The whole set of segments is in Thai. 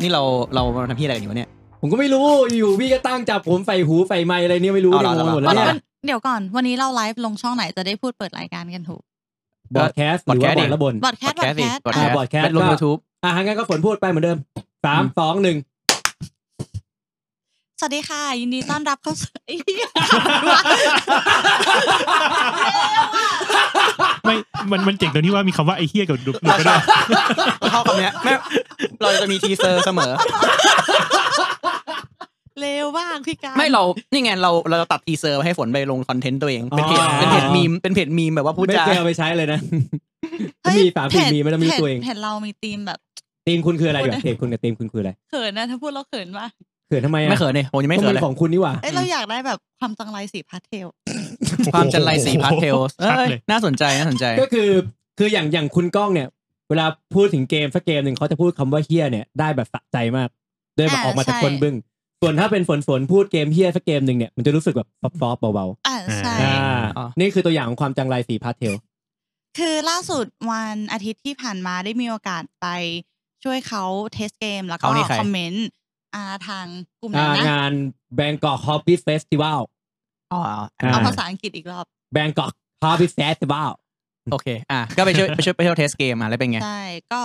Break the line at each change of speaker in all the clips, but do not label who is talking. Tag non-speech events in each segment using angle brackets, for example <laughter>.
นี่เราเรามาทำที่อะไรกันอยู่วะเนี่ย
ผมก็ไม่รู้อยู่พี่ก็ตั้งจับผมใส่หูใส่ไมค์อะไรเนี่ยไม่รู้
เอา
เนี่ย
ล่ะ
งงหมด
เอาล่ะ
แล้วเนี่ย
เดี๋ยวก่อน วันนี้เราไลฟ์ลงช่องไหนจะได้พูดเปิดรายการกันถูก
บอดแคสต์หรือว่าบอด
broadcast
ละบน
บอดแคสต์บอดแคสต์
บอด
อ่า
แคส
broadcast
ต์เป็น
ก็
ลงยูทูบ
อ่ะงั้นก็ฝนพูดไปเหมือนเดิมสามสองหนึ่ง
สวัสดีค่ะ ยินดีต้อนรับเข้า <laughs> สู่
ไม่มันมันเจ๋งตรงที่ว่ามีคำว่าไอ้เฮี้ยกับดุบดุบก็ได้
เข้ากับเนี้ยแม่เราจะมีทีเซอร์เสมอ
เร็วบ้างพี่การ
ไม่เรานี่ไงเราเราจะตัดทีเซอร์ไว้ให้ฝนไปลงคอนเทนต์ตัวเอง เป็นเพจเป็นเพจมีมเป็นเพจมีมแบบว่าพูด
ไม่
จา
เคยเอาไปใช้เลยนะ
เฮ้ย
มีฝาปิดมีไม่ต้องมี
พจ
ตัวเอง
พจเรามีธีมแบบ
ทีมคุณคืออะไรก่อนเทปคุณกับทีมคุณคืออะไร
เขินนะถ้าพูดเราเขินว่า
เขินทำไมอ่ะ
ไม่เขินเลยผมยังไม่
ต้อง
เขิน
เป็
เลย
นของคุณนี่หว่า
เอ้ยเราอยากได้แบบความจังไรสีพาสเทล
<laughs> ความจันไรสีพาร์ทเทลส์
ชัดเลย
น่าสนใจน่าสนใจ
ก็คือคืออย่างอย่างคุณก้องเนี่ย เวลาพูดถึงเกมสักเกมหนึ่งเขาจะพูดคำว่าเฮี้ยเนี่ยได้แบบสะใจมากได้แบบ
อ่า
ออกมาจาก
ใช่
คนบึ้งส่วนถ้าเป็นฝนฝนพูดเกมเฮี้ยสักเกมหนึ่งเนี่ยมันจะรู้สึกแบบฟอฟๆเบาๆ
อ่าใช่
อ
อ่
่า
อ๋อ
นี่คือตัวอย่างของความจังไรสีพาสเทล
คือล่าสุดวันอาทิตย์ที่ผ่านมาได้มีโอกาสไปช่วยเขาเทสเกมแล้วก็
เขานี่ใคร
คอมเมนต์อ่าทางกลุ่มไหน
อ่า
นะ
งานแบงกอกฮอปปี้เฟสติวัล
อ๋อ
เอาภาษาอังกฤษอีกรอบ
แบงกอกฮอปปี้เฟสติวัล
โอเคอ่ะก็ไปช่วยไปช่วยไปเที่ยวเทสเกมอ่ะแล้วเป็นไง
ใช่ก็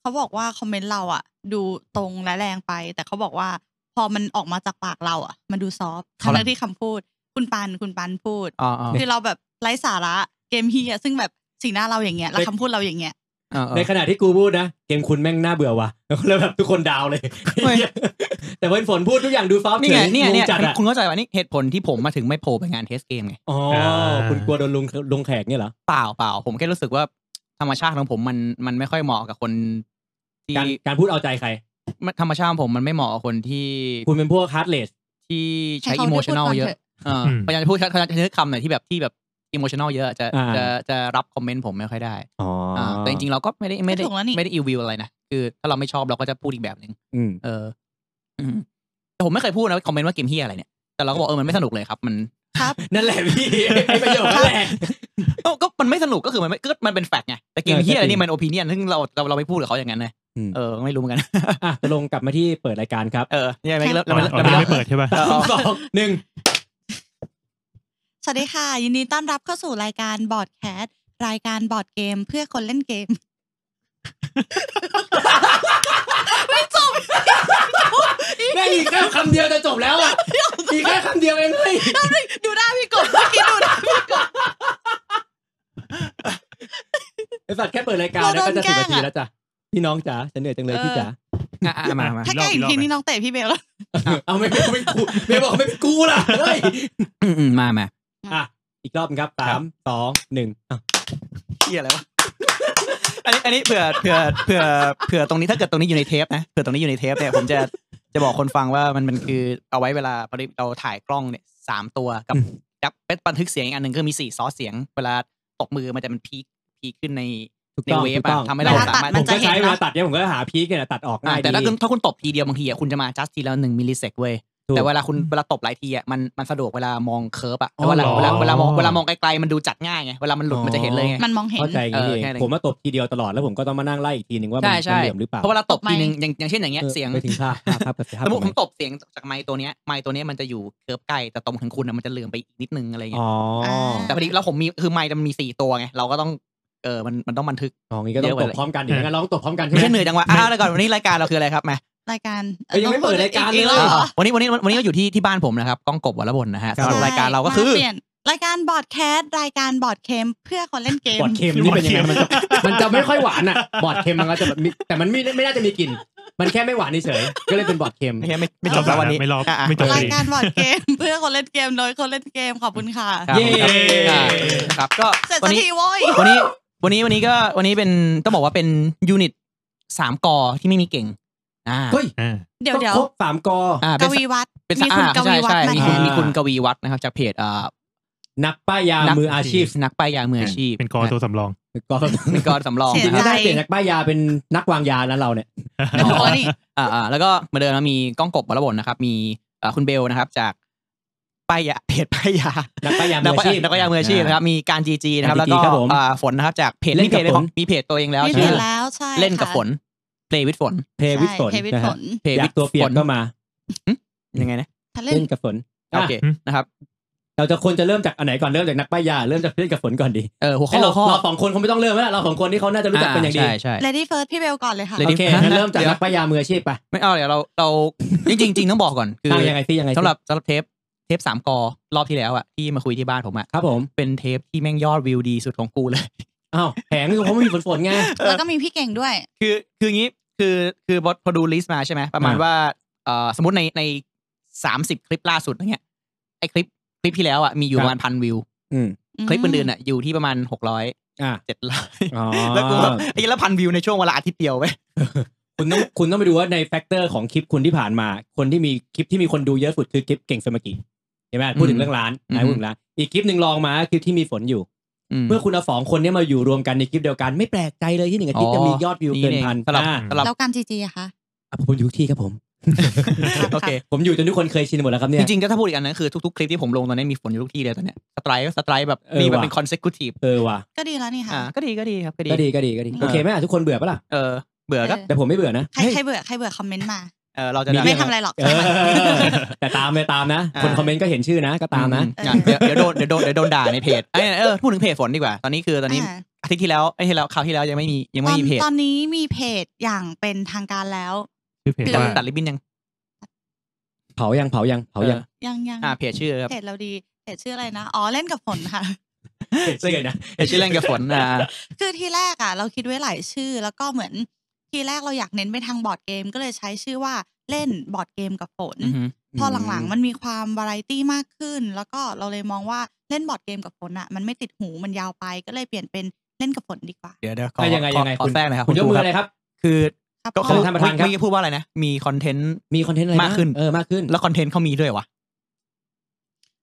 เขาบอกว่าคอมเมนต์เราอ่ะ ดูตรงและแรงไป แต่เขาบอกว่าพอมันออกมาจากปากเราอ่ะ มันดูซอฟต์
เขาละ
ทั้งๆที่คำพูด คุณปันคุณปันพูด
อ๋ออ๋อ
คือเราแบบไร้สาระเกมเฮียซึ่งแบบสีหน้าเราอย่างเงี้ยแล้วคำพูดเราอย่างเงี้ย
อ๋ออ๋อ
ในขณะที่กูพูดนะ เกมคุณแม่งน่าเบื่อว่ะแล้วก็เลยแบบทุกคนดาวเลย
ไม่
<laughs> แต่เว้นฝนพูดทุกอย่างดูซอฟต์
นี่ไง
ฉ
เนี่ยเนี่ย
งงจัดอะ
คุณเข้าใจว่านี่เหตุผลที่ผมมาถึงไม่โผล่ไปงานเทสเกมไง
อ๋ออา คุณกลัวโดนลุงลุงแขกเนี่ยเหรอ
เปล่าเปล่าผมแค่รู้สึกว่าธรรมชาติของผมมันมันไม่ค่อยเหมาะกับคนที่
การการพูดเอาใจใคร
มันธรรมชาติของผมมันไม่เหมาะกับคนที่
คุณเป็นพวกฮาร์ดเลส
ที่ใช้
ห้ขา
อิโม
ได้พูด
ชัน a ล
ก่
เยอะ
ถ
เอออ
ม
พยายามจะพูดพยายามจะนึกคำหน่อยที่แบบที่แบบอิโมชัน a ลเยอะจะ
า
จะจะรับคอมเมนต์ผมไม่ค่อยได้
อ๋อ
อ่าแต่จริงๆเราก็ไม่ได้ไม่ได้
ถูกแล้วนี่
ไม่ได้อีวิวอะไรนะ คือถ้าเราไม่ชอบเราก็จะพูดอีกแบบหนึ่ง
อืม
เอออืมแต่ผมไม่เคยพูดนะคอมเมนต์ว่าเกมเฮียอะไรเนี่ย แต่เราก็บอกเออมันไม่สนุกเลยครับ มัน
ครับ
นั่นแหละ
<laughs>
พี่ไอ้ประโยคนั่นแหละ
ก็ก็มันไม่สนุกก็คือมันไม่ก็มันเป็นแฟกต์ไงแต่เกม
เออ
เฮียอะไร
ก็จริ
นี่
ง
มันโอปิเนียนซึ่งเราเราเราไม่พูดกับเขาอย่างนั้นเลย
อืม
เออไม่รู้เหมือนกัน
อ่ะตกลงกลับมาที่เปิดรายการครับ
เออเนี่ยไม่เริ่ม
อ๋
เรา
อ
ไม่เริ่มเราไม่
อ๋อนี่ไม่
เริ่ม
เปิดใช่ป่ะ
เออ
สามสองหนึ่ง
สวัสดีค่ะ ยินดีต้อนรับเข้าสู่รายการบอร์ดแคสรายการบอร์ดเกมเพื่อคนเล่นเกม <laughs>
แม่งอีกแค่คำเดียวจะจบแล้วอ่ะ อีกแค่คำเดียวเองเฮ้ย
ดูหน้าพี่กบเมื่อกี้ดูหน้าพี่กบ
ไอ้สัตว์แค่เปิดรายการ
เรา
แล้วก็จะ
โดนแกล้
สิบ
ง
นาที
อะ
แล้วจ้ะ พี่น้องจ๋าฉันเหนื่อยจังเลยพี่จ๋า
อ่ะอ่ะมามา
ถ้าแกล้งอีกทีนี่น้องเตะพี่เบลแล้ว
เอาไม่เป็นไม่กูไม่บอกไม่เป็นกูล่ะเฮ้ย
อืมอืมมามา
อ่ะ อีกรอบครับสามสองหนึ่งอ่ะ
เฮียอะไรวะอันนี้อันนี้เผื่อเผื่อเผื่อเผื่อตรงนี้ถ้าเกิดตรงนี้อยู่ในเทปนะเผื่อตรงนี้อยู่ในเทปเนี่ยผมจะจะบอกคนฟังว่ามันมันคือเอาไว้เวลาเราถ่ายกล้องเนี่ยสามตัวกับกับเป็นบันทึกเสียงอีกอันหนึ่งคือมีสี่ซอสเสียง เวลาตกมือมันจะมันพีคพีคขึ้นใน
ถูก
ใน
ต้อง
เว
ถู
ฟ
กต้
อะ
อง
ทำให้เรา
เวลาตัด
สามารถ
มั
ผ
น
ม
จะ
ก็ใช้
เห็น
เว
เนอะ
ลาตัดเนี่ยผมก็หาพีคเนี่ยตัดออก
อ่ะ
ง่าย
แต่ถ้า
ดี
คุณถ้าคุณตบทีเดียวบางทีอะคุณจะมาจัสทีละหนึ่งมิลลิเซกเว้ย
ถูก
แต่เวลาคุณเวลาตบหลายทีอะมันมันสะดวกเวลามองเคิร์ฟอะ
อ๋อ
เวลาเวลา
เหรอ
เวลามองเวลามองไกลๆมันดูจัดง่ายไงเวลามันหลุดมันจะเห็นเลยไง
มันมองเห็น
เข้าใจอย่างนี้
เออ
เอง
แค่นั้น
ผมมาตบทีเดียวตลอดแล้วผมก็ต้องมานั่งไล่อีกทีหนึ่งว่ามั
ใช่
น
ใช่
เหลี่ยมหรือเปล่า
เพราะเวลาตบ
ตบไม
ที
ค์
นึงอย่างอย่างเช่นอย่างเงี้ยเสียง
ไม่ถึงภาพภาพภาพภาพ
สมมติผมตบเสียงจากไมค์ตัวเนี้ยไมค์ตัวเนี้ยมันจะอยู่เคิร์ฟใกล้แต่ตรงถึงคุณน่ะมันจะเหลื่อมไปอีกนิดนึงอะไรเงี้ย
อ๋อ
แต่พอดีแล้วผมมีคือไมค์มันมีสี่ตัวไงเราก็ต้องเออมันมันต้องบันทึก
อ๋องี้ก็ต้องตบพร้อมกันอย่างนั้นเราต้องตบพร้อมกัน
ไม่
ใช่
ใช่
ไห
เห
ม
นื่อยจังวะอ้าวแล้วก่อนวันนี้รายการเราคืออะไรครับแม่
รายการ
เอ้ยยังไม่เปิดรายการ
อี
เลย
แวหอ
วันนี้วันนี้วันนี้เราอยู่ที่ที่บ้านผมนะครับก้องกบวรบลนะฮะ
ครับ
สำหรับรายการเราก็คือ
ใช่มปลี่ยนรายการบอร์ดแคสต์รายการบอร์ดเกมเพื่อคนเล่นเกม
บอดเค็มนี่เป็นยังไงมันจะมันจะไม่ค่อยหวานอ่ะ บอดเค็มมันก็จะแบบมีแต่มันไม่ไม่น่าจะมีกลิ่น มันแค่ไม่หวานเฉยๆก็เลยเป็นบอดเค็ม
ไม่ใช่ไม่ไม่จบแล้ววันนี้
ไม่รอบ
ะะ
ไม่จบ
รายการบอร์ดเกม เพื่อคนเล่นเกมโดยคนเล่นเกมขอบคุณค่ะ
ครับ
เย้
อ่ะครับก็
เสร็จ
วั
สั
น
ก
นี้
ทีโว้ย
วันนี้วันนี้วันนี้ก็วันนี้เป็นต้องบอกว่าเป็นยูนิตสามกอที่ไม่มีเก่งอ่า
เฮ้ย
อ่า
เดี๋ยวเดี๋ยว
ก็ครบสามกอ
อ่าเป็
ก
น
วีวัฒน์
เป็น
มีคุณก
อ่า
วี
ใช่
วัฒ
ใช่
น์มา
มี
แท
คุณ
น
มีคุณกวีวัฒน์นะครับจากเพจเอ่อ
นักป้ายยามืออาชีพ
นักป้ายยามืออาชีพ
เป็นกอตัวสำรอง
ก็
เป็นกอสำรอง
จริง
นะค
ก็
รับ
ได้เปลี่ยนจากป้ายยาเป็นนักวางยานะเราเนี่ย
โอ้โหนี่
อ่าอ่าแล้วก็เหมาเดิมนะมีก้องกบวรบลนะครับ มีเอ่อคุณเบลนะครับ จากป้ายยาเพจป้ายยา
นักป้ายยามื
นัก
ออา
ป้าย
ชีพ
นักป้ายยามืออาชีพนะครับมีการจีจีนะครับ
การ
แล้วก็
GG ครับผม
อ่าฝนนะครับจากเพจ
เล่
มี
น
เพ
กับ
จเลยของ
ฝน
มีเพจตัวเองแล้ว
มี
ชื่
เห็
อน
แล้วใช่
เล่นกับ
ค่ะ
ฝน เพลย์วิดฝน
เพลวิท
ใช่
ฝน
เทวิท
นะ
ฝ
ฮะ
น
เพลย์
อ
วิด
ยากตัวเปียกก็มา
ยังไงนะ
ถ้าเล่น
เล่นกับฝน
โอ
อ่ะ
เคนะครับ
เราจะควรจะเริ่มจากอันไหนก่อนเริ่มจากนักป้ายยาเริ่มจากเล่นกับฝนก่อนดี
เออหัวข้
ให้
อ
เรา
ข้อ
เราสองคนคงไม่ต้องเริ่มแล้วล่ะเราสองคนที่เขาน่าจะรู้จักเป็นอย่างดี
ใช่ใช่
เลดี้เฟิร์สพี่เบลก่อนเลยค่ะ
Lady
โอเค
First
งั้นเริ่มจาก
เดี๋ยว
นักป้ายยามืออาชีพไป
ไม่เอาเดี๋ยวเราเราจริงจริงจริงต้องบอกก่อนคือ
อ่ะยังไงสิยังไงสิ
สำหรับสำหรับเทปเทปสามกอรอบที่แล้วอะที่มาคุยที่บ้านผมอะ
ครับผม
เป็นเทปที่แม่งยอดวิวดีสุดของกูเลย <laughs>
อ้าวแผงคือเขาไม่มีฝนฝนไง
แล้วก็มีพี่เก่งด้วย
คือคืออย่างงี้คือคือพอดูลิสต์มาใช่ไหมประมาณ
อ่า
ว่าเอ่อสมมติในในสามสิบคลิปล่าสุดอย่างเงี้ยไอคลิปคลิปที่แล้วอ่ะมีอยู่ประมาณพันวิว
อืม
คลิปอื่นๆอ่ะอยู่ที่ประมาณหกร้อย
อ่ะ
เจ็ดร้อย
อ๋อ
แล้วกูแบบไอ้ละพันวิวในช่วงเวลาอาทิตย์เดียวไป
คุณต้องคุณต้องไปดูว่าในแฟกเตอร์ของคลิปคุณที่ผ่านมา คนที่มีคลิปที่มีคนดูเยอะสุดคือคลิปเก่งสมากิใช่ไหมพูดถึงเรื่องร้านนายพูดถึงร้านอีกคลิปหนึ่งรองมาคือที่มีฝนอยู่ เมื่อคุณเอาสองคนเนี้มาอยู่รวมกันในคลิปเดียวกันไม่แปลกใจเลยที่หนึ่งอาทิตย์จะมียอดวิวเกินพัน
สลับ
อ่ะ
สลับ
แล้วการจีจีอะคะ
อ่ะผมอยู่ทุกที่ครับผม
โอเค
ผมอยู่จนทุกคนเคยชินหมดแล้วครับเนี่ย
จริงๆก็ถ้าพูดอีกอันนึงคือทุกๆ คลิปที่ผมลงตอนนี้มีฝนอยู่ทุกที่เลยตอนเนี้ยสไตร์สไตร์แบบ
เออ
มีแบบ
ว่ะ
เป็น consecutive
เออว่ะ
ก็ดีแล้วนี่ค่ะ
อ่าก็ดีก็ดีครับก็ดี
ก็ดีก็ดีก็ดี
เออ
โอเคไหมอ่ะทุกคนเบื่อปะล่ะ
เออเบื่อก็
เออ
แต่ผมไม่เบื่อนะ
ใคร
เฮ้ย
ใครเบื่อใครเบื่อคอมเมนต์มา
เออเราจะ
มี
ได้
ไม่ทำอะไรหรอก
เอ
ใช่ไหม
อแต่ตามเลยตามนะ คนคอมเมนต์ก็เห็นชื่อนะก็ตามนะ
อือ่เดี๋ยวเดี๋ยวโดนเดี๋ยวโดนเดี๋ยวโดนด่าในเพจเอยเออพูดถึงเพจฝนดีกว่าตอนนี้คือตอนนี้
า
อาทิตย์ที่แล้วไอ้ยที่แล้วคราวที่แล้วยังไม่มียัง
ต
ไม่
อน
มีเพจ
ตอนนี้มีเพจอย่างเป็นทางการแล้ว
คือเพจ
ตัด
ว่า
ตัดริบบิ้นยัง
เผายังเผายังเผายัง
ออ
ยังยัง
อ่าเพจชื่อครับ
เพจเราดีเพจชื่ออะไรนะ อ๋อเล่นกับฝนค่ะ <laughs>
เชื่อนะ
เพจชื่อเล่นกับฝนอ่า
คือทีแรกอ่ะ เราคิดไว้หลายชื่อ แล้วก็เหมือนทีแรกเราอยากเน้นไปทางบอร์ดเกม ก็เลยใช้ชื่อว่าเล่นบอร์ดเกมกับฝน
อือหือ
พอหลังๆมันมีความวาไรตี้มากขึ้น แล้วก็เราเลยมองว่าเล่นบอร์ดเกมกับฝนอ่ะ มันไม่ติดหูมันยาวไปก็เลยเปลี่ยนเป็นเล่นกับฝนดีกว่า
เดี๋ยวเดี๋ยวขอ
อ่ะยังไง
ขอ
ยังไง
ขอ
คุณ
แทรกหน่อยครับ
คุณยกมือ
ค
อะไรครับ
คือ
ครับ
ก็
พ่
เขา
อ
ท่านประธานครับ
เมื่อกี้พูดว่าอะไรนะมีคอนเทนต์
มีคอนเทนต์อะไรบ้ง
มากขึ้น
เออมากขึ้น
แล้วคอนเทนต์เขามีด้วยวะ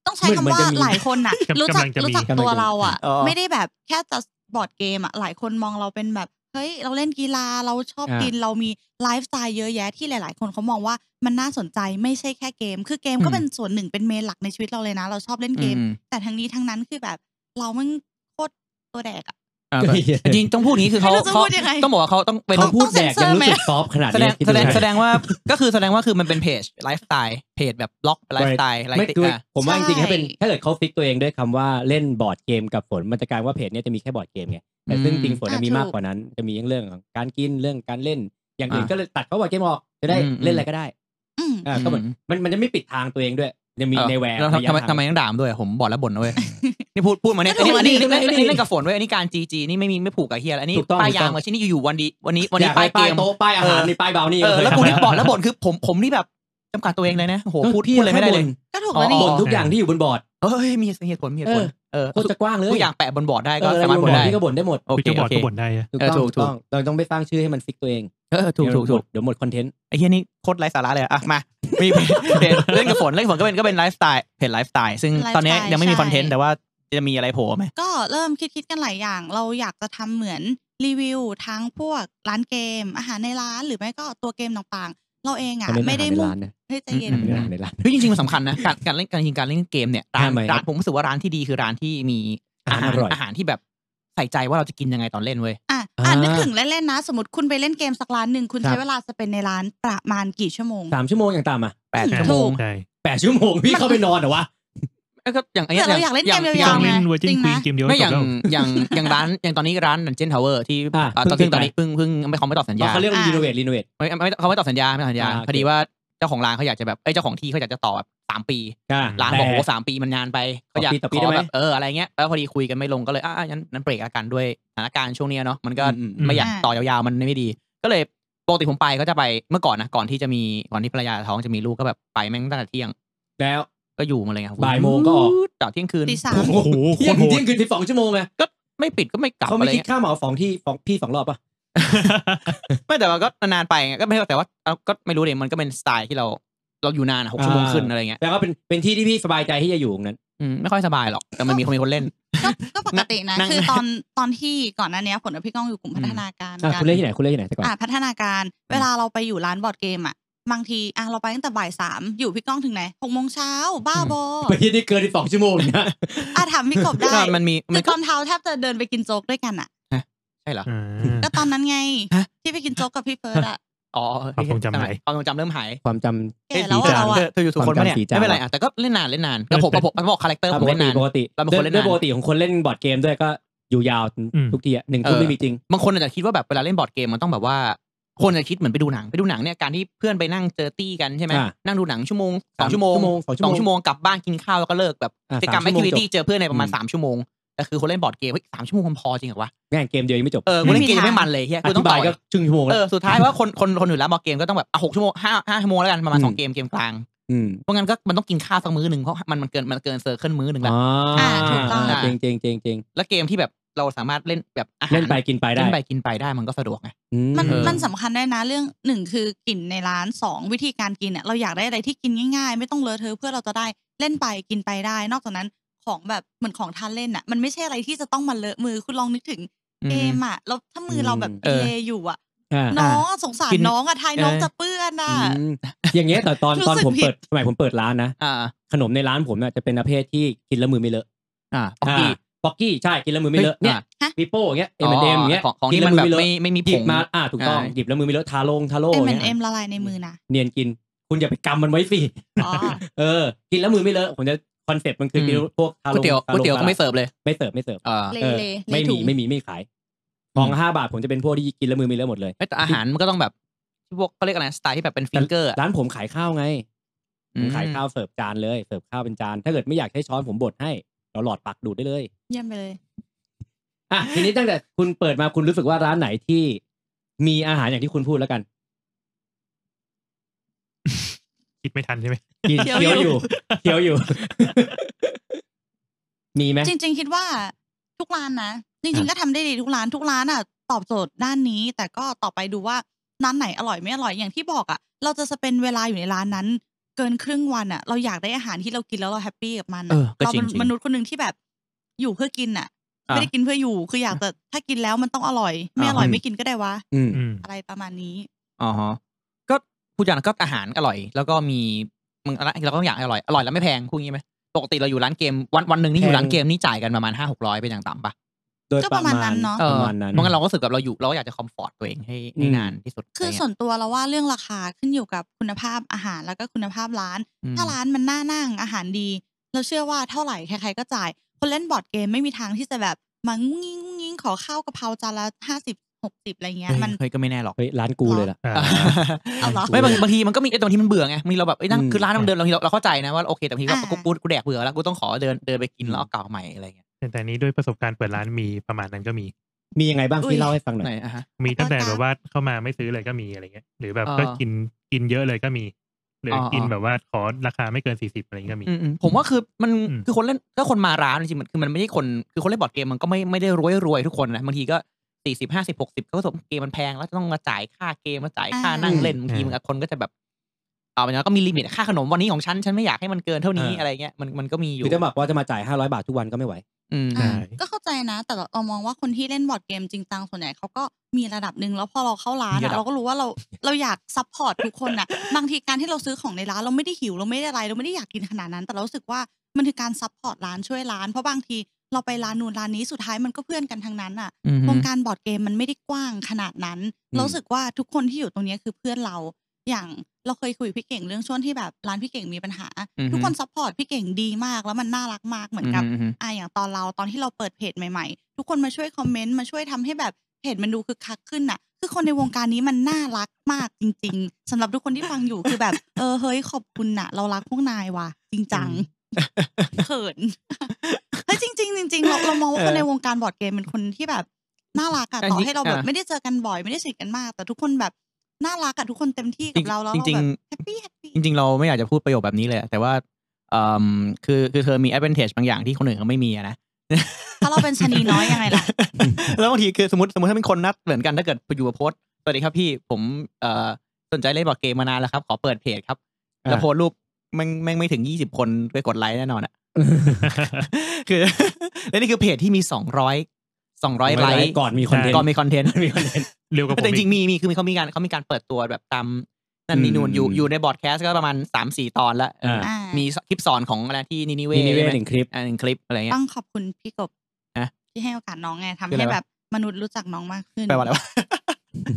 ต้องใช้
เหมือน
คำ
เห
ว่า
มือนจะมี
หลายคนน่ะ
กำลัง
รู้จัก
จะมี
รู้จัก
กำลังจะมี
ตัวเราอ่ะ
อ๋อ
ไม่ได้แบบแค่จะบอร์ดเกมอ่ะหลายคนมองเราเป็นแบบ เฮ้ย เราเล่นกีฬาเราชอบกินเรามีไลฟ์สไตล์เยอะแยะที่หลาย ๆ คนเขามองว่ามันน่าสนใจไม่ใช่แค่เกม คือเกมก็เป็นส่วนหนึ่งเป็นเมนหลักในชีวิตเราเลยนะ เราชอบเล่นเกม
อืม
แต่ทั้งนี้ทั้งนั้นคือแบบ เรามันโคตรตัวแดกอ่ะ
อ่าจริงๆต้องพูดอย่างนี้คือเขา
ไม่รู้จะ
เขา
พูดยังไง
ต้องบอกว่าเขาต้องเป็น
เขาพูด
ต้องเซ็
แด
น
ก
เซอ
ยัง
ร์
รู้
ไหม
สึกซอฟต์ขนาด
แสด
นี้
ง
คิ
แสดง
ดู
แสดงว่าก็คือแสดงว่าคือมันเป็นเพจไลฟ์สไตล์เพจแบบบล็อกไลฟ์สไตล์ไล
ไม่
ฟ์ติ
คือ
อ่ะ
ผมว่าจริงๆถ้าเป็น
ใช่
ถ้าเกิดเขาฟิกตัวเองด้วยคำว่าเล่นบอร์ดเกมกับฝนมันจะกลายว่าเพจเนี้ยจะมีแค่บอร์ดเกมไง แต่ซึ่งจริงฝนน่ะ
อ่ะ
มีมาก
ถูก
กว่านั้น จะมีทั้งเรื่องของการกินเรื่องการเล่น อย่างอื่นก็เลยตัดเขาว่าเกมออกจะได้เล่นอะไรก็ได้
อืม
อ่าก็เหมือนมันมันจะไม่ปิดทางตัวเองด้วยจะมี
เออ
ในแวร์
ล้ว
ระยะ
ทำไม
ทาง
ทำไมต้องด่ามนด้วยผมบอกแล้วบ่นนะเว้ย
<laughs>
นี่พูดพูดมาเนี่ยอันนี้อันนี้
ก็ถูก
เล่นเล่
ดิ
นเล่นกับฝนเว้ยอันนี้การจีจีนี่ไม่มีไม่ผูกกับเฮียแล้วอันนี้
ถูกต้อง
ป้าย
ถูก
ยา
ต้
ง
อง
มาชิ้นนี้อยู่ๆวันดีวันนี้วัน
อ
นี้
ยาก
ป้าย
ให้
เก
ป้าย
ม
โต๊ะป้ายอาหาร
เออ
นี่ป้ายเบานี่
เออแล้วกูนี่
เคย
บ่น
ทำ
แล้วบ่นคือผมผมนี่แบบจำกัดตัวเองเลยนะโหพูด
พี่
พูดอะไรไม่ได้เลย
ข้าง
ก็ถูก
อ๋อ
แล้วนี่
บนบ่นทุกอย่างที่อยู่บนบอร์ด
เฮ้ยมีเหตุผลมีเหตุผล
เออ
เออ
โคตรจะกว้างเลย
ทุกอย่างแปะบนบอร์ดได้ก็
เออ
สามารถบ่นได้
พี่ก็บ่นได้หมด
โอ
คุ
เค
ยจะบอ
โอ
ร์ด
เค
ก็บ่นได้อะ
ถูก
เออ
ต้อง
ถูก
ถูกต้องเราต้องไปสร้างชื่อให้มันฟิกตัวเอง
เออถูกถูกถูก
เดี๋ยวหมดคอนเทนต์
ไอ้เฮียนี่โคตรไร้สาระเลยอะอ่ะมา มีเพจเพจเล่นกับฝนเล่นกับฝนก็เป็นก็เป็นไลฟ์สไตล์เพจไลฟ์สไตล์ซึ่งตอนนี้ยังไม่มีคอนเทนต์แต่ว่าจะมีอะไรโผล่ไหม
ก็เริ่มคิดคิดๆกันหลายอย่าง เราอยากจะทำเหมือนรีวิวทั้งพวกร้านเกม อาหารในร้านหรือไม่ก็ตัวเกมต่างๆ เราเองอ่ะ
ทำเป็น
ไม่ได้
อาหารใน
มุ่ง
ร้านนะ
ให้ใจเย็
อื
น
ม
ในร้านในร้าน
เฮ้ยจริงๆมันสำคัญนะการการเล่นการยิงการเล่นเกมเนี่ยร้าน
ทำไมครับ
ร้านผมรู้สึกว่าร้านที่ดีคือร้านที่มีอาหาร
อาหารอร่อย
อาหารที่แบบใส่ใจว่าเราจะกินยังไงตอนเล่นเว้ย
อ่ะอ่า
อ่านึ
นึกถึงเล่นๆนะ สมมติคุณไปเล่นเกมสักร้านหนึ่งคุณ
ครับ
ใช้เวลาสเปนในร้านประมาณกี่ชั่วโมง
สามชั่วโมงอย่างต่ำอ่ะ
แปด
อืม
ชั่วโมง
ใช่
แปดชั่วโมงพี่เข้าไปนอนเหรอวะ
เอ้ยก็อย่างไอ้
แต่เราอยากเล่นเกมยาว
ต้อง
ๆไง
เล่นเวอร์จิ
จ
น
ริง
ควีน
นะ
เกมเดียว
ไม่
จ
อบ ย่าง
แล้ว
อย่างอย่างร้านอย่างตอนนี้ร้านดันเจนทาวเวอร์ที่
อ่ะ
อ่ะตอน
เพิ่
ที่
ง
ตอนนี้
ปิดไป
เพิ่งเพิ่งไม่เขาไม่ตอบสัญญา
อ๋อเขาเรียกว่ารีโนเวทรีโนเวท
ไม่ไม่เขาไม่ตอบสัญญาไม่ตอบสัญญา
อ่า
พ
โอเค
อดีว่าเจ้าของร้านเขาอยากจะแบบไอ้ยเจ้าของที่เขาอยากจะต่อแบบสามปี
อ่ะ
ร้านบอก
แต่
โอ้สามปีมันนานไป
ข
ก็
อ
อยาก
ปีต่อปี
ข
ได้
อ
ไหม
แบบเอออะไรเงี้ยแล้วพอดีคุยกันไม่ลงก็เลยอ่ะอ่ะงั้นนั้นเบรกอาการด้วยสถานการณ์ช่วงเนี้ยเนาะมันก็
อืมอืม
ไม่อยาก
อ่า
ต่อยาวๆมันไม่ดี ก็เลยปกติผมไปก็จะไปเมื่อก่อนนะก่อนที่จะมีก่อนที่ภรรยาท้องจะมีลูกก็แบบไปแม่งตั้งแต่เที่ยง
แล้ว
ก็อยู่มาเลยไง
บ่ายโมงก็ออก
ต่อเที่ยงคืน
ตีสาม
โอ้โหโค
เที่ย
ต
ง
รโห
เที่
ด
ยงคืนสิบสองชั่วโมงไง
ไม่ปิดก็ไม่กลับ
เขา
อะ
ไม่
ไร
คิด
เงี้ย
ค่าเหมาสองที่สองพี่สองรอบป่ะ
ไม่แต่ว่าก็นานๆไปไงก็ไม่แต่ว่าเอาก็ไม่รู้เลยมันก็เป็นสไตล์ที่เราเราอยู่นานอะหกชั่วโมง
อ่า
ขึ้นอะไรเงี้ย
แล้วก็เป็นเป็นที่ที่พี่สบายใจที่จะอยู่ตรงนั้น
อืมไม่ค่อยสบายหรอกแต่มันมีคนมีคนเล่น
ก็ก็ปกตินะ
นั่ง
คือตอนตอนที่ก่อนหน้าเนี้ยผลกับพี่ก้องอยู่กลุ่มพัฒนาการ
อ่ะ
กั
คุณเล่นที่ไหนคุณเล่นที่ไหนแต่ก่อน
อ่ะพัฒนาการ เวลาเราไปอยู่ร้านบอร์ดเกมอ่ะบางทีอ่ะเราไปตั้งแต่บ่ายสามอยู่พี่ก้องถึงไหนหกโมงเช้าบ้าบอ
ไปที่นี่เกินสิบสองชั่วโมงนะ
อ่ะถามพี่กบได้
ก็มันมีมั
คื
น
อต
ก็
อนเท้าแทบจะเดินไปกินโจ๊กด้วยกันอ่ะ
ใช่เหรอ
อ่า
ก็ตอนนั้นไง
ฮะ
ที่ไปกินโจ๊กกับพี่เฟิร์สอ่ะ
อ๋อ
ความทรงจำหาย
ความทรงจำเริ่มหาย
ความจำ
แก่แล้วอะเราอะ
เธอเธออยู่ถูกคนปะเนี่ย
ความจำสีจาง
ไม่เป็นไรอ่ะแต่ก็เล่นนานเล่นนานแล้วผมก็ผมผมบอกคาแรคเตอร์ผมเล่นนาน
ปกติ
เราเป็นคนเล่นนาน
ด้วยปกติของคนเล่นบอร์ดเกมด้วยก็อยู่ยาว
อืม
ทุกทีอะหนึ่ง
เออ
ทุ่มไม่มีจริง
บางคนอาจจะคิดว่าแบบเวลาเล่นบอร์ดเกมมันต้องแบบว่า คนอาจจะคิดเหมือนไปดูหนังไปดูหนังเนี่ยการที่เพื่อนไปนั่งเจอตี้กันใช่ไหม
อ่า
นั่งดูหนังชั่วโมงส
สา
อง
ม
ชั่วโมง
ชั่วโมงสอง
สองชั่
ชั่วโมง
วโมงกลับบ้านกินข้าวแล้วก็เลิกแบบ
อ่า
กิจกรรม
สา
แอ
ม
ค
ชั่ว
ทิ
โมง
วิตี้เจอเพื่อนในประมาณ
อืม
สามชั่วโมงแต่คือคนเล่นบอร์ดเกมเฮ้ยสามชั่วโมงมันพอจริงเหรอวะ
ง่ายเกมเดียวยังไม่จบ
เออกูเล่นเกมยังไม่มันเลยเฮีย
อ
กูต้อ
ธิ
งต่อ
บา
ย
ก็ชึ่งชั่วโมง
เอ
แล้ว
อสุดท้ายว่าคนคนคนอยู่แล้วบอร์ดเกมก็ต้องแบบอ่ะหกชั่วโมงห้าห้าชั่วโมงแล้วกันประมาณสองเกมเกมกลาง
ม
เพราะงั้นก็มันต้องกินข้าวสักมื้อหนึ่งเพราะมันมันเกินมันเกินเซอร์เคิลมื้อหนึ่งแล้ว
อ๋ออ่า
ถูกต้อง
เจริงเจริงเจริงเจริง
แล้วเกมที่แบบเราสามารถเล่นแบบอาหาร
เล่นไปกินไปได้
เล่นไปกินไปได้มันก็สะดวกไง
อื
มัน
เออ
มันสำคัญด้วยนะเรื่องหนึ่งคือกลิ่นในร้านสองวิธีการกินเนี่ยเราอยากได้อะไรที่กินง่ายๆ ไม่ต้องเลอะเทอะเพื่อเราจะได้เล่นไปกินไปได้ นอกจากนั้นของแบบเหมือนของทานเล่นอ่ะมันไม่ใช่อะไรที่จะต้องมาเลอะมือคุณลองนึกถึงเกมอ่ะแล้วถ้ามือเราแบบ
เออ
เลอยู่อ่ะ
อ่า
น้องอะสงสาร
กิน
น้องอ่ะทายน้อง
เออ
จะเปื้อนอ่ะ
อืมอย่างเงี้ยแต่ตอน
รู้
ตอน
สึก
ผม
ผิด
เปิดสมัยผมเปิดร้านนะ
อ่า
ขนมในร้านผมน่ะจะเป็นประเภทที่กินแล้วมือไม่เลอะ
อ่าปกติ
าป๊อกกี้ใช่กินแล้วมือไม่เลอะเนี่ยปีโป้อย่างเงี้ยเอ็มเอ็มอย่างเงี้ย
ของของ
กิ
ที่
ล้
มั
วน
แบบ
เลอะ
ไม่ไม่มีผ
หยิบ
ง
มาอ่าถูกต้อง
ใช่
หยิบแล้วมือไม่เลอะทาลงทาโร่
เอ็ม
อย่าง
เอ็
เงี้ย
นเอ็มละลายในมือนะ
เนียนกิน คุณอย่าไปกำมันไว้สิ
อ๋อ
เออ กินแล้วมือไม่เลอะผมจะคอนเซ็ปต์มันคืออ
ม
กินพวกทา
ก๋วยเตี๋ยว
ทา
ก๋วยเตี๋ยวก็ไม่
ทา
เสิร์ฟเลย
ไม่เสิร์ฟไม่เสิร์ฟ
เออ
เล
ออ
เลใน
ไม่
ถุ
มี
ง
ไม่มีไม่ขายของห้าบาทผมจะเป็นพวกที่กินแล้วมือไม่เลอะหมดเลย
แต่อาหารมันก็ต้องแบบที่พวกเขาเรียกอะไรสไตล์ที่แบบเป็นฟิงเกอร์
ร้านผมขายข้าวไงผมขายข้าวเสิร์ฟจานเลยเสิร์ฟข้าวเป็นจาน ถ้าเกิดไม่อยากใช้ช้อนผมบดให้เราหลอดปักดูดได้เลย
เยี่ยมไปเลย
อ่ะทีนี้ตั้งแต่คุณเปิดมาคุณรู้สึกว่าร้านไหนที่มีอาหารอย่างที่คุณพูดแล้วกัน
คิดไม่ทันใช่ไหม
กินเคี้ยวอยู่เคี้ยวอยู่
<laughs>
มีไหม
จริง ๆ คิดว่าทุกร้านนะจริง ๆ ก็ทำได้ดีทุกร้านทุกร้านอ่ะตอบโจทย์ด้านนี้ แต่ก็ต่อไปดูว่าร้านไหนอร่อยไม่อร่อยอย่างที่บอกอ่ะ เราจะสเปนเวลาอยู่ในร้านนั้น เกินครึ่งวันอ่ะ เราอยากได้อาหารที่เรากินแล้วเราแฮปปี้กับมัน
เอ
อะ
อก็
เรา
จริ
เป็
ง
น
จริง
มนุษย์คนหนึ่งที่แบบอยู่เพื่อกินอ่ะ
อ่ะ
ไม่ได้กินเพื่ออยู่คืออยากแต่ถ้ากินแล้วมันต้องอร่อย ไม่อร่อย
อ่ะ
ไม่กินก็ได้วะ
อืม
อืม
อะไรประมาณนี้
อ๋อฮะก็พูดอย่างนั้นก็อาหารอร่อย แล้วก็มีมึงอะไรเราก็อยากอร่อยอร่อยแล้วไม่แพงพูดงี้ไหมปกติเราอยู่ร้านเกมวันวันหนึ่งนี่อยู่ร้านเกมนี่จ่ายกันประมาณห้าหกร้อยเป็นอย่างต่ำปะ
โดย
ก็ประมาณนั้นเนอะ
เออ
ประมาณนั้น
เพราะงั้นเราก็รู้สึกแบบเราอยู่เราอยากจะคอมฟอร์ตตัวเองให้ให้นานที่สุด
คือส่วนตัวเราว่าเรื่องราคาขึ้นอยู่กับคุณภาพอาหารแล้วก็คุณภาพร้าน
อืม
ถ้าร้านมันน่านั่งอาหารดี เราเชื่อว่าเท่าไหร่ใครๆก็จ่าย คนเล่นบอร์ดเกมไม่มีทางที่จะแบบมางุ้งงิ้งงุ้งงิ้งขอข้าวกะเพราจานละห้าสิบหกสิบอะไรเงี้ย
เฮ้ย
มัน
เฮ้ยก็ไม่แน่หรอก
เฮ้ยร้านกูเลยล่ะ
อ่า
เอาเหรอ
ไม่บางบางทีมันก็มีไอ้ตรงที่มันเบื่อไงมีเราแบบไอ้ยนั่ง
อืม
คือร้านมันเดินเราเราเราเข้าใจนะว่าโอเคแต่บางทีก็
อ่า
กูกูกูแดกเบื่อแล้วกูต้องขอเดินเดินไปกินแล้วเอาเก่าใหม่อะไรเงี้ย
แต่แต่นี้ด้วยประสบการณ์เปิดร้านมีประมาณนั้นก็มี
มียังไงบ้าง
อุ้ย
พี่เล่าให้ฟังหน่อย
ไหนอะฮะ
มีตั้งแต่แบบว่าเข้ามาไม่ซื้อเลยก็มีอะไรเงี้ย หรือแบบ
อ่า
ก็กินกินเยอะเลยก็มีหรืออา
อ่า
กินแบบว่าขอราคาไม่เกินสี่สิบอะไรเงี้ยก็มี
อืมอืมผมว่าคือมัน
อืม
คือคนเล่นก็คนมาร้านจริงๆมันคือมันไม่ใช่คนคือคนเล่นบอร์ดเกมมันก็ไม่ไม่ได้รวยรวยทุกคนนะบางทีก็สี่สิบห้าสิบหกสิบเขาก็สมเกมมันแพงแล้วต้องมาจ่ายค่าเกมมาจ่ายค่า
อ่านั่
นั่งเล่นบางทีมันคนก็จะแบบเอาไปแล้วก็มีลิมิตค่าขนมวันนี้ของฉันฉันไม่อยากให้มันเกินเท่านี้
อ่า
อะไรเงี้ยมันมันก็มีอยู่
คือจะบอกว่าจะมาจ่าย 500 บาททุกวัน
<laughs>
ก็ไม่ไหว
อืม
ใช่
อ่าก็เข้าใจนะ แต่เรามองว่าคนที่เล่นบอร์ดเกมจริงจังส่วนใหญ่เขาก็มีระดับหนึ่งแล้วพอเราเข้าร้าน
มีระ
อะ
ดับ
เราก็รู้
<laughs>
ว่าเราเราอยากซัพพอร์ตทุกคนอะ บางทีการที่เราซื้อของในร้านเราไม่ได้หิวเราไม่ได้อะไรเราไม่ได้อยากกินขนาดนั้น แต่เรารู้สึกว่ามันคือการซัพพอร์ตร้านช่วยร้านเพราะบางทีเราไปร้านนู้นร้านนี้สุดท้ายมันก็เพื่อนกันทั้งนั้นอะ
อืม
วงการบอร์ดเกมมันไม่ได้กว้างขนาดนั้น
อืม
เรารู้สึกว่าทุกคนที่อยู่ตรงเนี้ยคือเพื่อนเรา อย่างเราเคยคุยกับพี่เก่งเรื่องช่วงที่แบบร้านพี่เก่งมีปัญหา
อือฮึ
ทุกคนซัพพอร์ตพี่เก่งดีมากแล้วมันน่ารักมากเหมือนกับ
อืม
อ่าอย่างตอนเราตอนที่เราเปิดเพจใหม่ๆ ทุกคนมาช่วยคอมเมนต์มาช่วยทำให้แบบเพจมันดูคึกคักขึ้นน่ะ คือคนในวงการนี้มันน่ารักมากจริง ๆสำหรับทุกคนที่ฟัง
<laughs>
อยู่คือแบบ เออเฮ้ยขอบคุณน่ะ เรารักพวกนายว่ะจริงจังเขิน <laughs> เฮ้ยจริงๆจริงๆเราเรามองว่า
เออ
คนในวงการบอร์ดเกมเป็นคนที่แบบน่ารักอะ
อัน
ต่อ
นี้
ให้เราแบบ
อ่ะ
ไม่ได้เจอกันบ่อยไม่ได้สนิทกันมาก แต่ทุกคนแบบน่ารักอะทุกคนเต็มที่
จริ
กับ
ง
เราแล้ว
จ
เรา
ริงๆ
แบบแฮปปี้แฮปปี้
จริงๆ เราไม่อยากจะพูดประโยคแบบนี้เลยอะแต่ว่าเอิ่มคือคือเธอมี advantage บางอย่างที่คนอื่นเขาไม่มีอะนะ
ถ้าเราเป็นชะนีน้อยยังไงล่ะ
<laughs> แล้วบางทีคือสมมติสมมติถ้าเป็นคนนัดเหมือนกันถ้าเกิดอยู่กับโพสต์สวัสดีครับพี่ผมเอ่อสนใจเล่นบอร์ดเกมมานานแล้วครับ ขอเปิดเพจครับ แล้วโพสต์รูปแม่งแม่งไม่ถึงยี่สิบคนไปกดไลค์แน่นอนอะ <laughs> คือ <laughs> และนี่คือเพจที่มีสองร้อยสองร้อยไลค์
ก่อนมีคอนเทนต์
ก่อนมีคอนเทนต์
มีคอนเทนต์
เร็วกว่าผม
แต่จริง
อีก
ๆมีมีคือมีเขามีการเขามีการเปิดตัวแบบตามนั่นนี่นู่นอยู่
อืม
อยู่ในบอร์ดแคสต์ก็ประมาณสามสี่ตอนละเอออา มีคลิปสอนของอะไรที่นินิเว
นินิเวศ
ใช่ไห
นึ่งคลิป
อ่าหนึ่งคลิปอะไรเงี้
ต้
ย
องขอบคุณพี่กบ
ฮะ
ที่ให้โอกาสน้องไงทำ
คืออะไร
ให้
วะ
แบบมนุษย์รู้จักน้องมากขึ้น
แปลว่าอะไรวะ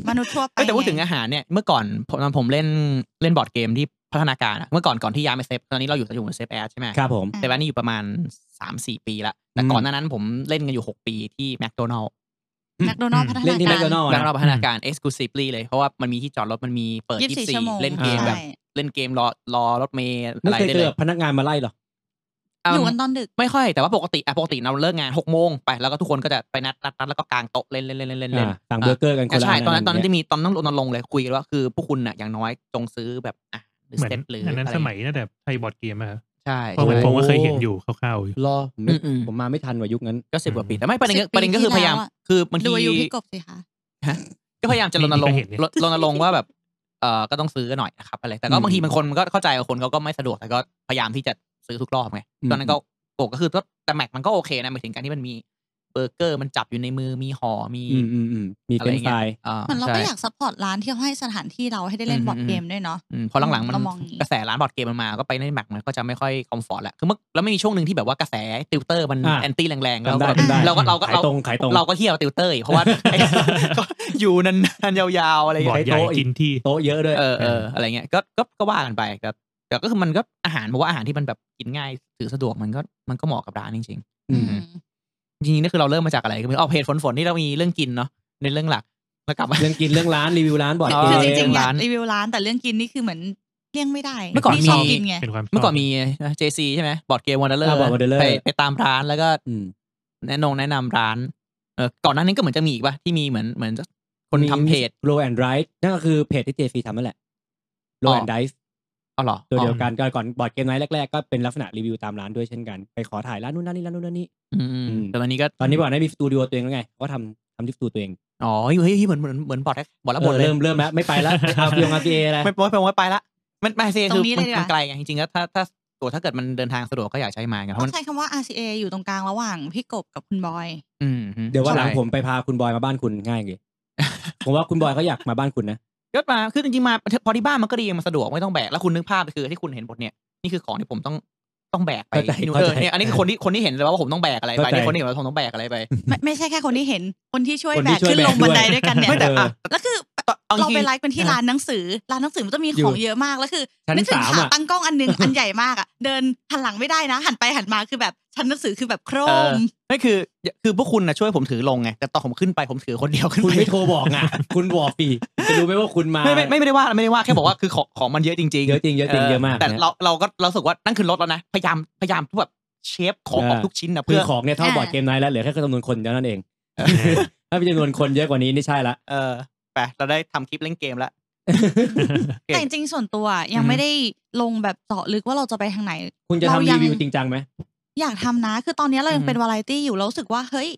มนุษย์ทั่วไป
เอ้ยแต่พูดถึง
ไ
อาหารเนี่ยเมื่อก่อนผมตอนผมเล่นเล่นบอร์ดเกมที่พัฒนาการอะเมื่อก่อนก่อนที่ย้ายมาเซฟตอนนี้เราอยู่อยู่เซฟแอร์ใช่ไหม
ครับผม
แต่ว่านี่อยู่ประมาณสามสี่ปีละแต่
อืม
ก่อนหน้านั้นผมเล่นกันอยู่หกปีที่แมคโดนัล
แมคโดนัลด์
อืม
พัฒ
เล่
นาน
ที่แม
กา
ค
ร
โดนัลล์
ดัง
นะ
เราพัฒนาการ exclusively เลย เพราะว่ามันมีที่จอดรถมันมีเปิด
ยี่สิบสี่ชั่วโมง
24 เล่นเกม
อ่า
แบบ
ใช่
เล่นเกมรอรอรถเมล์
ไม่
อะไร
เคย
ได้
เจ
เล
อย พนักงานมาไล่หรอ
อื
อยู่
ม
กันตอนดึก
ไม่ค่อยแต่ว่าปกติอ่ะปกติเราเลิกงานหกโมงไปแล้วก็ทุกคนก็จะไปนัดนัดนัดแล้วก็กางโต๊ะเล่นเล่นเล่นเล่นเล่นเล่น
อ่าสั่งเบอร์เกอร์กันคน
อ่ะ
ละ
ใช่ตอนนั้นตอนนั้น
ย่า
จะ
งเงี้ย
มีตอนนั้นรณรงค์เลยคุยกันว่าคือพวกคุณน่ะอย่างน้อยจงซื้อแบบอ่ะหรือ
เหมือน
เซ็ตหรือ
อั
อะ
น
ไร
นั้นสมัยนั่นแต่ไทยบอร์ดเกมอะครับ
ใช่
เพราะมันผมก็เคยเห็นอยู่คร่าวๆอยู่
รอผม
อื
ไม่
มอืม
ผมมาไม่ทันว่ายุคนั้น
ก็สิบกว่าปีแต่ไม่ประเด็นก็
สิบปี
ประเด็นก็คือ
ที่
พยายาม
แล้วอะ
คือบางที
ดูอายุพี่กบสิคะ
ก็พยายามจะรณรงค์
ไม่เห็นเนี่ย
รณรณรงค์ว่าแบบเออก็ต้องซื้อกันหน่อยนะครับอะไรแต่ก็
อืม
บางทีบางคนมันก็เข้าใจว่าคนเขาก็ไม่สะดวกแต่ก็พยายามที่จะซื้อทุกรอบไง
อืม
ตอนนั้นก็โกก็คือก็แต่แม็กมันก็โอเคนะหมายถึงการที่มันมีเบอร์เกอร์มันจับอยู่ในมือมีห่อมี
อืมอืมอืมมี
อะ
เฟ
ไร
ร
อ
นช์
ย่างเงี้
ฟราย ย
อ่า
เหมือนเราก็
ใช่
อยากซัพพอร์ตร้านที่เขาให้สถานที่เราให้ได้เล่น
อืม
บอร์ด
อืม
เกมด้วยเนาะ
อืมพอหลังๆมัน
เรามองอย่างงี้
กระแสร้านบอร์ดเกมมันมาก็ไปในแม็กมันก็จะไม่ค่อยคอมฟอร์ตแหละคือเมื่อแล้วไม่มีช่วงหนึ่งที่แบบว่ากระแสติวเตอร์มัน
อ่า
แอนตี้แรงๆแล้ว
จำได้
แบบ
จำได้
เราก็เราก็
ขาย
เรา
ตรงขายตรง
เราก็เที่ยวติวเตอร์อีกเพราะว่า <laughs> อยู่นานๆยาวๆอะไรอย่าง
บอ
เงี้ย
ร์ดใหญ่กินที่
โต๊ะเยอะด้วย
เออเอออะไรเงี้ยก็ก็ก็ว่ากันไปครับแต่ก็คือมันก็อาหารเพราะว่าอาหารที่มันแบบกินง่ายถือสะดวกมันก็มันก็เหมาะกับร้านจริง
อืม
อืม
ๆ จริงๆนี่คือเราเริ่มมาจากอะไรก็ไม่รู้เอาเพจฝนฝนที่เรามีเรื่องกินเนาะในเรื่องหลักแล้วกลับมา
เรื่องกินเรื่องร้านรีวิวร้านบอร์ด
เ
เก
คือ
ม
จริงๆอยา
ร้าก น
รีวิวร้านแต่เรื่องกินนี่คือเหมือนเลี่ยงไม่ได้
เมื่อก่อน
พี่ชอบ
มี
กินไง
เป็นความชบ
เมื่อก่อนมีเจซีใช่ไหมบอร์ดเกมวันเดอร์
อ่า Board Wanderer
ไปไปตามร้านแล้วก็
อืม
แนะนงแนะนำร้านเออก่อนหน้านี้ก็เหมือนจะมีอีกป่ะที่มีเหมือนเหมือนจะคนทำเพจ
Low and Right นั่นก็คือเพจที่เจฟีทำนั่นแหละ Low
อ๋อ
and Dice
เอาเหรอ
ตัวเดียวกันก็ก่อนบอร์ดเกมไนท์แรกๆ ก็เป็นลักษณะรีวิวตามร้านด้วยเช่นกัน ไปขอถ่ายร้านนู่นร้านนี่ร้านนู่นร้านนี่
อืมอืม
อืม
แต่ตอนนี้ก็
ตอนนี้บอร์ดไนท์มีสตูดิโอตัวเองแล้วไงก็ทำทำที่สตูดิโอตัวเอง
อ๋อเฮ้ยเฮ้ยเหมือนเหมือนเหมือนบอร์ดแอคบอร์ดละบอร์ด
เออ
เลย
เริ่มเริ่มแล้วไม่ไปแล้วเอาเพียงอาเพียแล้ว
ไม่ไม่ไปไม่ไปละมันไม่เซ
ตร
คือม
งนี้
น
เลยดีกว่ามั
มันไกลไงจริงๆแล้วถ้าถ้าตัวถ้าเกิดมันเดินทางสะดวกก็อยากใช้ไม้กันเพ
ต้อ
ราะ
ง
มัน
ใช้คำว่า RCA อยู่ตรงกลางระหว่างพี่กบกับคุณบอย
อืมอืม
เดี๋ยวว่าหลัง
ใช่
ผมไปพาคุณบอยมาบ้านคุณง่ายเลย ผมว่าคุณบอยเขาอยากมาบ้าน
<laughs>
คุณนะ
ก็มาคือจริงๆมาพอที่บ้านมันก็ดีมันสะดวกไม่ต้องแบกแล้วคุณนึกภาพคือที่คุณเห็นบทเนี่ยนี่คือของที่ผมต้องต้องแบกไป
เข้าใจ
ที่นู่น
เข้า
เอ
ใจ
อเนี่ยอันนี้คือคนที่คนที่เห็นแล้วว่าผมต้องแบกอะไรไป
เข้าใจ
นี่คนที่เห็นว่าผมต้องแบกอะไรไป
ไม่ไม่ใช่แค่คนที่เห็นคนที่ช่วย
คน
แบ
ที่
ก
ช่วย
ขึ้นลง
แบก
บันได
ด้วย
ด้วย
<laughs>
กันเนี่ย
ไม่แต่อ่ะ
แล้วคือ
เอาจ
เรา
ริง
ไป
ๆ
ไลฟ์กันที่ร้านหนังสือ ร้านหนังสือมันต้องมี
อยู่
ของเยอะมากแล้วคือ
ชั้น
นึกถึง
สาม
ขา
อ่ะ
ตั้งกล้องอันหนึง อันใหญ่มากอ่ะเดินหันหลังไม่ได้นะ หันไปหันมาคือแบบชั้นหนังสือคือแบบโคร
เออ
ม
นั่นคือคือพวกคุณนะช่วยผมถือลงไงแต่ตอนผมขึ้นไปผมถือคนเดียวขึ้น
<laughs> คุณ
ไป
ไม่โทรบอกอ่ะ คุณบอกปีจะรู้ไหมว่าคุณมา
ไม่ไม่ไม่ไม่ได้ว่าไม่ได้ว่าแค่บอกว่าคือของของมันเยอะจริงๆ
เยอะจริงเยอะจริงเยอะมาก
แต่
นะ
เราเราก็เรารู้สึกว่านั่นคือรถแล้วนะ พยายามพยายามแบบเชฟของ
เออ
ออกทุกชิ้นนะ
คื
เพื่
อ
อ
ของเนี่ยเท่า
อ่า
บอร์ดเกมไนท์แล้วเหลือแค่จำนวนคนเท่านั้นเอง
เออ
ถ้ามีจำนวนคนเยอะกว่านี้นี่ใช่ละ <laughs>
เออไปเราได้ทำคลิปเล่นเกมแล้ว เก่ง
แต่จริงๆส่วนตัวอะยั
อื
ง
อฮึ
ไม่ได้ลงแบบเจาะลึกว่าเราจะไปทางไหน
คุณจะ
เรา
ทำ
ยั
รี
ง
วิวจริงจังไหม
อยากทำนะ คือตอนนี้เรายั
อือ
ง
ฮึ
เป็นวาไรตี้อยู่เรารู้สึกว่าเฮ้ย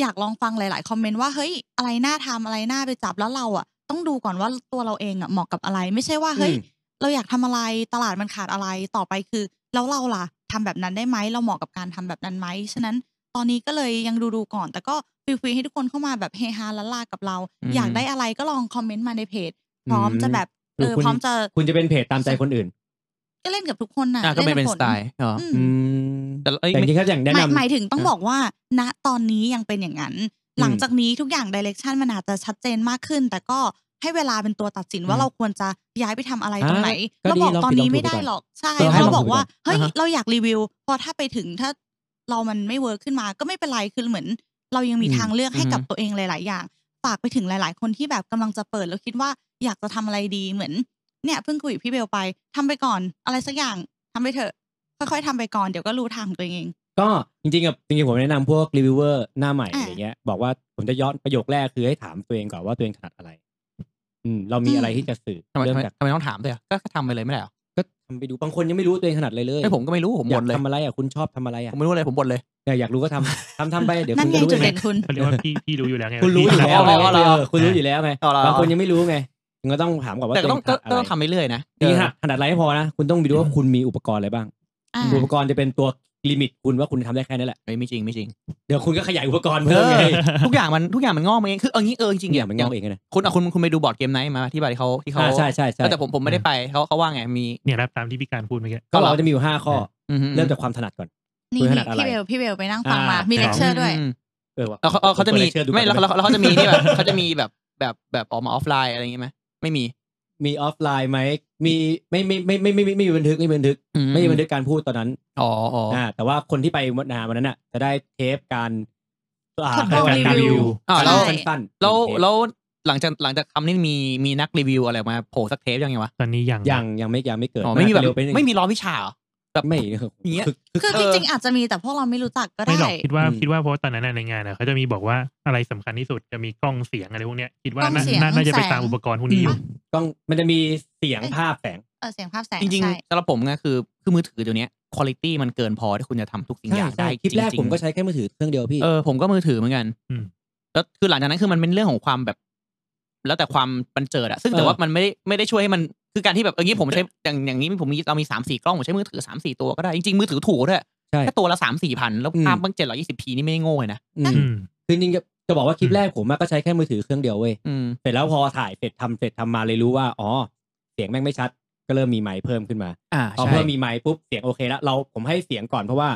อยากลองฟังหลาย ๆ คอมเมนต์ว่าเฮ้ยอะไรน่าทำอะไรน่าไปจับแล้วเราอ่ะ ต้องดูก่อนว่าตัวเราเองอ่ะเหมาะกับอะไร ไม่ใช่ว่าเฮ้ย
อืม
เราอยากทำอะไรตลาดมันขาดอะไรต่อไปคือ แล้วเราล่ะทำแบบนั้นได้ไหมเราเหมาะกับการทำแบบนั้นไหมฉะนั้นตอนนี้ก็เลยยังดูดูๆก่อน แต่ก็ฟิลฟรีให้ทุกคนเข้ามาแบบเฮฮาละลากับเรา
อืม
อยากได้อะไรก็ลองคอมเมนต์มาในเพจ พร้อม
อืม
จะแบบ
คือ
เออ
คุณ
พร้อมจะ
คุณจะเป็นเพจตามใจคนอื่น
ก็เล่นกับทุกคนน่ะ
อ่ะก็ไม่เป็น
กับ
ส
ค
ไตล์อ๋อ
อืม
อืม
แต่เอ้ย
แต่จ
ไม่
ริงๆถ้าอย่างแนะ
หมาย
นำ
หมายถึงต้อง
อ่ะ
บอกว่า ณตอนนี้ยังเป็นอย่างนั้น หลังจากนี้ทุกอย่างดิเรกชันมันอาจจะชัดเจนมากขึ้น แต่ก็ให้เวลาเป็นตัวตัดสินว่า
อืม
เราควรจะย้ายไปทำอะไรตรงไหน
อ่ะก็ดี
เราบอก
ลอง
ตอน
ผิดลอง
นี้
ถูก
ไม่ได้
ไปก่อน
หรอกใช่
เออให้ลอง
เราบอกว่า
ถูกไปก่อน
เฮ้ย
อ่าฮะ
เราอยากรีวิว พอถ้าไปถึงถ้าเรามันไม่เวิร์คขึ้นมา ก็ไม่เป็นไรคือเหมือน เรายังมี
อืม
ทางเลือกให้กับตัวเองหลาย ๆ อย่าง ฝากไปถึงหลาย ๆ คนที่แบบกำลังจะเปิดแล้วคิดว่าอยากจะทำอะไรดีเหมือน เนี่ยเพิ่งคุยกับพี่เบลไปทำไปก่อนอะไรสักอย่างทำไปเถอะ ค่อย ๆทำไปก่อนเดี๋ยวก็รู้ทางของตัวเองเอง
ก็จริงๆกับจริงๆผมแนะนำพวกรีวิวเวอร์หน้าใหม่
อ่ะ
อะไรเงี้ย บอกว่าผมจะย้อนประโยคแรกคือให้ถามตัวเองก่อนว่าตัวเองถนัดอะไร อืม เรามี
อืม
อะไรที่จะสื่อ
ทำไม
เริ่
ทำ
ม
ไม
จาก
ทำไมต้องถามด้วยอ่ะก็ก็ทำไปเลยไม่ได้เหรอ
ก็ทำไปดูบางคนยังไม่รู้ตัวเองถนัดอะไรเลย
ไอ้ยผมก็ไม่รู้ผม
อยา
บ่
ก
นเลย
ทำอะไรอ่ะคุณชอบทำอะไร
ผ
อ่ะ
มไม่รู้เลยผมบ่นเลย
อยากอยากรู้ก็ทำทำทำไปเดี๋ยว
นั่
คุณจะ
นไง
รู้
จุด
เอง
เด่นคุณ
เขาเรียกว่าพี่พี่รู้อยู่แล้วไง
คุณรู้อยู่แล้ว
พี่
ไง
ถนั
อ๋อ
ดะไร
เหรอ
เออคุณรู้อยู่แล้วไง
อ๋อเหรอ
บางคนยังไม่รู้ไงคุณก็ต้องถามก่อนว่า
แต่ก็ต้อง
ว
ก็
เถนัดะ
ก็
ไร
ต้องทำไปเรื่อยนะ
นี่
เออ
หัดขนาดไรไม่พอนะ คุณต้องไปดูว่าคุณมีอุปกรณ์อะไรบ้าง
อ่า
อุปกรณ์จะเป็นตัวลิมิตคุณว่าคุณทำได้แค่นี้แหละ
เฮ้ยไม่จริงไม่จริง
เดี๋ยวคุณก็ขยายอุปกรณ์เพิ่มไง <laughs>
เออ ทุกอย่างมันทุกอย่างมันงอกมาเองคือเอางี้เออจริงๆ
เนี่ยมันงอกเองนะ
คุณอ่ะคุณคุณไปดูบอร์ดเกมไนท์มาที่บาที่เขาที่เขา
อ่าใช่ใช่
เอ
ใช่
อแต่ผมผมไม่ได้ไปเขาเขาว่าไงมี
เนี่ยนะตามที่พี่การพูดเมื่อกี้
ก็เราจะมีอยู่ห้าข้อ
อืมอื
เริ่มจากความถนัดก่อน
นี่
คุณถ
พี่
นัดอะไร
พี่เบลพี่เบลไปนั่งฟัง
อ่าม
มา มีเลคเชอร์ด้วย
ม
เออว่ะ
แล้วเขาเออเขาจะมี
ผปิดรยชื่อดู
<laughs> ไม่แล้วแล้วแล้วเขาจะมีที่แบบเขาจะมีแบบ แบบแบบออกมาออฟไลน์อะไรอย่างงี้ไหมไม่มี
มีออฟไลน์ไหมมีไม่ไม่ไม่ไม่ไม่ไม่ไม่มีบันทึกไม่มีบันทึก
อื
ไม่มีบันทึกการพูดตอนนั้น
อ๋ออ๋อ
อ่าแต่ว่าคนที่ไปวันอ่าวันนั้นน่ะจะได้เทปการอ่า
ทดลองรีวิว
อ่า
การ
แล้ว
ใช่
สั้นๆ
แล้ว
เทป
แล้วหลังจากหลังจากทำนี่มีมีนักรีวิวอะไรมาโผล่สักเทปยังไงวะ
ตอนนี้ยัง
ยังยังไม่ยังไม่เกิด
อ๋อไม่มีแบบ
เร็วปนิดนึง
ไม่มีร้อวิชาเหรอ แบบ
ไม่
อย่างเงี้ย
คือ
คือจริงๆอาจจะมีแต่พวกเราไม่รู้จักก็
ไม่หรอ
ได้
กคิดว่า
อืม
คิดว่าเพราะว่าตอนนั้นนะในงานน่ะเขาจะมีบอกว่าอะไรสำคัญที่สุดจะมีกล้องเสียงอะไรพวกเนี้ยคิดว่าก
ล้อง
น่า
เสียง
น่าน่าจะไป
แสง
ตามอุปกรณ์พวกนี้อยู่
ต้องมันจะมีเสียงภาพแสง
เออเสียงภาพแสง
จริง
ใช่
ๆสำหรับผมก็คือคือมือถือเดี๋ยวนี้คุณภาพมันเกินพอที่คุณจะทำทุกสิ่งอย่างได้
ใช่คลิปแรก
จงๆ
ผมก็ใช้แค่มือถือเครื่องเดียวพี่
เออผมก็มือถือเหมือนกัน
อืม
แล้วคือหลังจากนั้นคือมันเป็นเรื่องของความแบบ แล้วแต่ความบันเจิดอะซึ่งแต่
เออ
ว่ามันไม่ได้ไม่ได้ช่วยให้มันคือการที่แบบเอออย่างนี้ผมใช้อย่างอย่างนี้ผมมีเรามีสามสี่กล้องผมใช้มือถือสามสี่ตัวก็ได้จริงๆมือถือถูกด้วย
ใช่
แค่ตัวละสามสี่พันแล้ว
อืม
ภาพบางเจ็ดร้อยี่สิบพีนี่ไม่ได้โง่เลยนะ
อืม
อืม
คือจริงๆจะบอกว่าคลิป
อืม
แรกผมอะก็ใช้แค่มือถือเครื่องเดียวเว้ย
อืม
เสร็จแล้วพอถ่ายเสร็จทำเสร็จทำมาเลยรู้ว่าอ๋อเสียงแม่งไม่ชัด ก็เริ่มมีไมค์เพิ่มขึ้นมา
อ่า
พอ
ใช่
เพิ่มมีไมค์ปุ๊บเสียงโอเคแล้วเราผมให้เสียงก่อนเพราะว่า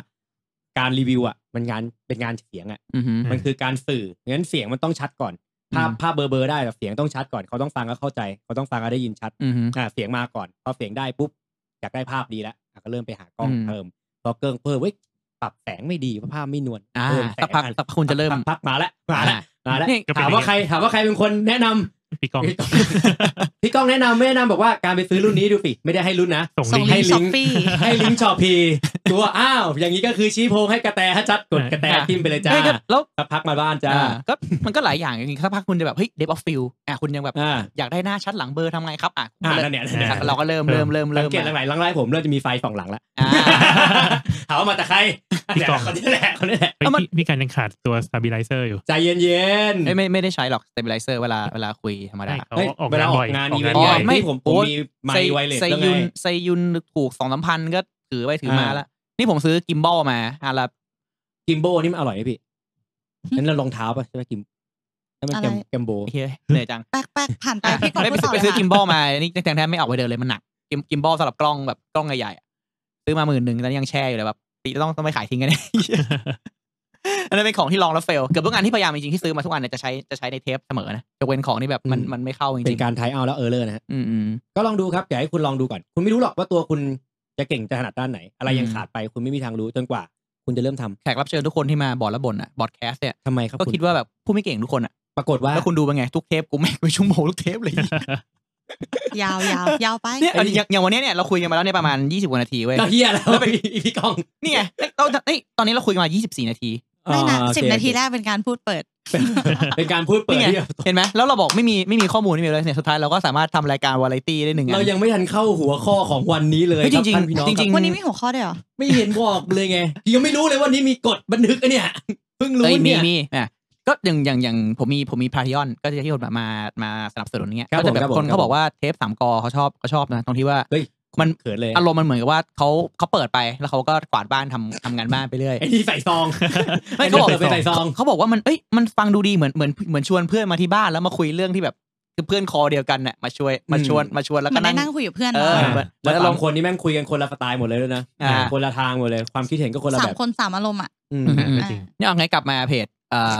การรีวิวอ่ะมันงานเป็นงานเสียงอ่ะ
อือหือ
ม
มันคือการสื่องั้นเสียงมันต้องชัดก่อน ภาพ
อืม
ภาพเบอร์เบอร์ได้แต่เสียงต้องชัดก่อนเขาต้องฟังก็เข้าใจเขาต้องฟังก็ได้ยินชัด
อือหือ
อ่ะเสียงมาก่อนพอเสียงได้ปุ๊บอยากได้ภาพดีแล้วอ่ะก็เริ่มไปหากล้อง
อืม
เพิ่มพอเกิงเพิ่มเว้ยปรับแสงไม่ดีเพราะภาพไม่นวล
อ่า
เพิ่มแส
สักพัก
งอ่ะ
สักพักคุณจะเริ่ม
สักพักมาแล้วมาแล้ว
อ่ะ
มาแล้ว
นี่
ก็เป็น
ถาม
อย่า
ว่าง
เงี้ย
ใครถามว่าใครเป็นคนแนะนำ
พี่กล้อง
พี่ก้อง <laughs> พี่ก้องแนะนำไม่แนะนำบอกว่าการไปซื้อรุ่นนี้ดูสิไม่ได้ให้รุ่นนะ <laughs>
ส่ง
ส่ง
ลิงก์
ลิง
ให้
ให้ลิงก์
ก์ช้อปปี้
ให้ลิงก์ชอปพีตัวอ้าว อย่างนี้ก็คือชี้โพงให้กระแตให้จัดกดกระแตทิมไปเลยจ้า
เฮ้ยก็แล้ว
สักพักมาบ้านจ้า
อ่าก็มันก็หลายอย่างจริงๆสักพักคุณจะแบบเฮ้ยเดฟออฟฟิลอ่ะคุณยังแบบ
อ่า
อยากได้หน้าชัดหลังเบอร์ทำไงครับอ่ะ
อ่านั่นเนี่ยนั่น
อ่
เนี่ย
เราก็เริ่มเริ่มเริ่ม
สั
เริ่
ง
ม
เกตหลังๆหลังไล่ผมเริ่มจะมีไฟสองหลังละ
อ่า
ถามว่ามาแต่ใคร
พี่กอง
คนนี้แหละคนนี้แหละ
เฮ้ย
เอามัน
พี่พี่การยังขาดตัว stabilizer อยู่
ใจเย็นๆ
เอ้ยไม่ไม่ได้ใช้หรอก stabilizer เวลาเวลาคุยธรรมดา
ใช่เขา
เฮ้ย
ออ
เวลาง
กาน
ออ
บ่อย
กงาน
ออ
อี
ก
เวน
งาน
ต์
บ่
ให
อไม่
ญ่
บ่อย ย
ที่ผมผ
โอ้
ม
ย
มีไม
ไซ
ค์ไวเลส
ไซ
แล้วไง
ยุนไซยุนถูกสองสามพันก็ถือไปถือมา
อ่า
ละนี่ผมซื้อกิมบอลมาอาละ
กิมโบนี่มันอร่อยไหมพี่
หืม
นั่นนะรองเท้าป่ะใช่ไหมกิมใช่ไหม
อะไร
แกมแกมโบ
เฮ้ยเหนื่อยจัง
แป๊กๆผ่านไป
อ่ะ
พี่ก่อน
ไม่
พู
ไป
ด
ซื้อไป
ต่อเลย
ซื้อกิม
ค่ะ
บอลมานี่แทนแทนไม่ออกไปเดินเลยมันหนักกิมกิมบอลสำหรับกล้องแบบกล้องใหญ่ๆอ่ะซื้อมาหมื่นหนึ่งตอนนี้ยังแช่อยู่เลยแบบปีต้องต้องไปขายทิ้งกันเนี่ย <laughs> อันนั้นเป็นของที่ลองแล้วเฟลเกือบทุกงานที่พยายามจริงๆที่ซื้อมาทุกอันเนี่ยจะใช้จะใช้ในเทปเสมอนะจะเว้นของที่แบบมันมันไม่เข้าจ
เป็
ริ
น
ง
การไทยเอาแล้วเออเลอร์นะฮะ
ๆอืมอืม
ก็ลองดูครับอยากให้คุณลองดูก่อน คุณไม่รู้หรอกว่าตัวคุณจะเก่งจะถนัดด้านไหน อะไรยัง
อืม
ขาดไปคุณไม่มีทางรู้จนกว่า คุณจะเริ่มทำ
แขกรับเชิญทุกคนที่มาบอร์ดและบ่นอ่ะบอร์ดแคสต์เนี่ย
ทำไมครับ
ก็
ณ
คิดว่าแบบผู้ไม่เก่งทุกคนอ่ะ
ปรากฏว่า
แล้วคุณดูเป็นไงทุกเทปกูแม่งไปชั่วโมงทุกเทป <laughs> เลย
ยาวยาวยาวไป
เนี่ยอันนี้อย่างอย่างวันเนี้ยเนี่ยเราคุยกันมาแล้วเนี่ยประมาณยี่สิบกว่านาทีเว้ย
เราเฮียแล้ว
แล้วเป็น
พี่พี่กอง
นี่ไงเอ้ยเราเอ้ยตอนนี้เราคุยกันมายี่สิบสี่นาที
ไม่นะ
อ๋อโอเค
สิบนาทีแรกเป็นการพูดเปิด
เป็นการพูดเปิด
นี่ไง
ที่
เห็นไหมแล้วเราบอกไม่มีไม่มีข้อมูลไม่มีอะไรเนี่ยสุดท้ายเราก็สามารถทำรายการวาไรตี้ได้หนึ่งอัน
เรายังไม่ทันเข้าหัวข้อของวันนี้เลย
เฮ้ย
คบ
จริงๆ
ท่านพี่น้อคบ
จริง
วันนี้มีหัวข้อด้วยเหรอ
ไม่เห็นบอกเลยไงยังไม่รู้เลยว่านี้มีกฎบันทึกอะเนี่ยเพิ่งรู้
เอ้ยมี
เนี่ย
มีอ่ะก็อย่างอย่างอย่างผมมีผมมีพาริออนก็จะที่คนมามามาสนับสนุนอย่างเงี้ย
ครับ
ก็จะแบ
ผมครับบผม
คน
ครั
เขา
บผม
บอกว่าเทปสามกอเขาชอบเขาชอบนะตรงที่ว่า
เฮ้ย
มัน
เขินเลย
อารมณ์มันเหมือนกับว่าเขาเขาเปิดไปแล้วเขาก็กวาดบ้านทำทำงานบ้านไปเรื่อย
ไอ้นี่ใส่ซอง
ไม่
ไม่
เขาบบ อ
เขาอก กไปใส่ซอง
เขาบอกว่ามัน เอ้ย มันฟังดูดีเหมือนเหมือนเหมือนชวนเพื่อนมาที่บ้านแล้วมาคุยเรื่องที่แบบคือเพื่อนคอเดียวกันน่ะมาช่วยมาชวนมาชวนแล้ว
เหมื
ก็
อนได้
นั่
นั่
ง
งคุยกับเพื่อน
เออ
เนาะ
า
แล้
แล้
ว
วสา
เรา
มคนนี่แม่งคุยกันคนละสไตล์หมดเลยด้วยนะ
อ่า
คนละทางหมดเลย ความคิดเห็นก็คนละ
สา
แบ
ม
บ
คนสามอารมณ์อ่ะ
อืม
อืม
จริง
เนี่ยเอาไงกลับมาเพจเอ่อ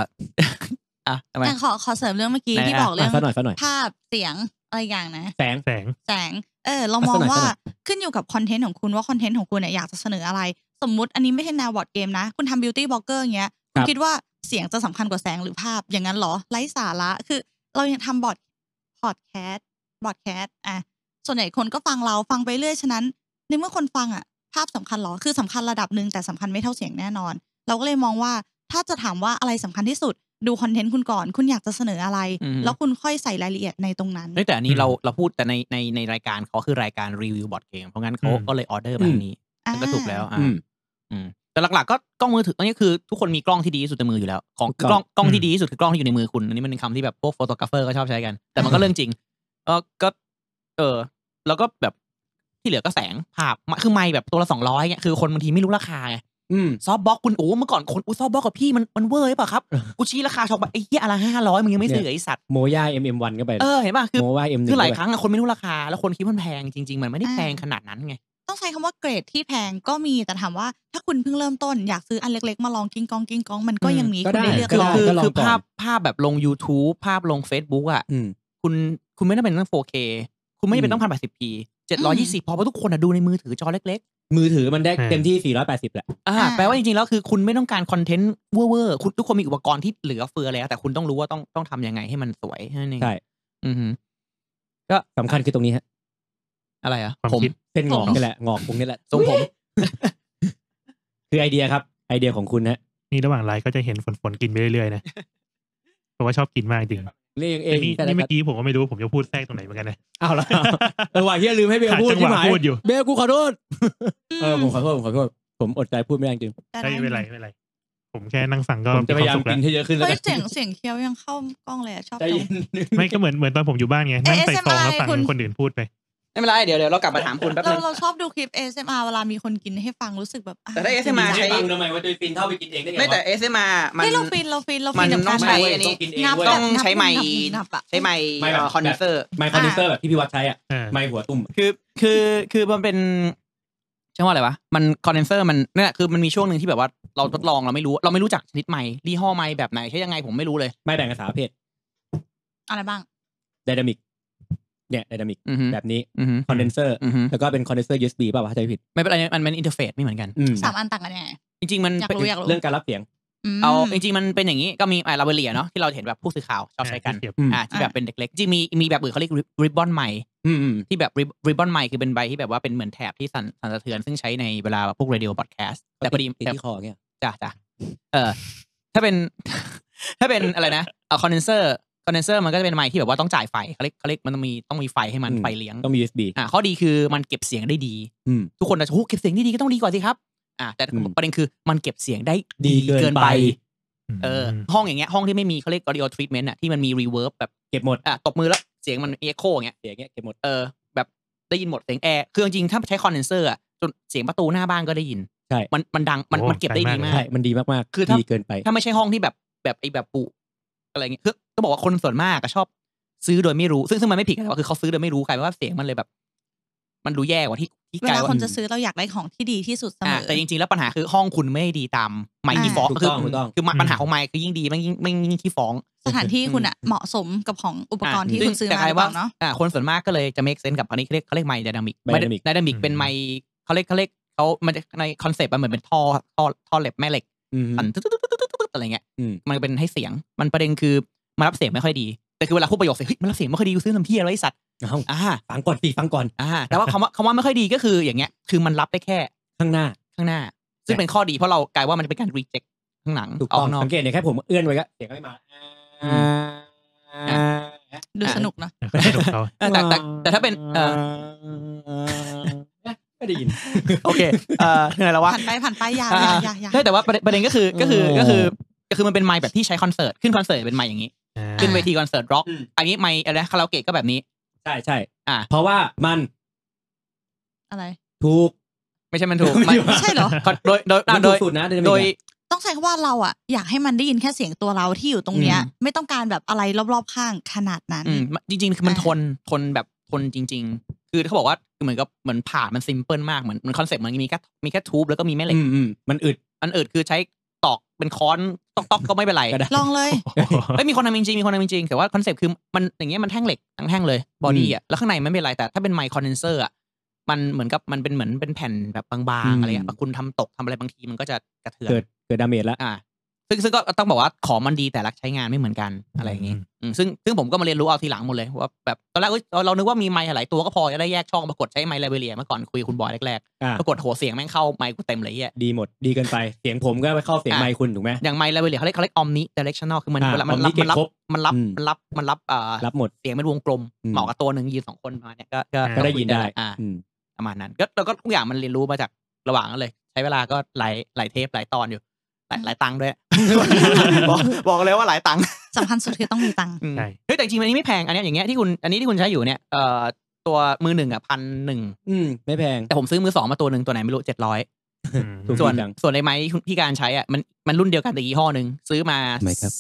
<laughs> อ่ะทำไม
แต่ขอขอเสริมเรื่องเมื่อกี้
ไหน
ที่
อ่ะ
บอกเรื่อง
อ่ะสักหน่อยสักหน่อย
ภาพเสียงอะไรอย่างนะ
แสง
แสง
แสง เออ เรามอง
อ่ะสักหน่อย
ว่า
สักหน่อย
ขึ้นอยู่กับคอนเทนต์ของคุณว่าคอนเทนต์ของคุณเนี่ยอยากจะเสนออะไร สมมุติอันนี้ไม่ใช่แนวบอร์ดเกมนะ คุณทำบิวตี้บล็อกเกอร์อย่างเงี้ยคุณคิดว่าเสียงจะสำคัญกว่าแสงหรือภาพอย่างนั้นเหรอไร้สาระคือ เรายังทำบอร์ดพอดแคสต์บอร์ดแคสต์อ่ะส่วนใหญ่คนก็ฟังเราฟังไปเรื่อยฉะนั้นในเมื่อคนฟังอ่ะ ภาพสำคัญเหรอคือสำคัญระดับหนึ่งแต่สำคัญไม่เท่าเสียงแน่นอน เราก็เลยมองว่าถ้าจะถามว่าอะไรสำคัญที่สุด ดูคอนเทนต์คุณก่อน คุณอยากจะเสนออะไร
อือฮึ
แล้วคุณค่อยใส่รายละเอียดในตรงนั้น
เฮ้ยแต่อันนี้
อืม
เราเราพูดแต่ในในในรายการเขาคือรายการรีวิวบอร์ดเกมเพราะงั้นเขา
อืม
ก็เลยออเดอร์มาอันนี้มันก็ถูกแล้วอ่ะ
อืม
อืมแต่หลักๆก็กล้องมือถืออันนี้คือทุกคนมีกล้องที่ดีที่สุดในมืออยู่แล้วของ
ถูก
ก
ต้
ล้อ
อง ง
กล้องที่
อืม
ดีที่สุดคือกล้องที่อยู่ในมือคุณอันนี้มันเป็นคำที่แบบพวกโฟโตกราฟเฟอร์ก็ชอบใช้กัน แต่มันก็เรื่องจริงเออก็ เออ แล้วก็แบบที่เหลือก็แสงภาพมาคือไม่แบบตัวละสองร้อยเนี่ยคือคนบางทีไม่รู้ราคาไง
อืม
ซอฟบ็อกคุณโอ้เมื่อก่อนคนอู้ซอฟบ็อกกับพี่มันมันเวอร์หรือเปล่าครับ กูชี้ราคาชอกแบบไอ้เหี้ยอะไรห้าร้อยมึงยังไม่ซื้อ
เนี่ย
ไอ้สัตว์
โมย่า MM1 ก็ไป
เออเห็นป่ะคือ
โมย่า M1
คือหลาย
ก็ไป
ครั้งอะคนไม่รู้ราคา แล้วคนคิดว่ามันแพงจริง ๆ มันไม่ได้
อ่า
แพงขนาดนั้นไง
ก็ ต้องใช้คำว่าเกรดที่แพงก็มีแต่ถามว่าถ้าคุณเพิ่งเริ่มต้นอยากซื้ออันเล็กๆ มาลองกิ้งกองกิ้งกองมันก็ยังมี
ก็
คุณ
ได้
ได้เลือก
ก็
ล
ล
อง ง
คือ
ก็ลอง
คือ
ก่อน
ภาพภาพแบบลง YouTube ภาพลง Facebook อ่ะ
อืม
คุณคุณไม่ได้เป็นต้อง 4K คุณไม่จำเป็นต้องพันแปดสิบ p เจ็ดร้อย
อื
ยี่สิ
ม
บพอเพราะทุกคนอะดูในมือถือจอเล็ก
มือถือมันได้
อ่า
เต็มที่ 480แหละ
ๆอ่า
อ่า
แปลว่าจริงๆแล้วคือคุณไม่ต้องการคอนเทนต์เวอร์ๆคุณทุกคนมีอุปกรณ์ที่เหลือเฟือแล้ว แต่คุณต้องรู้ว่าต้องต้องทำยังไงให้มันสวยนั่นเอง
ใช่
อือหือ
สำคัญคือตรงนี้ฮะ
อะไรอ่ะ
ความ
ผม
คิด
เส้นงอกนี่แหละ งอกตรงนี้แหละ
ทรงผม
คือไอเดียครับ ไอเดียของคุณฮะ
นี่ระหว่างไลฟ์ก็จะเห็นฝนฝนกินไปเรื่อยๆนะเพราะว่าชอบกินมากจริง
เรียกเอ
แต่
ง
นี่
แต่ละ
นี่เมื่อกี้ผมก็ไม่รู้ผมจะพูดแทรกตรงไหนเหมือนกันนะ
เอา
<laughs>
ละเออว่าที่ลืมให้เบล
ขาด
พูด
จังห
ที่
วะ
หมาย
พูดอยู่
เบลกูขอโทษเออ
ม
ผมขอโทษผมขอโทษผมอดใจพูดไม่ได้จริง
แต่
ไม่
ด้
เป็นไรไม่เป็นไร ผมแค่นั่งฟังก็
ผมจะพ
มี
ยายาว
คาม มสุข
กิ
แล้ว
นให้เยอะขึ้นแล้ว
เฮ้ย
กัน
เสียงเสียงเคี้ยวยังเข้ากล้องเลยอะชอบ
ใจ
จั
เย็
ง
น
ไม่ก็เหมือนเหมือนตอนผมอยู่บ้านไงนั่งใส่ซองแล้วฟัง
ASMR คุณ
คนอื่นพูดไป
ไม่เป็นไรเดี๋ยวเดี๋ยวเรากลับมาถามคุณแป๊บ
เรา
นึง
เราชอบดูคลิป ASMR เวลามีคนกินให้ฟังรู้สึกแบบอ่ะ
แต่ถ้า ASMR
ดี
ใช้
ให้
จัง
ฟังทำไมว่าโดยฟินเท่าไปกินเองได้ไง
ไม่แต่
วะ
เอสมามัน
เฮ้ยเราฟินเราฟินเรา
มั
ฟิ
น
นกับ
ต้อก
าง ร
ใช้
แบบ
อันนี้
ต้องกินเอง
งับ
เว้ย
แบบ
ต้องใช้ไมค์
งับอะ
ใช้ไม
ไม่แบบ
คอนเดนเซอร์
ไมค์คอนดิเซอร์แบบที่พี่วัดใช้อ่ะ
เออ
ไมค์หัวตุ่ม
คือคือคือมันเป็นใช่ว่าอะไรวะมันคอนเดนเซอร์มันเนี่ยคือมันมีช่วงหนึ่งที่แบบว่าเราทดลองเราไม่รู้เราไม่รู้จักชนิดใหม่รีห้อใหม่แบบไหนใช้ยังไงผมไม่รู้เลย
ไม่แบ่งกันสามประเพศ
อะไรบ้าง
ไดนามิกเนี่ยไดนามิก
อือฮึ
แบบนี้
อือฮึ
คอนเดนเซอร์
อือฮึ
แล้วก็เป็นคอนเดนเซอร์ USB ป่าววะถ้าจำไม่ผิด
ไม่เป็นไรมันเป็นอินเทอร์เฟซไม่เหมือนกัน
อืม
สามอันต่างกันยังไง
จริง ๆ มัน
อยากรู้อยากรู้
เรื่องการรับเสียง
ม
เอาจริง ๆ มันเป็นอย่างนี้ก็มีไอ้ลาเวเลียเนาะที่เราเห็นแบบผู้สื่อข่าวชอบใช้กัน
เสียบ
อืม
อ่าที่แบบเป็นเด็กเล็กจริงๆมีมีแบบอื่นเขาเรียกริบบอนใหม่
อืมอืม
ที่แบบริบบอนใหม่คือเป็นใบที่แบบว่าเป็นเหมือนแถบที่สั่นสั่นสะเทือนซึ่งใช้ในเวลาพวกเรดิโอพอดแคสต์แต่พอดี
ติดที่คออย่างเงี้ย
จ้ะจ้ะเออ ถ้าเป็น <laughs> ถ้าเป็นอะไรนะเอาคอนเดนเซอร์คอนเดนเซอร์มันก็จะเป็นไมค์ที่แบบว่าต้องจ่ายไฟเขาเรียกเขาเรียกมันต้องมีต้องมีไฟให้มัน
อืม
ไฟเลี้ยง
ต้องมี USB
อ่าข้อดีคือมันเก็บเสียงได้ดี
อืม
ทุกคนอาจจะหูเก็บเสียงได้ดีก็ต้องดีกว่าสิครับ อ่าแต่
อืม
ประเด็นคือมันเก็บเสียงได้
ดีเกินไป
เอออ ห้องอย่างเงี้ยห้องที่ไม่มีเขาเรียก audio treatment อะที่มันมี reverb แบบ
เก็บหมด
อ่าตบมือแล้วเสียงมัน echo อย่างเงี้ย
เสียงเงี้ยเก็บหมด
เออแบบได้ยินหมดเสียงแอร์คือจริงๆถ้าใช้คอนเดนเซอร์อะจนเสียงประตูหน้าบ้านก็ได้ยิน
ใช่
มันมันดังมัน
โอ้
มันเก็บได้ดี
ไกลมาก
มาก
ใช่มันดีมาก
คือ
ๆ
ถ้า
ดีเกินไป
ถ้าไม่ใช่ห้องที่แบบแบบไอ้แบบปุอะไรเงี้ยคือก็บอกว่าคนส่วนมากอะชอบ ซื้อโดยไม่รู้ ซึ่งซึ่งมันไม่ผิดแต่ว่าคือเขาซื้อโดยไม่รู้กลายเป็นว่าเสียงมันเลยแบบ มันดูแย่กว่าที่ที่
เว
กลาย
ลา
ว่า
คนจะซื้อเราอยากได้ของที่ดีที่สุดเสม
อ่า
อ
แต่จริงๆแล้วปัญหาคือห้องคุณไม่ดีตามไมค์ที่
อ่า
ฟ้อง
ถูก
คื
ต้องถูกต้อง
คือปัญหา
อืม
ของไมค์คือยิ่งดีมันยิ่งไม่งยิ่งที่ฟ้อง
สถานที่คุณอะเหมาะสมกับของอุปกรณ์ที่
ซึ่
คุ
ง
ณซื้อ
แต่
มา
ลย
หรือเปล่าเนาะ
อ่า คนส่วนมากก็เลยจะ make sense กับอันนี้เขาเรียกเขาเรียกไมค์ไดนามิก
Dynamic
ไดนามิกเป็นไมค์เขาเรียกเขาเรียกเขามันจะในคอนเซปต์มันเหมือนเป็นท่อท่อท่อเหล็กแม่เหล็ก
อืม
สั่นตึ๊ดตึ๊ดตึ๊ดตึ๊ดตึ๊ดอะไรเงี้ย
อืม
มันเป็นให้เสียง มันประเด็นคือมันรับเสียงไม่ค่อยดี แต่คือเวลาพูดประโยคเสียงเฮ้ยมันรับเสียงไม่ค่อยดีกูซื้อทำที่อะไรไอ้สัตว์
เอ้า
อ่า
ฟังก่อนสิฟังก่อน
อ่า แต่ว่าคำว่าคำว่าไม่ค่อยดีก็คืออย่างเงี้ย คือมันรับได้แค่
ข้างหน้า
ข้างหน้า ซึ่งเป็นข้อดีเพราะเรากลายว่ามันเป็นการ reject ข้างหลัง
ถูกต้อง
นอก
สังเกตเนี่ยแค่ผมเอื้อนไว้ก็เสียงก็ไม่มา
อื
อ่า
ดูสนุกเนาะ
สนุกเขา
เออแต่แต่แต่ถ้าเป็นเออ
ไม่ได้ยิน
โอเค เออเหนื่อยแล้ววะ
ผ่านไปผ่านไปอยา
อ่า
อยาอยา
ใช่แต่ว่าประเด็นประเด็นก็คือก็คือ
โอ้
ก็คือก็คือมันเป็นไมค์แบบที่ใช้คอนเสิร์ตขึ้นคอนเสิร์ตเป็นไมค์อย่างนี้
อ่า
ขึ้นเวทีคอนเสิร์ตร็อก
อืม
อันนี้ไมค์อะไรนะคาราโอเกะก็แบบนี้
ใช่ใช่
อ่า
เพราะว่ามัน
อะไร
ถูก
ไม่ใช่มันถูกมัน
ใช่เหรอ
โดยโดย
มัน
โด
ถูก
ย
สุดนะ
โดย
dynamic
ต้องใช้คำว่าเราอะอยากให้มันได้ยินแค่เสียงตัวเราที่อยู่ตรงเนี้ย
อืม
ไม่ต้องการแบบอะไรรอบๆข้างขนาดนั้น
อืมจริงๆ คือมัน
อ่า
ทนทนแบบทนจริง ๆ คือเขาบอกว่าคือเหมือนกับเหมือนผ่ามันซิมเพิลมากเหมือนมันคอนเซ็ปต์มันมีแค่มีแค่ทูบแล้วก็มีแม่เหล็
อื
ก
มอืมมันอึด
อันอื่นคือใช้ตอกเป็นค้อนตอกๆก็ไม่เป็นไร
ก็ได้
ลองเลย
โอ้โห
ไม่มีคนทำจริงๆมีคนทำจริงๆแต่ว่าคอนเซ็ปต์คือมันอย่างเงี้ยมันแท่งเหล็กทั้งแท่งเลยบอดี้อ่ะแล้วข้างในไม่เป็นไรแต่ถ้าเป็นไมค์คอนเดนเซอร์อ่ะมันเหมือนกับมันเป็นเหมือนเป็นแผ่นแบบบางๆอะไรเงี้ยคุณทำตกทำอะไรบางทีมันก็จะกระเทือน
เกิดเกิดดาเมจละ
อ่าซึ่งซึ่งก็ต้องบอกว่าของมันดีแต่รักใช้งานไม่เหมือนกันอะไรอย่างงี้อืมซึ่งซึ่งผมก็มาเรียนรู้เอาทีหลังหมดเลยว่าแบบตอนแรกเอ้ยเราเรานึกว่ามีไมค์หลายตัวก็พอจะได้แยกช่องปรากฏใช้ไมค์ไลเบเรียเมื่อก่อนคุยกับคุณบอยแรก
อ่า
ๆปรากฏโหเสียงแม่งเข้าไมค์กูเต็มเลยไอ้เฮีย
ดีหมดดีเกินไป เสียงผมก็ไปเข้าเสียง
อ่ะ
ไมค์คุณถูกไหม
อย่างไมค์ไลเบเรียเขาเรียกเขาเรียกออมนิเดเรกชันแนลคือมัน
อ่า
เวลามันรับ
omni เก็
มัน
บ
รับมัน
ครบ
รับ
อืม
มันรับมันรับอ่า
รับหมด
เสียงเป็นวงกลม
อืม
เหมาะกับตัวหนึ่งยืนสองคนประมาณเนี้ยก็
ก็ได้ยินได้
อ่า
อืม
ประมาณนั้นก็เราก็ทุกอย่างมันเรียนรู้มาจากระหว่างนั้นเลย ใช้เวลาก็หลายหลายเทปหลายตอนอยู่หลายหลายตังค์ด้วย <laughs> บอกบอกเลยว่าหลายตังค์
สำคัญสุดคือต้องมีตังค์
อืม
ใช่
เฮ้ยแต่จริงๆอันนี้ไม่แพงอันเนี้ยอย่างเงี้ยที่คุณอันนี้ที่คุณใช้อยู่เนี่ยเอ่อตัวมือหนึ่งอ่ะพันหนึ่ง
อืมไม่แพง
แต่ผมซื้อมือสองมาตัวหนึ่งตัวไหนไม่รู้เจ็ดร้อย
อืม
ถูก
ส่วน
ดีจัง
ส่วนไอ้ไม้ที่พี่การใช้อ่ะมันมันรุ่นเดียวกันแต่ยี่ห้อหนึ่งซื้อมา
ไหนครับ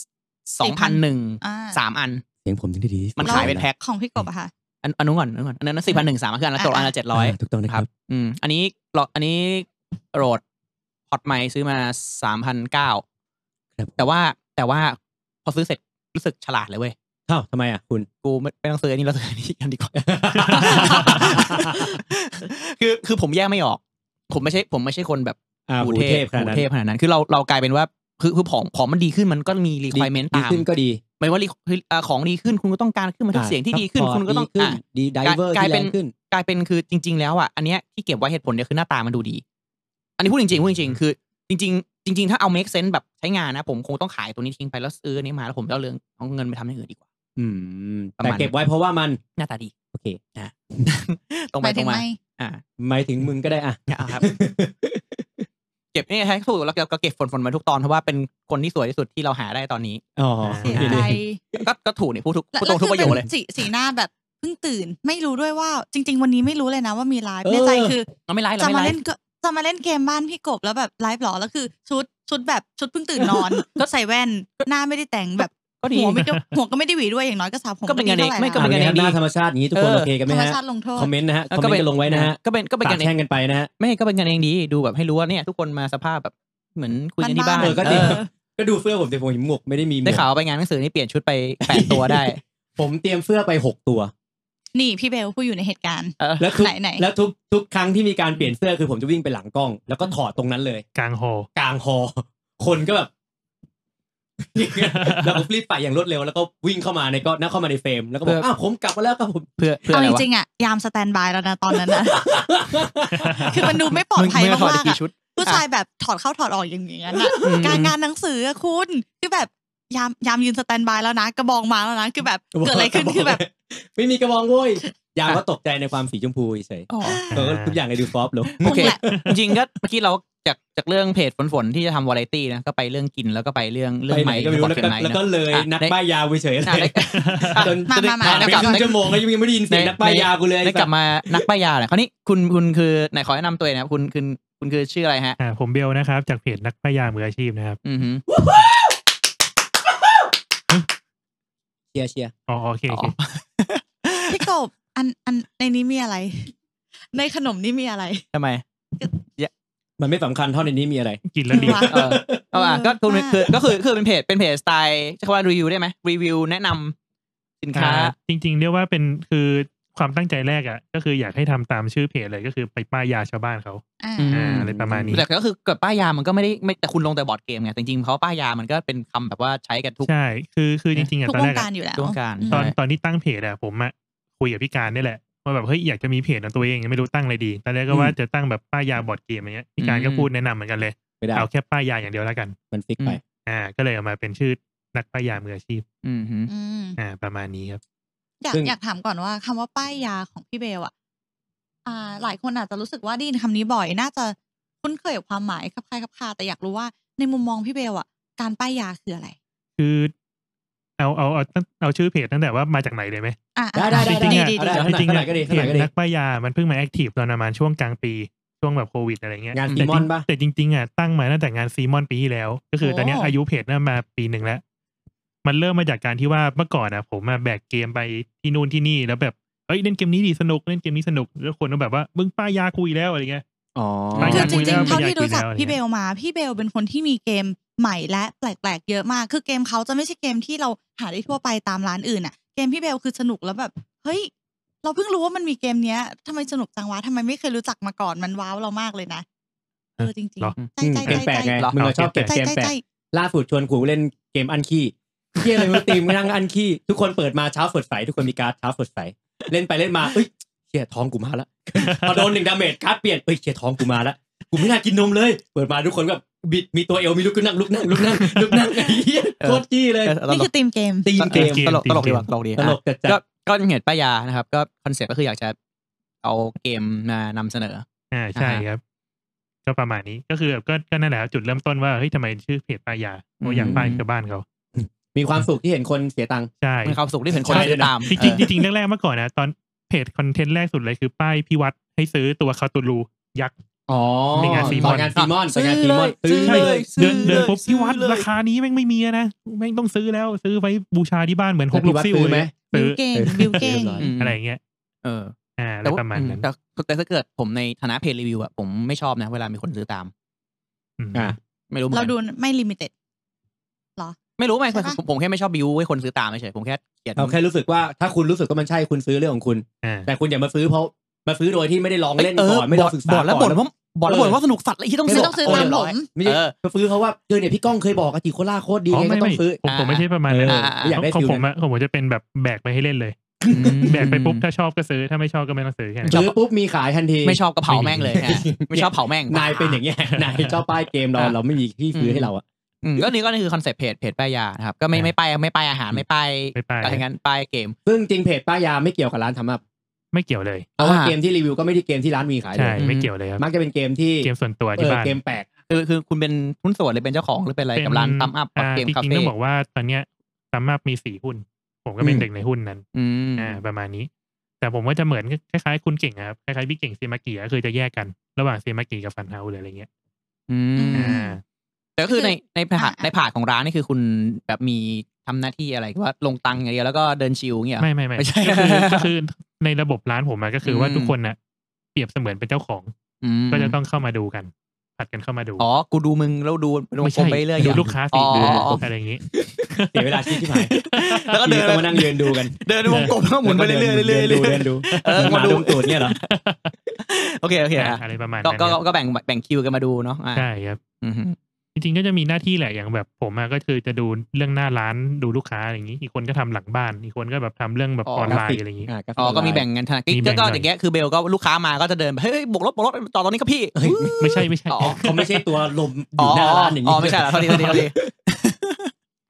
สองพันหนึ่ง
อ่า
สามอัน
เสียงผมถึงได้ดี
มันขายเป็นแพ็ค
ของพี่กบอะค่ะ
อันอันนู้นก่อนอันนู้นก่อนอันนั้นสี่พันหนึ่งสามคืออันละ
อ่ะ
ตกอันละเจ็ดร้อย
ถูกต้องนะ
ค
ค
รับ
รั
บ อืมอันนี้หลอดอันนี้โรดพอตใหม่ซื้อมาสามพันเก้า
ครับ
แต่ว่าแต่ว่าพอซื้อเสร็จรู้สึกฉลาดเลยเว้ย
เท่าทำไมอ่ะ
<laughs>
คุณ
กูไม่ไม่ต้องซื้ออันนี้เราซื้ออันนี้กันดีกว่า <laughs> คือคือผมแยกไม่ออก ผมไม่ใช่ผมไม่ใช่คนแบบ
อ่า
หู
หู
เท
เท
พ
พขนา
หู
ดนั้น
เทพขนาดนั้น คือเราเรากลายเป็นว่าคือคือของของมันดีขึ้นมันก็มี requirement
ดี
ตาม
ขึ้นก็ดี
หมายว่า re- คืออ่าของดีขึ้นคุณก็ต้องการขึ้นมาทุก
อ่า
เสียงที่ดีขึ้น คุณก็ต้อง
ดีขึ้น
อ่า
ดีไดเวอร์
กลาย
ที่
เป็
แร
น
งขึ้น
กลายเป็นคือจริง ๆ แล้วอ่ะอันเนี้ยที่เก็บไว้เหตุผลเนี่ยคือหน้าตามันดูดี อันนี้พูดจริงๆพูดจริงๆคือ จริง ๆ จริง ๆ ถ้าเอา make sense แบบใช้งานนะ ผมคงต้องขายตัวนี้ทิ้งไปแล้วซื้ออนนี้มาแล้วผมจะเอาเรื่องเอาเงินไปทำอย่างอื่นดีกว่า
อืม
ประ
แต่
มาณ
เก็บไว้เพราะว่ามัน
หน้าตาดี
โอเค
นะ <laughs> ตรง
ห
ไป
มาย
ต
ถึ
รงงมา
ไม่
อ่า
หมายถึงมึงก็ได้อ่ะ
เนี่ยเอาครับ เก็บนี่ใช้ถูกแล้วก็เก็บฝนฝนๆมาทุกตอนเพราะว่าเป็นคนที่สวยที่สุดที่เราหาได้ตอนนี้
อ๋อ
เสีย
เดี๋ยว
ใจ
ดิ
ก็ก็ถูกเนี่ยพูดทุก
และ
พูดตรงทุกประโยคเลย
แวคือป็นสีสีหน้าแบบเพิ่งตื่น ไม่รู้ด้วยว่า จริง ๆ วันนี้ไม่รู้เลยนะว่ามีไลฟ์ในใจคือ
เราไม่ไลฟ์เรา
จะ
ไม่
มา
ไล
เล่น
ฟ์
ก็จะมาเล่นเกมบ้านพี่กบแล้วแบบไลฟ์เหรอแล้วคือชุดชุดแบบชุดเพิ่งตื่น
<laughs>
นอน ก็ใส่แว่นหน้าไม่ได้แต่งแบบ
ก็ดี
หัวไม่ <laughs> ได้หัวก็ไม่ได้หวีด้วยอย่างน้อยก็สาวผม
ก็เป็น
ดี
งานเอก
ท่หร่
ไม่ก็
อ่ะ
เป็
เป็น น
ไง
ไง
ดี
หน้าธรรมชาติอย่างนี้ทุกคน
เออ
โอเคกันไหม
ธรรม
ฮะ
ชาติลงโทษ
คอมเมนต์นะฮะคอมเมนต์กันลงไว้นะฮะ
ก็เป็นก็เป็น
ปา
กัน
ก
เอ
แช่
ง
งกันไปนะฮะ
ไม่ก็เป็นกันเองดีดูแบบให้รู้ว่าเนี่ย ทุกคนมาสภาพแบบเหมือนคุยกันที่บ้าน
เออก็ดี
เออ
ก็ดูเสื้อผมแต่ผมหมวกไม่ได้มีหมวก
ได้ข่าวว่าไปงานหนังสือนี่เปลี่ยนชุดไปแปดตัวได้
ผมเตรียมเสื้อไปหกตัว
นี่พี่เบลผู้อยู่ในเหตุการณ์
เออ
แล้วทุก
ไหนไหน
แล้วทุกทุกครั้งที่มีการเปลี่ยนเสื้อคือผมจะวิ่งไปหลังกล้อง แล้วก็ถอดตรงนั้นเลย
กลางหอก
ลางฮอลล์ <laughs> คนก็แบบ แล้วก็รีบไปอย่างรวดเร็วแล้วก็วิ่งเข้ามาในก็นั่งเข้ามาในเฟรมแล้วก็บอ
เพื่
ก
อ
อ้าวผมกลับมาแล้วครับผม
เพื่อเพื่อ
เอา
อะไร
จ
วะ
ริงๆอะยามสแตนบายแล้วนะตอนนั้น
<laughs>
นะคือมันดูไม่ปลอด
มึง
ภัย
มึง
มา
ถอดไป
กๆ
กี่
อะ
ชุด
ผู้ชายแบบถอดเข้าถอดออกอย่างอย่างนั้นอะ
อืม
การงานหนังสืออะคุณคือแบบยามยามยืนสแตนบายแล้วนะกระบองมาแล้วนะคือแบบเกิดอะไร
<laughs>
ขึ้นคือแบบ
ไม่มีกระบองเว้ยยามก็ตกใจในความสีชมพูเฉย
อ๋อ
เออทุกอย่างเลยดูฟอฟลง
โอเค
คงแหละ
จริงๆก็ <laughs> เมื่อกี้เราจากจากเรื่องเพจฝนฝนๆที่จะทำวาไรตี้นะก็ไปเรื่องกินแล้วก็ไปเรื่องเรื่อง
ไป
ให
ไหน
ม่
ก็ไม่รู้
บอ
แล้ว
เก
ก็
มไนท์
แล้วก็
นะ
เลย
อ่ะ
นัก
ได้
ป้ายยาไปเฉยเล
อ่ะ
ย
ได้อ่ะ
จน
มามามา
ผ่านไป
ได้กลับ
ครึ่งชั่วโมงก็ยังไม่ได้ยินเสียงนักป้ายยากูเลย
ได้กลับมานักป้ายาหน่อยคราวนี้คุณคุณคือไหนขอแนะนำตัวเองนะครับคุณคุณคุณคือชื่ออะไรฮะ
อ่าผมเบลนะครับ จากเพจนักพยามืออาชีพนะครับ
อือหือ
เชียร์เชียร์
อ๋อโอเคโอเค
พี่กบอันอันในนี้มีอะไร ในขนมนี่มีอะไร
ทำไม
มันไม่สำคัญเท่าในนี้มีอะไร
กินแล้วดี
เออเอาอ่ะก็คือ
มาก
คือก็คือคือเป็นเพจเป็นเพจสไตล์จะว่ารีวิวได้ไหมรีวิวแนะนำสินค้า
อ่าจริงๆ เรียกว่าเป็นคือความตั้งใจแรกอ่ะ ก็คืออยากให้ทำตามชื่อเพจเลยก็คือไปป้ายยาชาวบ้านเขา
อ่า
อืม
อ่าอะไรประมาณนี้
แต่ก็คือเกิดป้ายยามันก็ไม่ได้ไม่แต่คุณลงแต่บอร์ดเกมไงแต่จริงๆเขาป้ายยามันก็เป็นคำแบบว่าใช้กันทุก
ใช่ คือคือจริงๆอ่ะ
ทุก
ตอน
ว
แรง ก
กา
อะ
รอยู่แล้ว
ทุกวงการ
อืม
ตอน
ใช่
ตอนที่ตั้งเพจอ่ะผมอ่ะคุยกับพี่การนี่แหละว่าแบบเฮ้ยอยากจะมีเพจของตัวเองยังไม่รู้ตั้งอะไรดีตอนแรกก็ว่าจะตั้งแบบป้ายยาบอร์ดเกมอะไรเงี้ยพี่การก็พูดแนะนำเหมือนกันเลย
ไม่ได้
เอาแค่ป้ายยาอย่างเดียวแล้วกัน
มันฟิกไป
อ่า ก็เลยเอามาเป็นชื่อนักป้ายยามืออาชีพ
อืมฮึ
อืม
อ่าประมาณนี้ครับ
อยาก
ซึ่ง
อยากถามก่อนว่าคำว่าป้ายยาของพี่เบลอะอ่า หลายคนอาจจะรู้สึกว่าได้ยินคำนี้บ่อย น่าจะคุ้นเคยกับความหมายคลับคล้ายคลับคลาแต่อยากรู้ว่าในมุมมองพี่เบลอะการป้ายยาคืออะไร
คือเอาเอาเอาตั้งเอาชื่อเพจตั้งแต่ว่ามาจากไหนเลยไหม
อ่า
ได้ได้ได้
จริงๆ
ได้
อะ
ดีดี
ได้
ดี
เท่าไหร่
จริง
เท่า
ๆ
ไห
อะ
ร่ก็ดี
เพ
เท่าไหร่
จ
ก็ดี
นักป้ายามันเพิ่งมาแอคทีฟตอนประมาณช่วงกลางปี ช่วงแบบโควิดอะไรเงี้ย
งาน
แต่จริ
ซีมอนปะ
แต่จริงๆอ่ะตั้งมาตั้งแต่งานซีมอนปีที่แล้ว ก็คือตอนเนี้ยอายุเพจเริ่มมาปีหนึ่งแล้ว มันเริ่มมาจากการที่ว่าเมื่อก่อนอ่ะ ผมมาแบกเกมไปที่นู่นที่นี่แล้วแบบเอ้ยเล่นเกมนี้ดีสนุกเล่นเกมนี้สนุกแล้วคนก็แบบว่ามึงป้ายยาคุยแล้วอะไรเงี้ย
อ๋อ
ป้าย
คื
ยา
อจ
คุยแล้
ริง
ว
ๆเท่าที่รู้จักพี่เบลมา พี่เบลเป็นคนที่มีเกมใหม่และแปลกๆเยอะมาก คือเกมเขาจะไม่ใช่เกมที่เราหาได้ทั่วไปตามร้านอื่นอะเกมพี่เบลคือสนุกแล้วแบบ เฮ้ย เราเพิ่งรู้ว่ามันมีเกมเนี้ยทำไมสนุกจังวะทำไมไม่เคยรู้จักมาก่อนมันว้าวเรามากเลยนะเออจริง
เหรอ
ๆใจ
อืม
ใจ
เกม
ใจ
แปลกไง
หรอ
มึงอะชอบเก็บ
ใจ
เกม
ใจ
แปล
ใจ
กล่าสุดชวนกูเล่นเกมอันขี้เที่ยอะไรไม่รู้ตีมนั่งอันขี้ทุกคนเปิดมาเช้าสดใสทุกคนมีการ์ดเช้าสดใสเล่นไปเล่นมาเอ้ยเชี่ยท้องกูมาละ พอโดนหนึ่งดาเมจการ์ดเปลี่ยนเอ้ยเชี่ยท้องกูมาละกูไม่น่ากินนมเลย เปิดมาทุกคนก็บิดมีตัวเอวมีลุกขึ้นนั่งลุกนั่งลุกนั่งลุกนั่งไอ้เหี้ยโคตรจี้เลย
เออตล
นี่
ก
คือตีมเกม
ตีมเกม
ตลกตลก
เก
ดี
ม
ว่ะตลกดี
ตลก
อ่ะ
จัด
ก็ก็เหตุป้ายานะครับ ก็คอนเซ็ปต์ก็คืออยากจะเอาเกมมานำเสนอ
อ่าใช่
อ่าฮะ
ครับ ก็ประมาณนี้ก็คือแบบก็ก็นั่นแหละครับจุดเริ่มต้นว่าเฮ้ยทำไมชื่อเพจป้ายยาเพราะอยากป้ายชาวบ้านเขา
ๆมีความสุขที่เห็นคนเสียตังค์
ใช่
มีความสุขที่เห็นคน
ใช่
ติดตาม
จริง
เออ
ๆจริงๆแรกๆเมื่อก่อนนะตอนเพจคอนเทนต์แรกสุดเลยคือป้ายพี่วัดให้ซื้อตัวคาตูลูยักษ์
อ๋อ
ในงานซีมอน
ตงานซีมอนตอนงานซีมอน
ซื้อ
ซื้อ
เล
เลย ย
ซื้อลย
เดินเดินปุ๊บ
ซื้
พี่
อ
วัด
เลย
ราคานี้แม่งไม่มีอะนะแม่งต้องซื้อแล้วซื้อไว้บูชาที่บ้านเหมือนฮกลกซิ่ว
ซื้อไหม
เลยซื้อ
บิวเก่งบิวเก่ง
ม
อะไรอย่างเงี้ย
เออ
อ่าอะไร
แต่ว่า
ประมาณนั้น
แต่แต่ถ้าเกิดผมในฐานะเพจรีวิวอะผมไม่ชอบนะ เวลามีคนซื้อตาม
อืม
อ่ะ
ไม่รู้หมือน
เรา
กัน
ดูไม่ลิมิเต็ด
ไม่รู้ไหม
ใช่ปะ
ผมผมแค่ไม่ชอบบิวให้คนซื้อตามเฉยผมแค่เกลียด
เราแค่รู้สึกว่าถ้าคุณรู้สึกว่ามันใช่คุณซื้อเรื่องของคุณ
อ่า
แต่คุณอย่ามาซื้อเพราะมาซื้อโดยที่ไม่ได้ลองเล่น
เ
ก่อนไม่ได้ลองศึกษา
บดแล้ว
ก่
บ่
อน น
ว่าบ่นแล้วบ่นว่าสนุกสัตว์ไอ้ที่ต้อง
ไม่
ซื้อ
ต้องซื้อตาม
โเรียบ
ผ
ร้อย
ม
ไม่ใช่
เออ
มาซื้อเขาว่าเออเนี่ยพี่ก้องเคยบอกอะจิโคล่าโคตรดี
อ๋อ
ไง
ไม่
ก็ต้อ
ไม่
งซื้อ
ผมผมไม่ใช่ประมาณนั้น
อ่าอ่าอ่า
อยากได้
ของ
ฟิล
ผม
นั้น
อะของผมจะเป็นแบบแบกไปให้เล่นเลย แบกไปปุ๊บถ้าชอบก็ซื้อถ้าไม่ชอบก็ไม่ต้องซื้อแค่นั้น
ซื้อปุ๊บมีขายทันที
ไม่ชอบกระเผาแม่งเลยฮะไม่ชอบเผาแม่ง
นายเป็นอย่างเงี้ย นายเจ้าป้ายเกมเรา
อ่ะ
เราไม่มีที่ซื้อให้เราอะ
อืมก็นี่ก็นี่คือคอนเซ็ปต์เพจเพจป้ายยานะครับก็ไม่ไม่ป้ายไม่ป้ายอาหารไม่ป้าย
ไม่ป้าย
อะไรงั้นป้ายเกม
ซึ่งจริงเพจป้ายาไม่เกี่ยวกับร้านทำอัพ
ไม่เกี่ยวเลย
เพราะว่า
อ่า
เกมที่รีวิวก็ไม่ได้เกมที่ร้านมีขายเล
ใช่
ย
ไม่เกี่ยวเลยครับ
มักจะเป็นเกมที่
เกมส่วนตัว
เอ
ที่
อ
บ้าน
เกมแปลก
คือคือคุณเป็นหุ้นส่วนหรือเป็นเจ้าของหรือเป็นอะไรกับร้านตั้มอัพกับเกมคา
จริง
เฟ่
ๆต้องบอกว่าตอนเนี้ยตัมมามีสี่หุ้น ผมก็เป็น
อืม
หนึ่งในหุ้นนั้น
อืม
อ่าประมาณนี้ แต่ผมว่าจะเหมือนคล้ายๆคุณเก่งอะครับคล้ายๆพี่เก่งเซมากิก็คือจะแยกกันระหว่างเซมากิกับฟันเฮาหรืออะไรเงี้ย
อืม
อื
อ่า
ม
แต่ก็คือในในผาด
อ่า
ในผาดของร้านนี่คือคุณแบบมีทำหน้าที่อะไรว่าลงตังค์อย่างเดียวแล้วก็เดินชิลอย่างเงี้ยเหรอ
ไม่ไม่ไม่
ไม่ใช่
ก็
<laughs>
คือก็คือในระบบร้านผมอะก็คือว่า
อืม
ทุกคนน่ะ เปรียบเสมือนเป็นเจ้าของ
อืม
ก็จะต้องเข้ามาดูกันผัดกันเข้ามาดู
อ๋อกูดูมึงแล้วดูลง
ไม่
กลม
ใช่
ไปเรื่อย
ดู
อย่าง
ลูกค้าสิ
อ๋อ
ดู
อ๋ออ๋ออ
อะไรอย่างนี้
เสียเวลาชีวิตที่ผ่าน
แล้วก็เดิน
ต้องมานั่งยืนดูกัน
เดินวงกลมแล้วก็หมุนไปเรื่อยๆเรื่อยๆเรื่อย
ดินดู
ๆ
เดินดู
เออ
หมา
มาดู
ดมตูดเนี่ยเหรอ
โอเคโอเคอ่ะ
อะไรประมาณ
ก็
นั้น
ก็
ครับ
ก็แบ่งแบ่งคิวกันมาดูเนาะอ่า
ใช่ครับ
อืมฮึ
จริงๆก็จะมีหน้าที่แหละอย่างแบบผมอะก็คือจะดูเรื่องหน้าร้านดูลูกค้าอะไรอย่างนี้ อีกคนก็ทำหลังบ้าน อีกคนก็แบบทำเรื่องแบบออนไลน์อะไรอย่างนี้
าราฟิ
อ๋อก็มีแบ่งกันทาง
มีแบ่ง
ก็
หน่อย
อย่างเงี้ยคือเบลก็ลูกค้ามาก็จะเดินไปเฮ้ยบวกลบบวกลบต่อตอนนี้ก็พี่
ไม่ใช่ไม่ใช่
อ๋อ
เขาไม่ใช่ตัวลมอยู่หน้าร้านอย่าง
อ๋
นี้
อไม่ใช่เหรอเท่านี้เท่านี้เท่านี้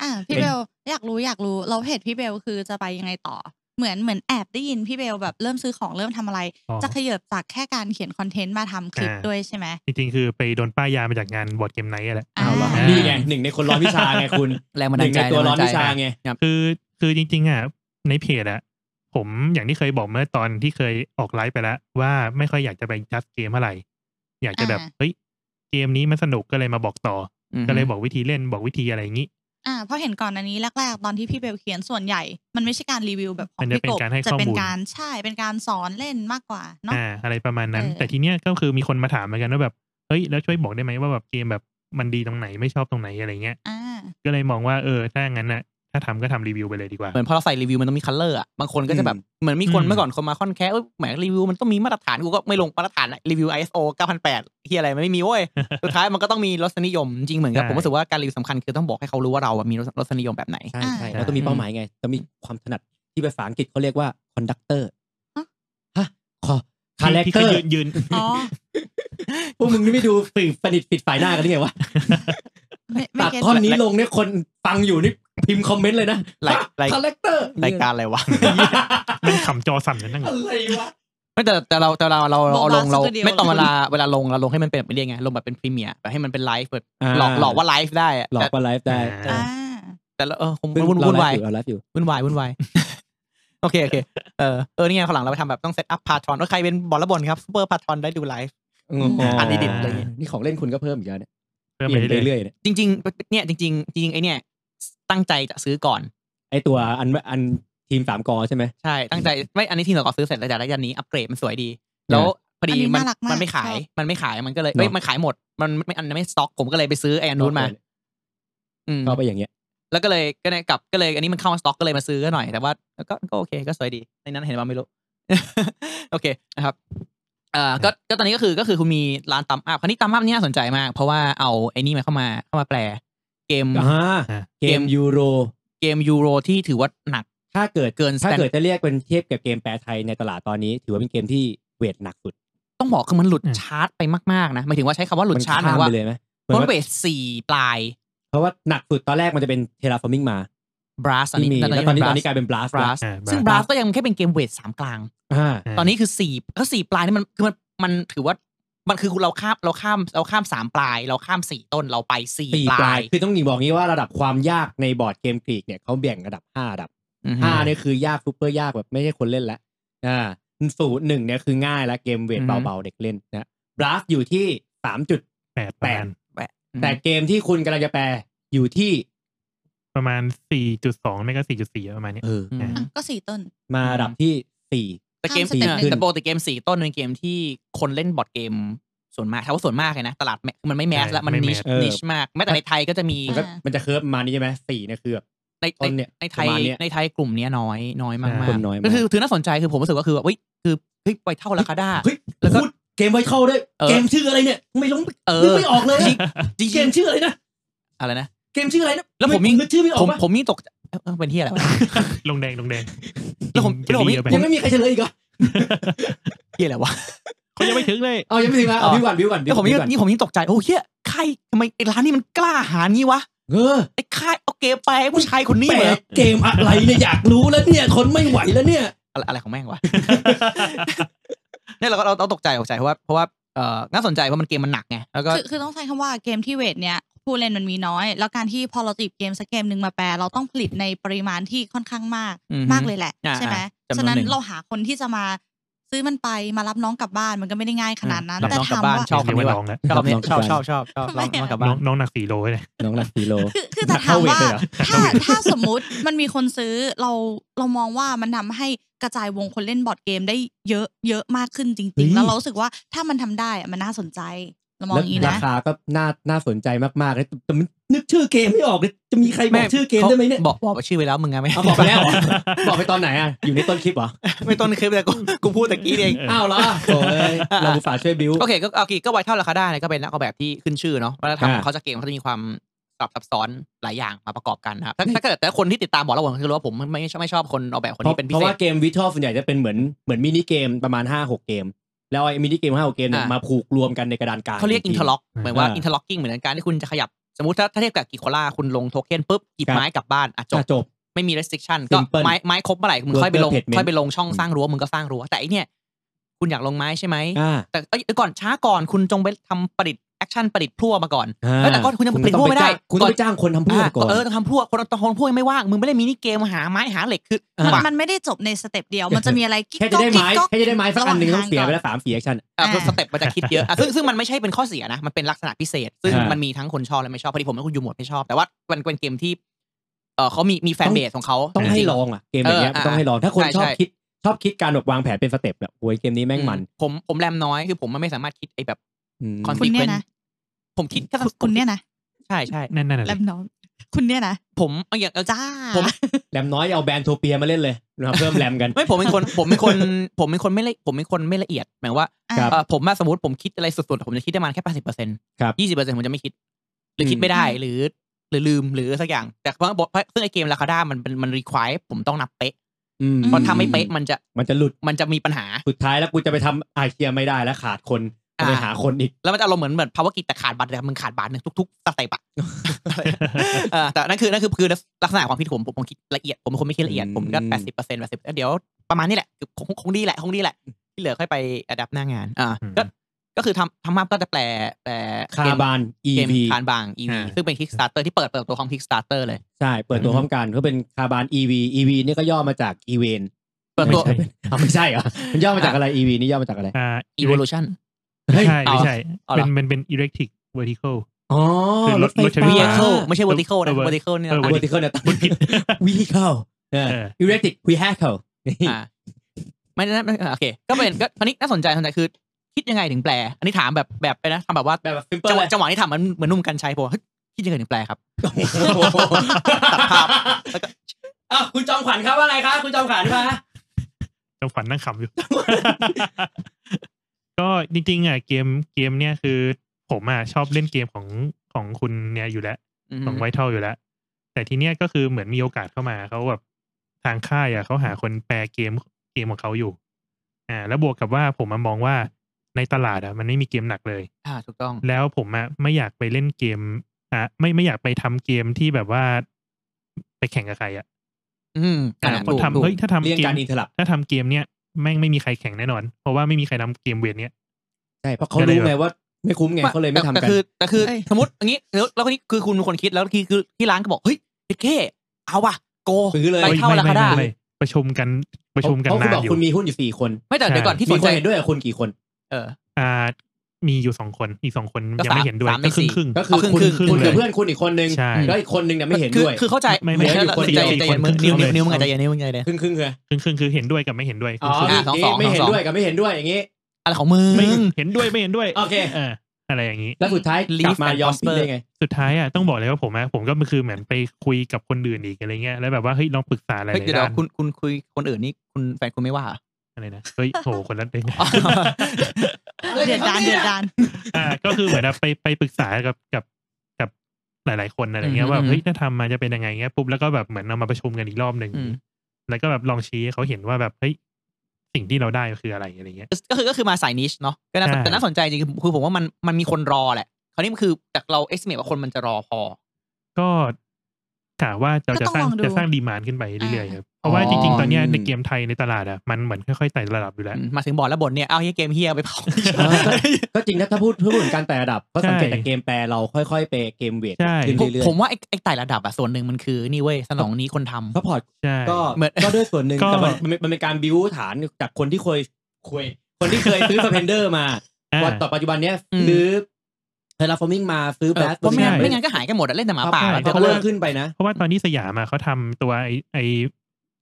อ่าพี่เบลอยากรู้อยากรู้เราเพจพี่เบลคือจะไปยังไงต่อ เหมือนเหมือนแอบได้ยินพี่เบลแบบเริ่มซื้อของเริ่มทำอะไร
อ๋อ
จะขยับจากแค่การเขียนคอนเทนต์มาทำคลิป
อ่า
ด้วยใช่ไหม
จริงๆคือไปโดนป้ายยามาจากงานบอร์ดเกมไนท์แหละ
อ้าวเหรอ
อ่า
นี่ไงหนึ่งในคนร้อนวิชาไงคุณ
แรงบัน
ห
ดา
นึ่
ล
ง
ใจ
ในตัวร้อนวิชา
แงบัดาลใจ
ไง
คือคือจริงๆอ่ะในเพจอ่ะผมอย่างที่เคยบอกเมื่อตอนที่เคยออกไลฟ์ไปแล้ว ว่าไม่ค่อยอยากจะไปจัดเกมอะไร อยากจะแบบ
อ่า
เฮ้ยเกมนี้มันสนุกก็เลยมาบอกต่อ
อื
อ
ม
ก็เลยบอกวิธีเล่นบอกวิธีอะไรอย่างนี้
อ่าเพราะเห็นก่อนอันนี้แรกๆตอนที่พี่เบลเขียนส่วนใหญ่ มันไม่ใช่การรีวิวแบบขอ
มั
ง
นจะ
พี่
เป็น
กบ
การให้
จะ
ข้อมูล
เป็นการใช่เป็นการสอนเล่นมากกว่าเนาะ
อ่า อะไรประมาณนั้น
เออ
แต่ทีเนี้ยก็คือมีคนมาถามเหมือนกันว่าแบบเฮ้ยแล้วช่วยบอกได้ไหมว่าแบบเกมแบบมันดีตรงไหนไม่ชอบตรงไหนอะไรเงี้ย
อ่า
ก็เลยมองว่าเออถ้างั้นน่ะถ้าทำก็ทำรีวิวไปเลยดีกว่า
เหมือนพอเราใส่รีวิวมันต้องมีคัลเลอร์อ่ะบางคนก็จะแบบเหมือนมีคน
อืม
เมื่อก่อนคนมาค่อนแค่เอ้ยแหมรีวิวมันต้องมีมาตรฐานกูก็ไม่ลงมาตรฐานอะรีวิว ISO 9008ที่อะไรมันไม่มีเว้ยสุดท้ายมันก็ต้องมีรสนิยมจริงๆเหมือนกับ
ใช่
ผมรู้สึกว่าการรีวิวสำคัญคือต้องบอกให้เขารู้ว่าเราอะมีรสรสนิยมแบบไหน
ใช่
อ่า
ใช่แล้วก็มีเป้าหมายไงจะมีความถนัดที่ภาษาอังกฤษเขาเรียกว่าคอนดักเตอร์
ฮะ
ฮะคอคาแรค
ที่
เตอ
ที่
ร์
ยืนยืน
อ๋อ
พวกมึงนี่ไม่ดูสื่อประดิษฐ์ปิดฝ่ายหน้ากันได้ไงวะ
ไม่ไม่
ตัด
เก็ต
ท่อนนี้ลงเนี่ยคนฟังอยู่นี่พิมพ์คอมเมนต์เลยนะ
ไลค์ไลค์
คาแรคเตอร์
รายการอะไรวะ
นั่งขำจอสั่นกันนั่ง
อะไรวะ
ไม่แต่แต่เราแต่เราเราเราเอาลงเรา
บอกว่า Studio
ไม่ตอนเวลาเวลาลงเราลงให้มันเป็นแบบนี้ไงลงแบบเป็นพรีเมียร์แบบให้มันเป็นไลฟ์แบบหลอกหลอกว่าไลฟ์ได้อะ
หลอก
แต่
ว่าไลฟ์ได้
อ่
อ่า
แต่เราเออคง
ซึ่ง
วุ่น
เร
วุ่น
ไล
วาย
ฟ์อยู่เราไลฟ์อยู่
วุ่นวายวุ่นวาย <laughs> โอเค โอเค เออเออนี่ไงข้างหลังเราไปทำแบบต้องเซตอัพพาทรอนว่าใครเป็นบอลและบอลครับซูเปอร์พาทรอนได้ดูไลฟ์ อันนี้ดิบเลย
นี่ของเล่นคุณก็เพิ่มอีกแล้วเนี่ย
เพื่อไปเรื่อย
เรื่อยๆเนี่ย
จริง ๆ เนี่ย จริง ๆ จริงๆไอเนี่ย ตั้งใจจะซื้อก่อน
ไอตัวอันอันทีมสามกอใช่ไหม
ใช่ ตั้งใจไม่อันนี้ที่เราก็ซื้อเสร็จแล้วแต่ละยันนี้อัปเกรดมันสวยดี แล้วพอดี
อันนี้
มัน
น่ารักมาก
มันไม่ขาย
ชอบ
มันไม่ขายมันก็เลยเอ้ย
เนอะ
มันขายหมด มันไม่อันนั้นไม่สต็อกผมก็เลยไปซื้อไอ้อันนู้นมา อืม
ก็ไปอย่างเงี้ย
แล้วก็เลยก็เลยกลับก็เลยอันนี้มันเข้ามาสต็อกก็เลยมาซื้อหน่อยแต่ว่าก็ก็โอเคก็สวยดีในนั้นเห็นว่าไม่รู้ <laughs> โอเคนะครับ เอ่อก็ก็ตอนนี้ก็คือก็คือคุณมีร้านตัมอัพคราวนี้ตัมอัพนี่น่าสนใจมาก เพราะว่าเอาไอ้นี่มาเข้ามาเข้ามาแปล เกม
อ่าเกมยูโร
เกมยูโรที่ถือว่าหนัก
ถ้าเกิด
เกิน
ถ้า
standard
เกิดจะเรียกเป็นเทียบกับเกมแปลไทยในตลาดตอนนี้ ถือว่าเป็นเกมที่เวทหนักสุด
ต้องบอกคือมันหลุด
อืม
ชาร์จไปมากๆนะหมายถึงว่าใช้คำว่าหลุดชาร์จหมาย
ม
ว่า
ไปเลยไหมเหมื
เพ
อน
ราะ
ว่า
เวทสี่ปลาย
เพราะว่าหนักสุดตอนแรกมันจะเป็นเทราฟอร์มิงมา
บลัสอัน
ที่มี
นี้
แล้วตอนนี้ตอนนี้ก
ก
ลายเป็นบลัส
บลัส
อ่า
ซึ่งบลัสก็ยังแค่เป็นเกมเวทสามกลาง
อ่า
ๆ
ตอนนี้คือสี่ก็สี่ปลายนี่มันคือมันมันถือว่ามันคือเราข้ามเราข้ามเราข้ามสามปลาย เราข้ามสี่ต้นเราไปสี่
สี่
ป
ป
ลา
ลาย ยคือต้องหนีบอกงี้ว่าระดับความยากในบอร์ดเกมกรีกเนี่ยเขาแบ่งระดับห้าระดับ
อืม
ห้าเนี่ยคือยากซูเปอร์ยากแบบไม่ใช่คนเล่นแล้วอ่าศูนย์หนึ่งเนี่ยคือง่ายแล้วเกมเวท
อือฮึ
เบาๆเด็กเล่นนะบลัสอยู่ที่สามจุด
แปดประมาณ
แต่เกมที่คุณกำลังจะแปลอยู่ที่
ประมาณสี่จุดสองไม่ก็สี่จุดสี่ประมาณเนี้ย
เออ
อืม
อ่ะก็สี่ต้น
มาระดับที่สี่
แต่เกม
ข้ามสเต็ปหนึ่ง
แต่ปกติเกมสี่ต้นเป็นเกมที่คนเล่นบอร์ดเกมส่วนมากถ้าว่าส่วนมากเลยนะ ตลาดแมมันไม่แมส
ใช่
แล้วมัน
ไม่
นิช
mass
เออ
นิชมากแม้แต่ในไทยก็จะมี
อ่า
มันก็มันจะเคิร์ฟประมาณนี้ใช่ไหมสี่เนี่ยคือแบบ
ใน
ต้นเนี่ย
ในไทย
ประมาณเนี้ย
ในไทยกลุ่มเนี้ยน้อยน้อยมาก
ใช่
ๆ
คนน้อยมาก
ก็คือถือน่าสนใจคือผมรู้สึกว่าคือแบบเฮ้ยคือเฮ้ยไปเท่าราคาด้า
เฮ้ย
แล้วก็
พูดเกมไวเข้าด้วย
เออ
เกมชื่ออะไรเนี่ย ไม่รู้
เอ
นึก
อ
ไม่ออกเลยอะ
จริง
เกมชื่ออะไรนะ
อะไรนะ
เกมชื่ออะไรนะ
แล้วผมมี
ไนึกชื่อไม่ออ
ผ
ก
ม
ปะ
ผมนี่ตกใจเอ้าเอ้าเป็นที่อะไรวะ
ลงแดงลงแดง
แล้วผม
กิน
แล้วผม
เยอะไป
ยังไม่มีใครเฉลยอีกเหรอ
ที่อะไรวะ
เขายังไม่ถึงเลย
เอายังไม่ถึงนะเอาพี่หวันพี่หวัน
แต่ผมนี่
พี่หวัน
นี่ผมนี่ตกใจ โอ้เฮียใครทำไมไอ้ร้านนี้มันกล้าหาญงี้วะ
เออ
ไอ้ค่ายเอาเกมไปให้ผู้ชายคนนี้
แป
เหร
ล
อก
เกมอะไรเนี่ยอยากรู้แล้วเนี่ยทนไม่ไหวแล้วเนี่ย
อะไรอะไรของแม่งวะ เนี่ยเราก็เราเราตกใจตกใจเพราะว่าเพราะว่าเอ่อน่าสนใจเพราะมันเกมมันหนักไงแล้วก็
คือคือต้องใช้คำว่าเกมที่เวทเนี่ยผู้เล่นมันมีน้อย แล้วการที่พอเราตีบเกมสักเกมหนึ่งมาแปล เราต้องผลิตในปริมาณที่ค่อนข้างมาก
อือฮึ
มากเลยแหละ
อ่า
ใช่ไหม
จำนวน
ฉะนั้น
หนึ่ง
เราหาคนที่จะมาซื้อมันไปมารับน้องกลับบ้านมันก็ไม่ได้ง่ายขนาดนั้น
รับ
แต่
น้องกลั
ถาม
บบ้าน
ว่า
ชอบคำ
เรียก
นี้
ว่า
ว่ะ
น้องแล้ว
ชอบคำนี้ชอบ
รับน้องกลับบ้าน
ชอบชอบชอบรับน้องกลับบ้า
ทำไมอะ
น้อง
น
น้องหนักสี่โลเลย
<laughs> น้องรักซีโร
คือคือแต่ถามว่า ถ้าถ้าสมมุติมันมีคนซื้อเราเรามองว่ามันทำให้กระจายวงคนเล่นบอร์ดเกมได้เยอะเยอะมากขึ้นจ
เฮ้
ริง
ย
ๆ แล้วเรารู้สึกว่าถ้ามันทำได้อะมันน่าสนใจเรามองอย่างนี้
รา
นะ
คาก็น่าน่าสนใจมากๆเลยแต่แต่มันนึกชื่อเกมไม่ออกเลยจะมีใครบอกชื่อเกมได้ไหมเนี่ย
บอกบอกชื่อไปแล้วมึงไงไม่
เอาบอกไปแล้วเหรอบอกไปตอนไหนอ่ะอยู่ในต้นคลิปเหรอ
ไม่ต้นคลิปแต่กูกูพูดตะกี้เอง
เออ
อ้าวเหรอ
โอ้ยเราอุตส่าห์ช่วยบิว
โอเคก็เอากีก็ไวเท่าราคาได้นะก็เป็นนักออกแบบที่ขึ้นชื่อเนาะวัฒนธรรมของเขาจะเกมเขาจะมีความสลับซับซ้อนหลายอย่างมาประกอบกันนะครับถ้าถ้าเกิดแต่คนที่ติดตามบอกแล้วผมคือรู้ว่าผมไม่ชอบไม่ชอบคนออกแบบคนที่เป็นพิเศ
เพราะ
ษ
ว่าเกมวิทอลส่วนใหญ่จะเป็นเหมือนเหมือนมินิเกมประมาณห้าหกเกม แล้วไอ้มินิเกมห้าหกเกมเนี่ย
อ่าม
มาผูกรวมกันในกระดานกลาง
เขาเรียก
จ
อิ
ง
น
ๆ
เทอร์ล็อกเหมือนว่า
อ่า
อินเทอร์ล็อกกิ้งเหมือนการที่คุณจะขยับ สมมติถ้าถ้าเทียบกับกิโคล่าคุณลงโทเค็นปุ๊บหยิบ
ครับ
ไม้กลับบ้านอ่ะจ
อ่ะ
บ
จบ
ไม่มี restriction ก็
Simple
ไม้ไม้ครบเมื่อไหร่มึงค่อยไปลง
Worker payment
ค่อยไปลงช่องสร้างรั้วมึงก็สร้างรั้วแต่อันเนี่ยคุณอยากลงไม้ใช่ไหม
อ่า
แต่เอ้ยก่อนช้าก่อนคุณจงไปทำประดิษฐ์แอคชั่นประดิษฐ์พลั่วมาก่อน
อ่า
เอ้ยแต่ก่อนคุณยัง
ก็
เป็นพวกไม่ได้
คุณต้องปจ้างคนทำพวก
อ่ะ
ก่อน
เออต้องทำพวกคนต้องทำพวกยังไม่ว่างมึงไม่ได้มีนี่เกมหาไม้หาเหล็กคือ
อ่า
ว่ะ
มันไม่ได้จบในสเต็ปเดียว มันจะมีอะไรกิ๊ก
แค่
ก๊
จะ
อก
ได้
กิ๊
ไม้
กก๊อก
แค่จะได้ไม้สักอันหนึ่งต้องเสีย
ระห
ไป
ว่างทางก่อน
ละสามเสียชั่น
อ่ะคือ
อ่า
สเต็ปมันจะคิดเยอะอ่ะซึ่งซึ่งมันไม่ใช่เป็นข้อเสียนะ มันเป็นลักษณะพิเศษ ซึ่ง
อ่ามั
มันมีทั้งคนชอบและไม่ชอบพอดีผมและคุณยูหมวดไม่ชอบ แต่ว่ามันเป็นเกมที่เออเขามีมีแฟน
ต้อง
เบสของเขา
ต้องให้
จริ
ลองอ่ะเกมแบบเนี้ย
เอออ่ะ
ต้องให้ลองถ้าคน
ใช่
ชอบ
ใช่
คิดชอบคิดการแบบวางแผนเป็นสเต็ปแบบโอ้ยเกมนี้แม่งมัน
ผมผมแรมน้อยคือผมมันไม่สามารถคิดไอ้แบบ
อืม
คอน
คุ
ฟิ
ณ
เ e
เนี่ย
น
นะ
ต์ผมคิดแค่
คุณเนี่ยนะ
ใช่ใช่
นั่นนั่นแหละ
แลมน้องคุณเนี่ยนะ
ผมเอาอย่างเอา
จ้า
ผม
แรมน้อยเอาแบนโทเปียมาเล่นเลยนะครับเพิ่มแรมกัน
ไม่ผมเป็นคนผมเป็นคนผมเป็นคนไม่ละผมเป็นคนไม่ละเอียดหมายว่า
ครับ
เอ่อผมอะสมมติผมคิดอะไรสุดๆ ผมจะคิดได้ประมาณแค่แปดสิบเปอร์เซ็นต์
ครับ
ยี่สิบเปอร์เซ็นต์ผมจะไม่คิด หรือคิดไม่ได้
อืม
หรือ หรือลืมหรือสักอย่าง แต่เพราะบทซึ่งไอเกมราคาด้ามันเป็นมันรีควายผมต้องนับเป๊ะ
อืม
เพราะถ้าไม่เป๊ะมันจะ
มันจะหลุด
มันจะมีปัญหา
สุดท้ายแล้วกูจะไปทำไอเคียไม่ได้แล้วขาดคนจะไป
อ่า
หาคนอีก
แล้วมันจะอารมณ์เหมือนเหมือนภาวะกิจแต่ขาดบัตรแต่มึงขาดบัตรหนึ่งทุกๆสเต็ปอะ เออแต่นั่นคือนั่นคือคือลักษณะความคิดผมผมผมคิดละเอียดผมเป็นคนไม่คิดละเอียด
อืม
ผมก็แปดสิบเปอร์เซ็นต์แปดสิบเดี๋ยวประมาณนี้แหละคือคงคงดีแหละคงดีแหละที่เหลือค่อยไปอัดับหน้างานอ่าก็ก็คือทำทำมาพก็จะแปลแปล
คา
เกม
บาน
เกม
EV
คานบาง EV
อ่า
ซึ่งเป็น Kickstarter ที่เปิดเปิดตัวของ Kickstarter เลย
ใช่ เปิดตัวพร้อมกันก็เป็นคาบาน EV EV นี่ก็ย่อมาจาก e v e n
เปิดตัว
ไม่ใช่
อ้าวไม่ใช่เหรอ มันย่อมาจากอะไร EV นี่ย่อมาจากอะไร
อ่า
Evolution
ไม่ใช่
เฮ้ย
ไม่ใช่
เอาเหร
เป็
อ
นเป็นเป็น electric vertical
อ๋อ
คือรถรถใช้ อ่า
Vehicle ไม่ใช่ Vertical นะ
เออ
Vertical เนี่ย
เออ
วอร์ติเคิลเนี่ยพูดผิด <laughs> vehicle เออ
เออ
electric vehicle
อ่าไม่ได้ไม่โอเค ก็เป็นก็อันนี้น่าสนใจสนใจคือ คิดยังไงถึงแปล อันนี้ถามแบบแบบไปนะทำแบบว่า
แบบ simple
จังหวะ
เลย
จังหวะที่ถามมันเหมือนหนุ่มกันชัยบอกว่าเฮ้ยคิดยังไงถึงแปลครับ
โอ้โห
ตัดภาพ
อ้าวคุณจอมขวัญครับว่าอะไรครับคุณจอมขวัญคะ
จังขวัญนั่ง
<laughs>
ขำอยู่ ก็จริงๆอ่ะเกมเกมเนี่ยคือ ผมอ่ะชอบเล่นเกมของของคุณเนี่ยอยู่แล้ว
อืม
ของไวท์เทลอยู่แล้ว แต่ทีเนี้ยก็คือเหมือนมีโอกาสเข้ามาเขาแบบทางค่ายอ่ะเขาหาคนแปลเกมเกมของเขาอยู่ อ่า แล้วบวกกับว่าผมมามองว่าในตลาดอ่ะมันไม่มีเกมหนักเลย
อ่าถูกต้อง
แล้วผมอ่ะไม่อยากไปเล่นเกม อ่ะไม่ไม่อยากไปทำเกมที่แบบว่า ไปแข่งกับใครอ่ะ
อืมอ่า
อ่ะเพ
ถูก
ราะ
ถู
ทำ
ก
เฮ้ยถ้าทำ
เรียง
เก
กาม รอินเทอร์ลับ
ถ้าทำเกมเนี้ยแม่งไม่มีใครแข่งแน่นอน เพราะว่าไม่มีใครทำเกมเวทเนี้ย
ใช่เพราะเขารู้ไงว่าไม่คุ้มไงเขาเลยไม่ทำ
แต่
กั
แต่
น
คือแต่คือ
เอ้ย
สมมติอย่างนี้แล้วแล้วก็นี่คือคุณเป็นคนคิดแล้วคือคือที่ร้านก็บอกเฮ้ยเด็กเก้เอาว่ะโก
ซื้อเลย
ไปเท่าราคาได้
ไม่ประชุมกันประชุมกัน
เพราะคุณ
นา
บอน ก
อยู่
คุณมีหุ้นอยู่สี่คน
ไม่แต่เดี๋ยวก่อนที่
มี
สน
ค
ใจ
นเห็นด้วยกับคุณกี่คน
เออ
อ่า มีอยู่สองคนอีกสองคน
ก็
ยังไม่เห็นด้วย
สามสามใน
ก็ครึ่ง
สี่
ครึ่ง
ก็คือ
เอาครึ่ง
คุณ
ครึ่ง
คุณ
เลย
กับเพื่อนคุณอีกคนนึง
ใช่
แล้วอีกคนนึงเนี่ยไม่เห็นด้วย
คือคือเข้าใจ
ไม่ไม่
ใจ
เหลืออยู่คนเดี
ใจ
ยว
ใจเย็นมึง
คนเดี
นิ้
ย
นิ้วนิ้ว
ววเลย
มึงอะใจเย็นนิ้วมึงใจเย็น
ครึ่งครึ่งเลย
ครึ่งครึ่งคือเห็นด้วยกับไม่เห็นด้วย
อ๋อ
คือ
คื
ะ
อ
สอง
นี้
สอง
ไม่เห็น
สอง
ด้วยกับไม่เห็นด้วยอย่างงี้
อะไรของมึง
ไม่เห็นด้วยไม่เห็นด้วย
โอเค
เอออะไรอย่างนี้
แล้วสุดท้ายกลับ
Leave
มา
and
ยอม
prosper
ปีได้ไง
สุดท้ายอ่ะต้องบอกเลยว่าผมอะผมก็คือเหมือนไปคุยกับคนอื่นอีกอะไรเงี้ยแล้วแบบว่าเฮ้ยลองปรึกษาอะไร
เฮ้ย
ใน
เดี๋ยวเดี๋ย
ด้า
วนคุณคุณคุยคนอื่นนี่คุณแฟนคุณไม่ว่าเห <laughs> รอ
อะไรนะเฮ้ยโหคนละเด้ง
อ๋อ
เดือดดานเดือดดาน
อ่าก็คือ <laughs> เหมือนแบบไปไปปรึกษากับกับกับหลาย ๆ คนอะไรเงี้ยว่า
อืม
เฮ้ยถ้าทำมาจะเป็นยังไงเงี้ยปุ๊บแล้วก็แบบเหมือนเอามาประชุมกันอีกรอบหนึ่ง
อืม
แล้วก็แบบลองชี้ให้เขาเห็นว่าแบบเฮ้ยสิ่งที่เราได้คืออะไรอะไรเงี้ย
ก็คือก็คือมาสายนิชเนาะก็น่าสน
ใช่
แต่น่าสนใจจริงๆคือผมว่ามันมันมีคนรอแหละคราวนี้มันคือแต่เราเอ็กซ์เมว่าคนมันจะรอพอ
ก็กะว่าเราจะสร้าง
ก็ต้องลองดู
จะสร้างดีมานขึ้นไปเรื่อยๆครับเพ
อ๋
ราะ
อ
ว่าจริง ๆ ตอนเนี้ย
อืม
ในเกมไทยในตลาดอ่ะมันเหมือนค่อยๆไต่ระดับอยู่แล้ว
อืมมาถึงบอร์ดแล้วบนเนี่ยเอาเฮียเกมเฮียไปเผา
เออก็ก็จริงนะถ้าพูดพูดถึงการแต่ระดับก็สังเกตจากเกมแปลเราค่อยๆไปเกมเวท
ใช่
ขึ้น
ผม
เรื่อย
ผมว่าไอ้ไอ้ไต่ระดับอะส่วนหนึ่งมันคือนี่เว้ยสนองนี้คนทำ
ๆก็พอร์ต
ใช่
ก็
เหมือน
ก็ด้วยส่วนหนึ่ง
ก็
แต่มันมันมันเป็นการบิวฐานจากคนที่เคยคุยคนที่เคยซื้อ สเพนเดอร์มา
อ่า
วันต่อปัจจุบันเนี้ย
อืม
ซื้อเทราฟอร์มิงมาซื้อ
เอ
แบ
อ
ส
เพราะไม่งั้น
ใช่
ไม่งั้นก็หายกันหมดอะเล่นแต่หมาป่า
ใช่
แล้ว
ก็
ก็
เริ่
เลิ
ม
ก
ขึ้นไปนะ
เพราะว่าตอนนี้สยามอะเขาทำตัวไอไอ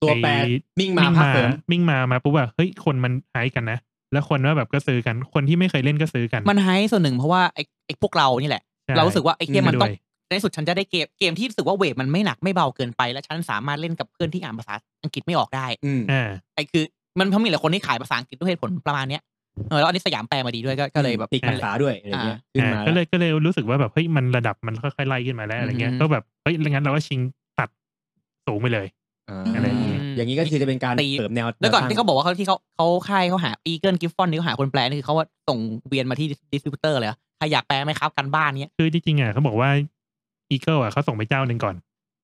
ตัวแปร
ไอ้
มิ่งมาภาคเสริม
มิ่งมามาปุ๊บอะเฮ้ยคนมันหายกันนะ แล้วคนว่าแบบก็ซื้อกันคนที่ไม่เคยเล่นก็ซื้อกัน
มันหายส่วนหนึ่งเพราะว่าไอ้ไอ้พวกเรานี่แหละ
ใช่
เรารู้สึกว่าไอ้เกมมัน
ด้
ต้อ
ว
ง
ย
ในที่สุดฉันจะได้เกมเกมที่รู้สึกว่าเวทมันไม่หนักไม่เบาเกินไปและฉันสามารถเล่นกับเพื่อนที่อ่านภาษาอังกฤษไม่ออกได้
อืม
อ่า
ไอ้คือมันเพราะมีหลายคนที่ขายภาษาอังกฤษด้วยเหตุผลประมาณเนี้ยเออแล้วอันนี้สยามแปลมาดีด้วยก็ก็เลยแบบ
ติดภาษาด้วยอะไรเงี้ยขึ้น
อ่า
มา
ก็เลยก็เลยรู้สึกว่าแบบเฮ้ยมันระดับมันค่อยๆไล่ขึ้นมาแล้วอะไรเงี้ย
อือฮึ
ก็แบบเฮ้ยงั้นเราก็ชิงตัดสูงไปเลย
อ่า
อะไรอย่างงี้
อย่างนี้ก็คือจะเป็นการ
ตี
เสริมแนว
แล้วก่อน
ตั้ง
ที่เขาบอกว่าเขาที่เขาเขาค่ายเขาหาอีเกิลกิฟฟอนที่เขาหาคนแปลนี่คือเขาว่าส่งเวียนมาที่ดิสติบิวเตอร์เลยเหรอใครอยากแปลไหมครับกันบ้านเนี้ย
คือจริงๆอ่ะเขาบอกว่าอีเกิลอ่ะเขาส่งไปเจ้าหนึ่งก่อน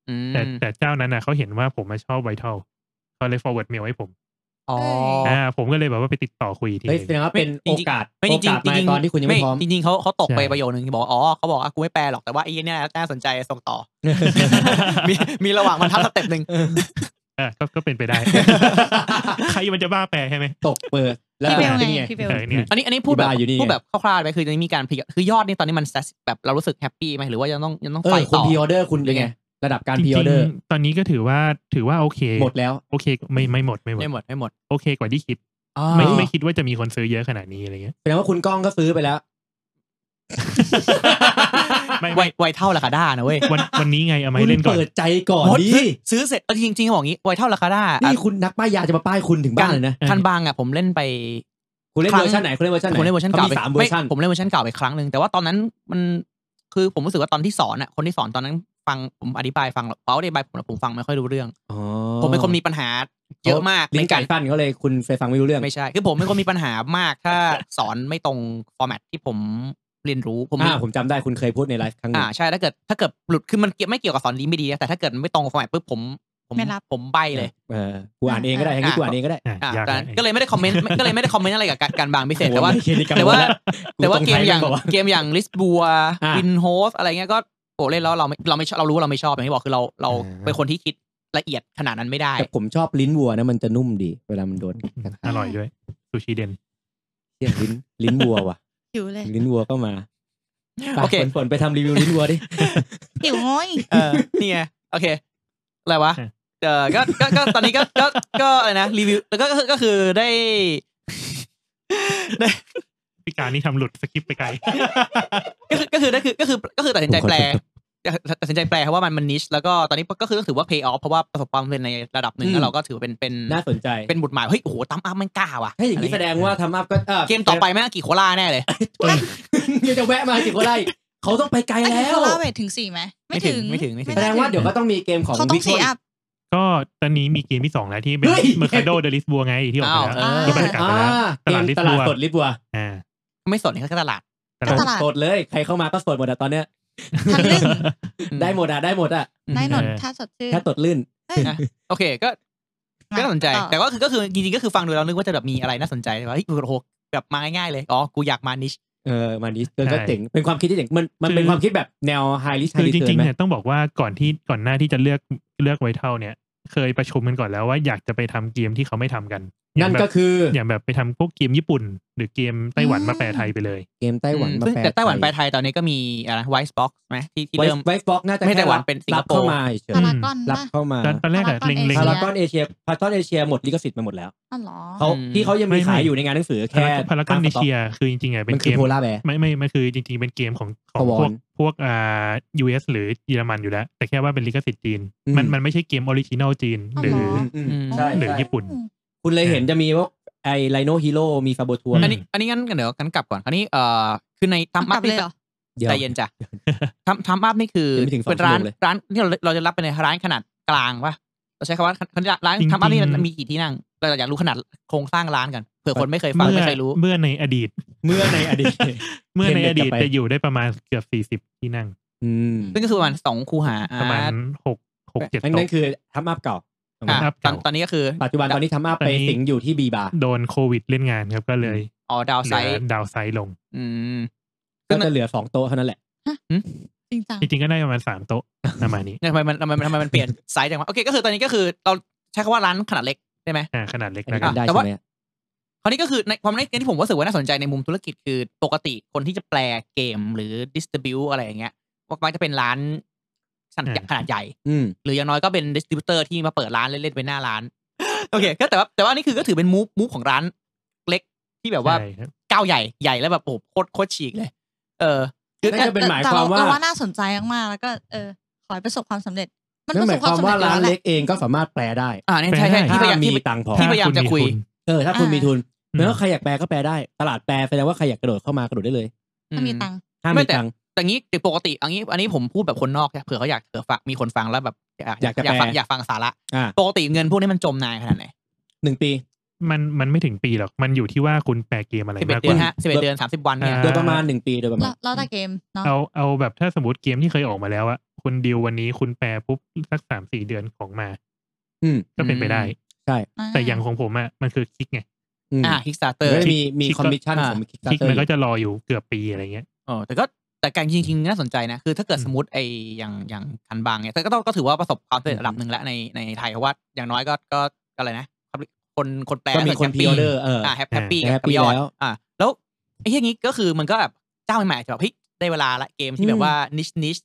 อืม
แต่แต่เจ้านั้นอ่ะเขาเห็นว่าผมมาชอบไวทัลเขาเลย forward mail ให้ผม
อ๋อ
อ่าผมก็เลยแบบว่าไปติดต่อคุยอีกทีห
เฮ้ย
นึ่
แสด
ง
งว่าเป็น
จริ
โอง
ๆ
กาส
ไม่
โอ
จริง
กาส
จริ
มาง
ๆ
ตอนที่คุณยังไม่พร้อม
จริงๆเขาเขาตกไป
ใช่
ประโยคนึงที่บอกว่าอ๋อเขาบอกอ่ะกูไม่แปลหรอกแต่ว่าไอ้เนี่ยน่าสนใจส่ง
<laughs>
ต่อ มีมีระหว่างมันทับสเต็ปหนึ่ง
อ่าก็ก็เป็นไปได้ ใครมันจะบ้าแปลใช่ไหม
<laughs> ตกเปิดแล้ว
พี่เบล
เป็น
ไง
ไง
พี่เบล
เออเนี่ย
อันนี้อันนี้พูดแบบ
อธิบายอยู่นี่ไง
พูดแบบคร่าวๆไปคือตอนนี้มีการพยคือยอดนี่ตอนนี้มัน satis- แบบเรารู้สึกแฮปปี้ไหมหรือว่ายังต้องยังต้อง
เอ
ไฟ
อคุ
ต่
ณ
อ
พรีออเดอร์คุณเป็นไง ระดับการ
จ
พรี
ริ
อง อเดอร์
ๆตอนนี้ก็ถือว่าถือว่าโอเค
หมดแล้ว
โอเคไม่ไม่หมดไม่หมด
ไม่หมดไม่หมด
โอเคกว่าที่คิด
อ๋อ
ไม่ไม่คิดว่าจะมีคนซื้อเยอะขนาดนี้อะไรเงี้ย
<laughs> แสดงว่าคุณก้องก็ซื้อไปแล้ว
ไม่
ไว
ไม่
ไวเท่าราคาด้านะเว้ย
วันวันนี้ไงเอามา
คุ
ให้
ณ
เล่นก่อน
เปิดใจก่อน
หมด
ดิ
ซื้อซื้อเสร็จเอาจริงจริงๆเขาบอกงี้ไวเท่าราคาด้าอ่ะ
นี่คุณนักป้ายยาจะมาป้ายคุณถึงบ้านเลยนะ
คันบางอ่ะผมเล่นไป
คุณเล่น
ครั้ง
เวอร์ชันไหน คุณเล่นเวอร์ชันไหน
ผมเล่นเวอร์ชันเก่า
ข
ไป
สามเวอร์ชัน
ไม่ผมเล่นเวอร์ชันเก่าไปครั้งหนึ่งแต่ว่าตอนนั้นมันคือผมรู้สึกว่าตอนที่สอนอ่ะคนที่สอนตอนนั้นฟังผมอธิบายฟังเขาอธิบายผมผมฟังไม่ค่อยรู้เรื่อง
อ๋อ
ผมเป็นคนมีปัญหาเยอะมาก
ลิ้น
ใน
ไก่
การ
ฟันเขาเลยคุณไปฟังไม่รู้เรื่อง
ไม่ใช่ คือผมเป็นคนมีปัญหามากถ้าสอนไม่ตรงฟอร์แมตที่ผมเรียนรู้ผม
อ่าผมจำได้คุณเคยพูดในไลฟ์ครั้งหนึ
อ่าง ใช่ถ้าเกิดถ้าเกิดหลุดคือมันเกี่ยวไม่เกี่ยวกับสอนดีไม่ดีนะแต่ถ้าเกิดไม่ตรงฟอร์แมตปุ๊บผมผม
ไม่รับ
ผมใบเลย
เออกูอ่านเองก็ได้ทั้งนี้
อ่ะ
กูอ่านเองก็ได้
อ่ะ
อ่าย
าก
แต่
นะ
ก็เลยไม่ได้คอมเมนต์ <laughs> ก็เลยไม่ได้คอมเมนต์อะไรกับการการบางพิเศษแต่ว่า
โอ้ยเครดิตกรรม
แต่ว่า
แล้ว
แต่ว่า
รง
เกม
ไท
อย่าง
ก่น
เกมอย่างลิสบัว
อ่ะ
วินโฮสอะไรเงี้ยก็โอ้เล่นแล้วเราไม่เราไม่ชอบเรารู้ว่าเราไม่ชอบอย่างที่บอกคือเราเรา
อ่า
เป็นคนที่คิดละเอียดขนาดนั้นไม่ได้
แต่ผมชอบลิ้นวัวนะมันจะนุ่มดีเวลามันโดนกระทะ
อร่อยด้วยซูชิเดน
เชี่ยลิ้นลิ้นวัวว่ะ
หิวเลย
ลิ้นวัวก็มาไป
โอเค
ฝนฝนไปทำรีวิวลิ้นวัว
<laughs>
ดิ
หิวง้อย
เออนี่ไงโอเค อะไรวะ
อ่ะ
เออก็ก็ก็ตอนนี้ก็ก็ก็อะไรนะรีวิวแล้วก็ก็ก็คือได้ ได้
พี่การนี่ทำหลุดสกิปไปไกล
ก็คือก็คือได้คือก็คือก็คือตัดสินใจแปล
ผมขอจบ
ตัดสินใจแปลเพราะว่ามันมันนิชแล้วก็ตอนนี้ก็คือต้องถือว่า pay off เพราะว่าประสบความสำเร็จในระดับหนึ่งแล้วเราก็ถือว่าเป็นเป็น
น่าสนใจ
เป็นบุตรหมายเฮ้ยโอ้โหตั้มอัพมันกล้าว่ะ
ถ้าอย่างนี้แสดงว่าทำอัพก็เออ
เกมต่อไปแม่งกี่โคล่าแน่เลย
เดี๋ยวจะแวะมาจิโกไลเขาต้องไปไกล
อันนี้
แล้
โคว ลาเวทถึงสี่ไหม
ไม่ถึงไม่ถึงไม่ถึ
แสดงว่าเดี๋ยวก็ต้องมีเกมของ
เขาต้อ
วิ
ง
ช
สี่
วล
อัพ
ก็ตอนนี้มีเกมที่สองแล้วที่เป็น
เฮ้ย
เมอร์คาโดเดลิสบัวไงที่ออกไป
อ้าว
เอ
แล้ว
อ
ก็บรรยากาศ
อ่า
ไปแล้ว
เกมต
ต
ลา
ลา
ด
ดลิ้น
สดลิบ
วัว
วัว
อ่า
ไม่สนนี่ก็ตลาด
แต่
ก็
ละ
ตลาด
สดเลย ใครเข้ามาก็สดหมดอะตอนเนี้ย
ทันลึ่ง
<laughs> ได้หมดอะได้หมดอะ
ได้หนนถ้าสดชื่น
ถ้าสดลื่น
อ่ะโอเคก็ก็น่าสนใจ
ต่อ
แต่ว่าคือก็คือจริงๆก็คือฟังดูแล้วนึกว่าจะแบบมีอะไรน่าสนใจแต่ว่าเฮ้ยโอ้โหแบบมาง่ายๆเลยอ๋อกูอยากมานิช
เออมานี้ก็เจ๋งเป็นความคิดที่เจ๋งมันมันเป็นความคิดแบบแนวไฮริสไฮ
คือ
ริส
จ
เล
ริ
ย
งๆ
ไหม
เนี่ยต้องบอกว่าก่อนที่ก่อนหน้าที่จะเลือกเลือกไวเท่าเนี่ย เคยประชุมกันก่อนแล้วว่าอยากจะไปทำเกมที่เขาไม่ทำกัน อย่าง
นั่น
แบบ
ก็คืออ
อย่างแบบไปทำพวกเกมญี่ปุ่น หรือเกมไต้หวันมาแปลไทยไปเลย
เกมไต้หวันมา
ซึ่ง
แปล
แต่ไต้หวันไปไทยตอนนี้ก็มีอะไรไวส์บ็อกซ์ไหมที่ที่
ไว
เริ่ม
ไวบล็อกน่าจะ
ไม่ไต้หวัน
แค่
เป็นสิงค
รับ
โปร์
เข้ามาเฉย
พารากอน
ๆรับ
ป่ะ
เข้ามา
ตอนแรกอะ
พารากอน
เล็ง
เอ
พา
เชี
ราย กอนเอเชียพารากอนเอเชียหมดลิขสิทธิ์มาหมดแล้ว
อ๋อเหรอ
เขา
อืม
ที่เขายังมี
ไม่
ขาย
ไม่
อยู่ในงานหนังสือ
พา
แค่
รากอนพารากอนเอเชียคือจริงๆอะเป็
มัน น
เก
คือ
ม
โพลาร์แบร์
ไม่ไม่มันคือจริงๆเป็นเกมของของ
ตะวั
พวก
น
พวกอ่า US หรือเยอรมันอยู่แล้ว แต่แค่ว่าเป็นลิขสิทธิ์จีน
อืม
มันมันไม่ใช่เกมออริจินอลจีนหรือ
อ๋อเหร
อืม
ใช่
หรือ
ใช่
ญี่ปุ่น
คุณเลยเห็นจะมีว่าไอไลโนฮีโร่มีซาโบทัวร์
ม
อันนี้อันนี้งั้นเดี๋ยวกันกลับก่อนคราวนี้เอ่อคือใน
ก
ทำอั
ลั
พ
บเล
นี่
ยเหรอ
เดี๋ยว
ใจเย็นจ้ะทำทำอัพนี่คือ
ยังไม่ถึงสอง
เป็นร้าน
ชั่วโมงเลย
ร้านที่เราเราจะรับเป็นในร้านขนาดกลางปะเราใช้คำว่าร้าน
จริงๆ
ทำอัพนี่มันมีกี่ที่นั่ง เราอยากรู้ขนาดโครงสร้างร้านกันเผื่อคนไม่เคยฟัง
เมื่อ
ไม่เคยรู้
เมื่อในอดีต
เมื่อในอดีต
เมื่อในอดีต
เทรนเด็กกลับไป
จะอยู่ได้ประมาณเกือบสี่สิบ40 ที่นั่ง
อืม
ซึ่งก็คือประมาณสองคูหา
ประมาณหกหกเจ็ด
นั่น
โต๊ะ
นั่นคือทัมอัพเก่า
ครั
อ่ะ
บ
ตอนตอนนี้ก็คือ
ปัจจุบันตอนนี้ทัมอัพ
ตอน
ไป
นี้
สิงอยู่ที่บีบาร์
โดนโควิดเล่นงานครับก็เลย
อ๋อดาว
เห
ไซ
ลือ
ด์
ดาวไซด์ลง
อืม
ก็จะเหลือสองโต๊ะเท่านั้นแหละ
จริงจัง
จริงๆก็ได้ประมาณสามโต๊ะประมาณนี้
เนี่ยทำไมมันทำไมมันทำไมมันเปลี่ยนไซส์จังวะโอเคก็คือตอนนี้ก็คือเราใช้คำว่าร้านขนาดเล็กได้ไหม
อ่าขนาดเล็ก
อันนี้
แล้วกัน
ได้
แต่
ใช่
ว่า
ไหม
คราวนี้ก็คือในความในที่ผมรู้สึกว่าน่าสนใจในมุมธุรกิจคือปกติคนที่จะแปลเกมหรือดิสติบิวอะไรอย่างเงี้ยมักจะเป็นร้านขนาด
อ่า
ขนาดใหญ่
อืม
หรืออย่างน้อยก็เป็นดิสติบิวเตอร์ที่มาเปิดร้านเล่นๆเป็นหน้าร้าน <laughs> โอเคก็แต่ว่าแต่ว่านี่คือก็ถือเป็นมูฟมูฟของร้านเล็กที่แบบว่า
ใช่ครับ
ก้าวใหญ่ใหญ่แล้วแบบโอ้โหโคตรโคตรฉีกเลย เออ
นั่นจะเป็นหมาย
แต่
ความ
เร
ว่า
เรว่าน่าสนใจมากๆแล้วก็เออขอให้ประสบความสำเร็จ มัน
นั่
ป
น
ระ
ห
ส
มายค
บ
วาม ม
คาวสำ
ว่า
เร็จอยู่
ร้าน
แล้วแห
เล็
ละ
กเองก็สามารถแปลได้
อ่าเนี่ยใช่ใช่
แปลได้
ที่พยายาม
ถ้า
ที่
มีตังค์พอ
ที่พยายามจะคุย
ถ้ณ
เออ ถ้าคุณมีทุน
มีทุน
แล้วาใครอยากแปลก็แปลได้ ตลาดแปลแสดงว่าใครอยากกระโดดเข้ามากระโดดได้เลย
ถ้ามีตังค์
ถ้า
ไม่
มี
แต่
ตังค์
แต่งี้เดี๋ยวปกติเอันนี้อันนี้ผมพูดแบบคนนอกนะเผื่อเขาอยากเผื่อฟังมีคนฟังแล้วแบบ
อยากจะ
อยากฟัง
แปล
อยากฟังสาระ
อ่า
ปกติเงินพวกนี้มันจมนานขนาดไหน
หนึ่งปี
มันมันไม่ถึงปีหรอก มันอยู่ที่ว่าคุณแปลเกมอะไร
สิบเอ็ด
มาก
เดื
ก
อน
ว่า
ฮะสิบเอ็ดเดือนสามสิบวันเนี่ย
อ่า
โดยประมาณหนึ่งปีโดยประมา
แล้
ณ
วแล้วแต่เกมเนาะ
เอาเอาแบบถ้าสมมติเกมที่เคยออกมาแล้วอะคุณดีลวันนี้คุณแปลปุ๊บสักสามสี่เดือนของมา
อืม
ก็เป็นไปได้ แต่อย่างของผมอะมันคือคลิกไง
อืม
อ่าฮิกสตาร์เตอร์
ก็จะมีมี
คิด
คอมมิชชั่น
อ่า
ของคิก
คลิก
เตอ
มันก็
ร์
จะรออยู่เกือบปีอะไรเงี้ย
เออแต่ก็แต่การจริงๆน่าสนใจนะ คือถ้าเกิด
อืม
สมมติไออย่างอย่างคันบางเนี่ยแต่ก็ต้องก็ถือว่าประสบความสำเร็จระดับหนึ่งแล้วในในไทยเพราะว่าอย่างน้อยก็ก็อะไรนะ คนคนแปล
ก็มี
ส่ว
คน
แฮปปี้
pre-order เอออ่
อ่าแฮปแฮปปี้
แฮป
กับ
ปี้
ยอด
แล้ว
อ่าแล้วไอ้เรื่องนี้ก็คือมันก็แบบเจ้าใหม่ๆอาจจะแบบเฮ้ยได้เวลาละเกมที่แบ
อื
บ
ม
ว่านิชนิช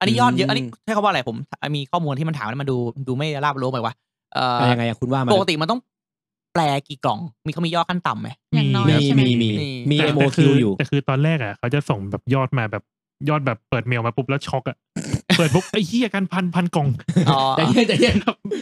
อันนี้ยอดเย
อื
อะ
ม
อันนี้ใช้คำว่าอะไรผมมีข้อมูลที่มันถามแล้วมันดูดูไม่ราบรู้ไปว่าเอ่อ
ยังไงอะคุณว่ามา
ปกติมันต้องแปลกี่กล่อง มีเขามียอดขั้นต่ำไหม
อย่างน้อย
มี
ใช่ไหม
มีมี
มี
มี
แต่
เอ็มโอ
แต่
คิวอยู่
แต่คือตอนแรกอ่ะเขาจะส่งแบบยอดมาแบบยอดแบบเปิดเมลมาปุ๊บแล้วช็อกอ่ะ เปิดปุ๊บไอ้เหี้ยกันพันพันกล่อง <laughs>
อ๋อ
แต่เย็นแต่
<laughs>
เย็น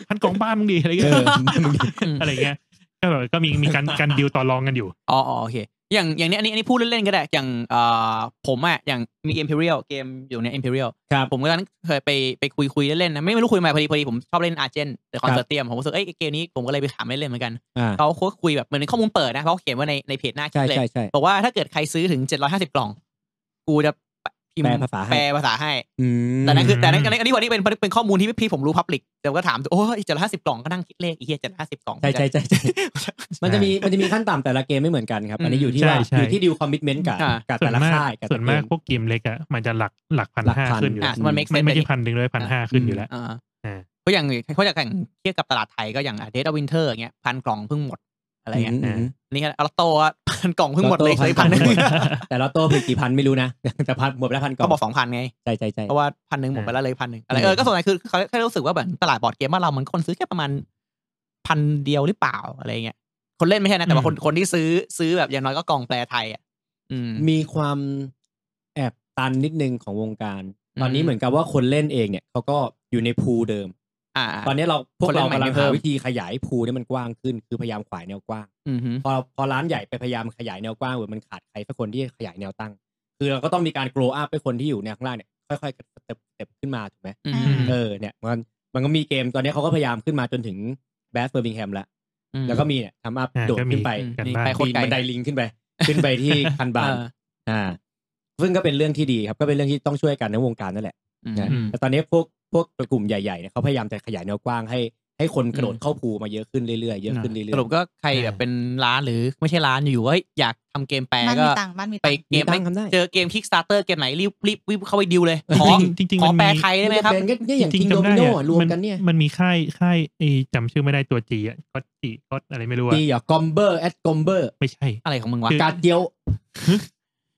พันกล่องบ้านมึงดีอะไรเงี้
เอย อมึง
อะไรเงี้ยก็แบบก็มีมีการการดิวต่อรองกันอยู่
อ๋ออ๋อโอเค อย่างอย่างเนี้ยอันนี้อันนี้พูดเล่นๆก็ได้ อย่างเอ่อผมอะอย่างมี Imperial เกมอยู่ใน Imperial
ครับ
ผมก็ตอนนั้นเคยไปไปคุยคุยเล่นๆนะไม่ไม่รู้คุยมาพอดีพอดีผมชอบเล่นอาร์เจนแต่คอนเสิร์ตเตียมผมรู้สึกเอ้ยเกมนี้ผมก็เลยไปถามเล่นๆเหมือนกัน
อ่า
เขาโค้ดคุยแบบเหมือนข้อมูลเปิดนะเขาเขียนไว่าในในเพจหน้าคลิ
ใช่
ปเลย
ใช่ใช่
บอกว่าถ้าเกิดใครซื้อถึง 750 กล่อง กูจะพิมพ์
แปลภาษาให้
แปลภาษาให้
อืม
แต่นั่นคือ
อืม
แต่นั่นอันนี้วันนี้เป็นเป็นข้อมูลที่พี่ผมรู้พับลิกแต่ก็ถามโอ้ย750 กล่องก็นั่งคิดเลขไอีเหี้ย750 กล่อง
ใช่ใช่ใช่ใช่ มันจะมีมันจะมีขั้นต่ำแต่ละเกมไม่เหมือนกันครับ อันนี้อยู่ที่ว่า
ใช่ใช่
อยู่ที่ดิวคอมมิชเมนต์กับ
อ่า
กับ
ส่ว
แต่
น
ละ
มาก
ค่ายกับ
ส่วนมาก
แต่ละเก
พวกเกมเล็กอ่ะมันจะหลักหลักพัน
หลัก
ห้า
พัน
ขึ้นอยู่
อ่ะ
แล้ว
มัน make
ไม่
sense
ไม่
แต่
ใช่
นี่
พันหนึ่งด้วยพันห้าขึ้นอยู่แล้ว
อ่า
อ่า
เพราะอย่างเขาอยากแข่งเทียบกับตลาดไทยก็อย่างเดทอวินเทอร์อย่างเงี้ยพันกล่องเพิ่งหมดอะไรเงี้ย
อืมอืม
อันนี่ก็อัลโต้อะพันกล่องเพิ่งหมดเลยเค
พั
น ยพันหนึ่ง
หมด แต่ละโต้มีกี่พันไม่รู้นะ <laughs> แต่พันหมดไปแล้วพันกล่
ก็
อง
บอกสองพันไง
ใช่ใช่ใช่
เพราะว่าพันหนึ่งหมดไปแล้วเลยพันหนึ่งอะไรเออก็ส่วนใหญ่คือเขาแค่รู้สึกว่าแบบตลาดบอร์ดเกมบ้านเรามันคนซื้อแค่ประมาณพันเดียวหรือเปล่าอะไรเงี้ยคนเล่นไม่ใช่นะแต่ว่าคนคนที่ซื้อซื้อแบบอย่างน้อยก็กล่องแปลไทยอ่ะอืม
มีความแอบตันนิดนึงของวงการ
อืม
ตอนนี้เหมือนกับว่าคนเล่นเองเนี่ยเขาก็อยู่ในพูลเดิม
อ่า
ตอนนี้เราพวก
คนเล่
เรา
นใหม่
กำลัง
เพิ่
หาม วิธีขยายพูลให้มันกว้างขึ้น คือพยายามขวายแนวกว้าง
อืมฮึ
พอพอร้านใหญ่ไปพยายามขยายแนวกว้างเหมือนมันขาดใครสักคนที่ขยายแนวตั้ง คือเราก็ต้องมีการ grow up ให้คนที่อยู่แนวข้างล่างเนี่ยค่อยๆสเต็ปสเต็ปขึ้นมาถูกไหม
อืม
เออเนี่ยมันมันก็มีเกมตอนนี้เขาก็พยายามขึ้นมาจนถึงแบสเบอร์บิงแฮมแล้ว
อืม
แล้วก็มีเนี่ยทำอัพ
อ่า
โดด
ก็มี
ขึ้นไป
กัน
นี่
บ้าง
ไป โคตร
ปีน
กล
บันไดลิงขึ้นไป ขึ้นไปที่คันบาน
เออ
อ่า ซึ่งก็เป็นเรื่องที่ดีครับก็เป็นเรื่องที่ต้องช่วยกันในวงการนั่นแหละ
อืม
นะ
อืม
แต่ตอนนี้พวกพวกกลุ่มใหญ่ๆเนี่ยเขาพยายามจะขยายแนวกว้างให้ ให้คนกระโดดเข้าภูมาเยอะขึ้นเรื่อยๆเยอะขึ้นเรื่อยๆ
สรุปก็ใครแบบเป็นร้านหรือไม่ใช่ร้านอยู่ๆว่าเฮ้ยอยากทำเกมแปล
บ้าน
ก็
มีตังค์บ้านมีตั
ไป
งค์
เกม
มีตังค์ทำได้
เจอเกม Kickstarter เกมไหนรีบรีบรีบเข้าไปดิวเลยขอ
จริงๆจริง
ขอ
ๆมันมี
แปลไทยได้ไหมครับ
เป็นก็เนี่ยอย่าง
จริ
ทิง
ง
โดมิ
จำได้
โน
อะ
รวม
มั
กันเนี่ย
มันมีค่ายค่ายไอจำชื่อไม่ได้ตัวจีอ่ะก็จีก็อะไรไม่รู้อะ
ดีอ่ะกอมเบอร์แอดกอมเบอร์
ไม่ใช่
อะไรของมึงวะ
คือ
กาเดียว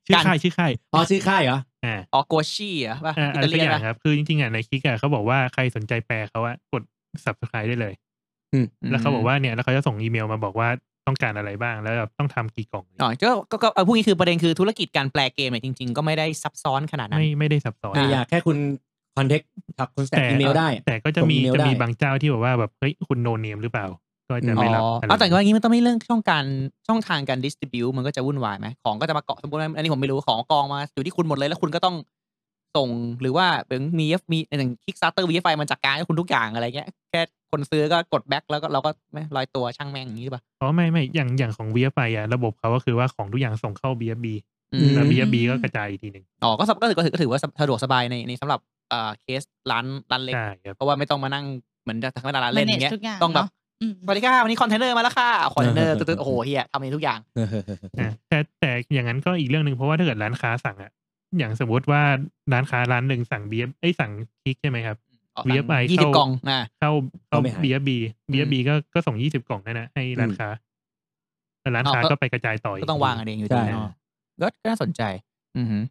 ชื่อ
การ
ค่ายชื่อค่าย
อ๋อชื่อค่ายเหรอ
อ่า
ออโกชี่อ่ะป่ะ
อ่า
อิ
อะไร
ตา
สั
เลี
ก
ย
อน ย่าง
อะ
ครับ คือจริงๆอ่ะในคลิกอ่ะเขาบอกว่าใครสนใจแปลเขาอะกด subscribe ได้เลย
อืม
แล้วเขาบอกว่าเนี่ยแล้วเขาจะส่งอีเมลมาบอกว่าต้องการอะไรบ้างแล้วแบบต้องทำกี่กล่อง
อ๋อก็ก็ก็เอาพูดงี้คือประเด็นคือธุรกิจการแปลเกมเนี่ยจริง ๆ ก็ไม่ได้ซับซ้อนขนาดนั้น
ไม่ไม่ได้ซับซ้อน
อ่ะ
อ่ะ
อยากแค่คุณคอนเทคทักคุณแตกอีเมลได้
แต่ก็จะมี
ส่งอีเมล
จะมี
ได้
บางเจ้าที่แบบว่าแบบเฮ้ยคุณโนเนมหรือเปล่า ก็จะไม่รับ
อ๋อ
อะไร
เอาแต่ก็อย่างนี้มันต้องไม่เรื่องช่องการช่องทางการดิสติบิวมันก็จะวุ่นวายไหมของก็จะมาเกาะสมมติว่าอันนี้ผมไม่รู้ของกองมาอยู่ที่คุณหมดเลยแล้วคุณก็ต้องส่งหรือว่าเป็นมีเอฟมีอย่างคิกสตาร์เตอร์วีไฟมันจัดการให้คุณทุกอย่างอะไรเงี้ยแค่คนซื้อก็กดแบ็คแล้วก็เราก็ไม่ลอยตัวช่างแม่งอย่างนี้หรือเปล่า
อ๋อไม่ไม่อย่างอย่างของ VFI อ่ะระบบเขาก็คือว่าของทุกอย่างส่งเข้า BFB
อื
อื
ม
ม
แล้ว BFB ก็กระจายอีกทีหนึ่ง
อ๋อก็สับก็ถือก็ถือก็ถือว่าสะดวกสบายในในสำหรับเอ่อเคสร้านร้านเล็ก
ใช่ครับ
เพราะว่าไม่ต้องมานั่งเหมือนทางดาราเล่นอย่างเงี้ย
ทุกอย่าง
ต้องแบบ
เนะอืม
สวัสดีค่ะวันนี้คอนเทนเนอร์มาแล้วค่ะคอนเทนเนอร์
<laughs>
ตึ๊ดๆโอ้โหเฮียทำเองทุกอย่าง
อ่ะแต่แต่อย่างนั้นก็อีกเรื่องหนึ่งเพราะว่าถ้าเกิดร้านค้าสั่งอะอย่างสมมติว่าร้านค้าร้านหนึ่งสั่งเบียไอยสั่งคลิกใช่ไหมครับ VFI
ยี่สิบ
เข้า
กล่องนะ
เข้าเข้า
ก็ไม่หาย
เบียบีเบียบีก็ก็ส่งยี่สิบกล่องนั่นนะให้ร้านค้าแต่ร้านค้า
อ้าวก็
ก็ไปกระจายต่ออี
ก็
ก
ต้องวางกันเองอยู่ดี
ใช่
เนอะก็ก็น่าสนใจ อือหือ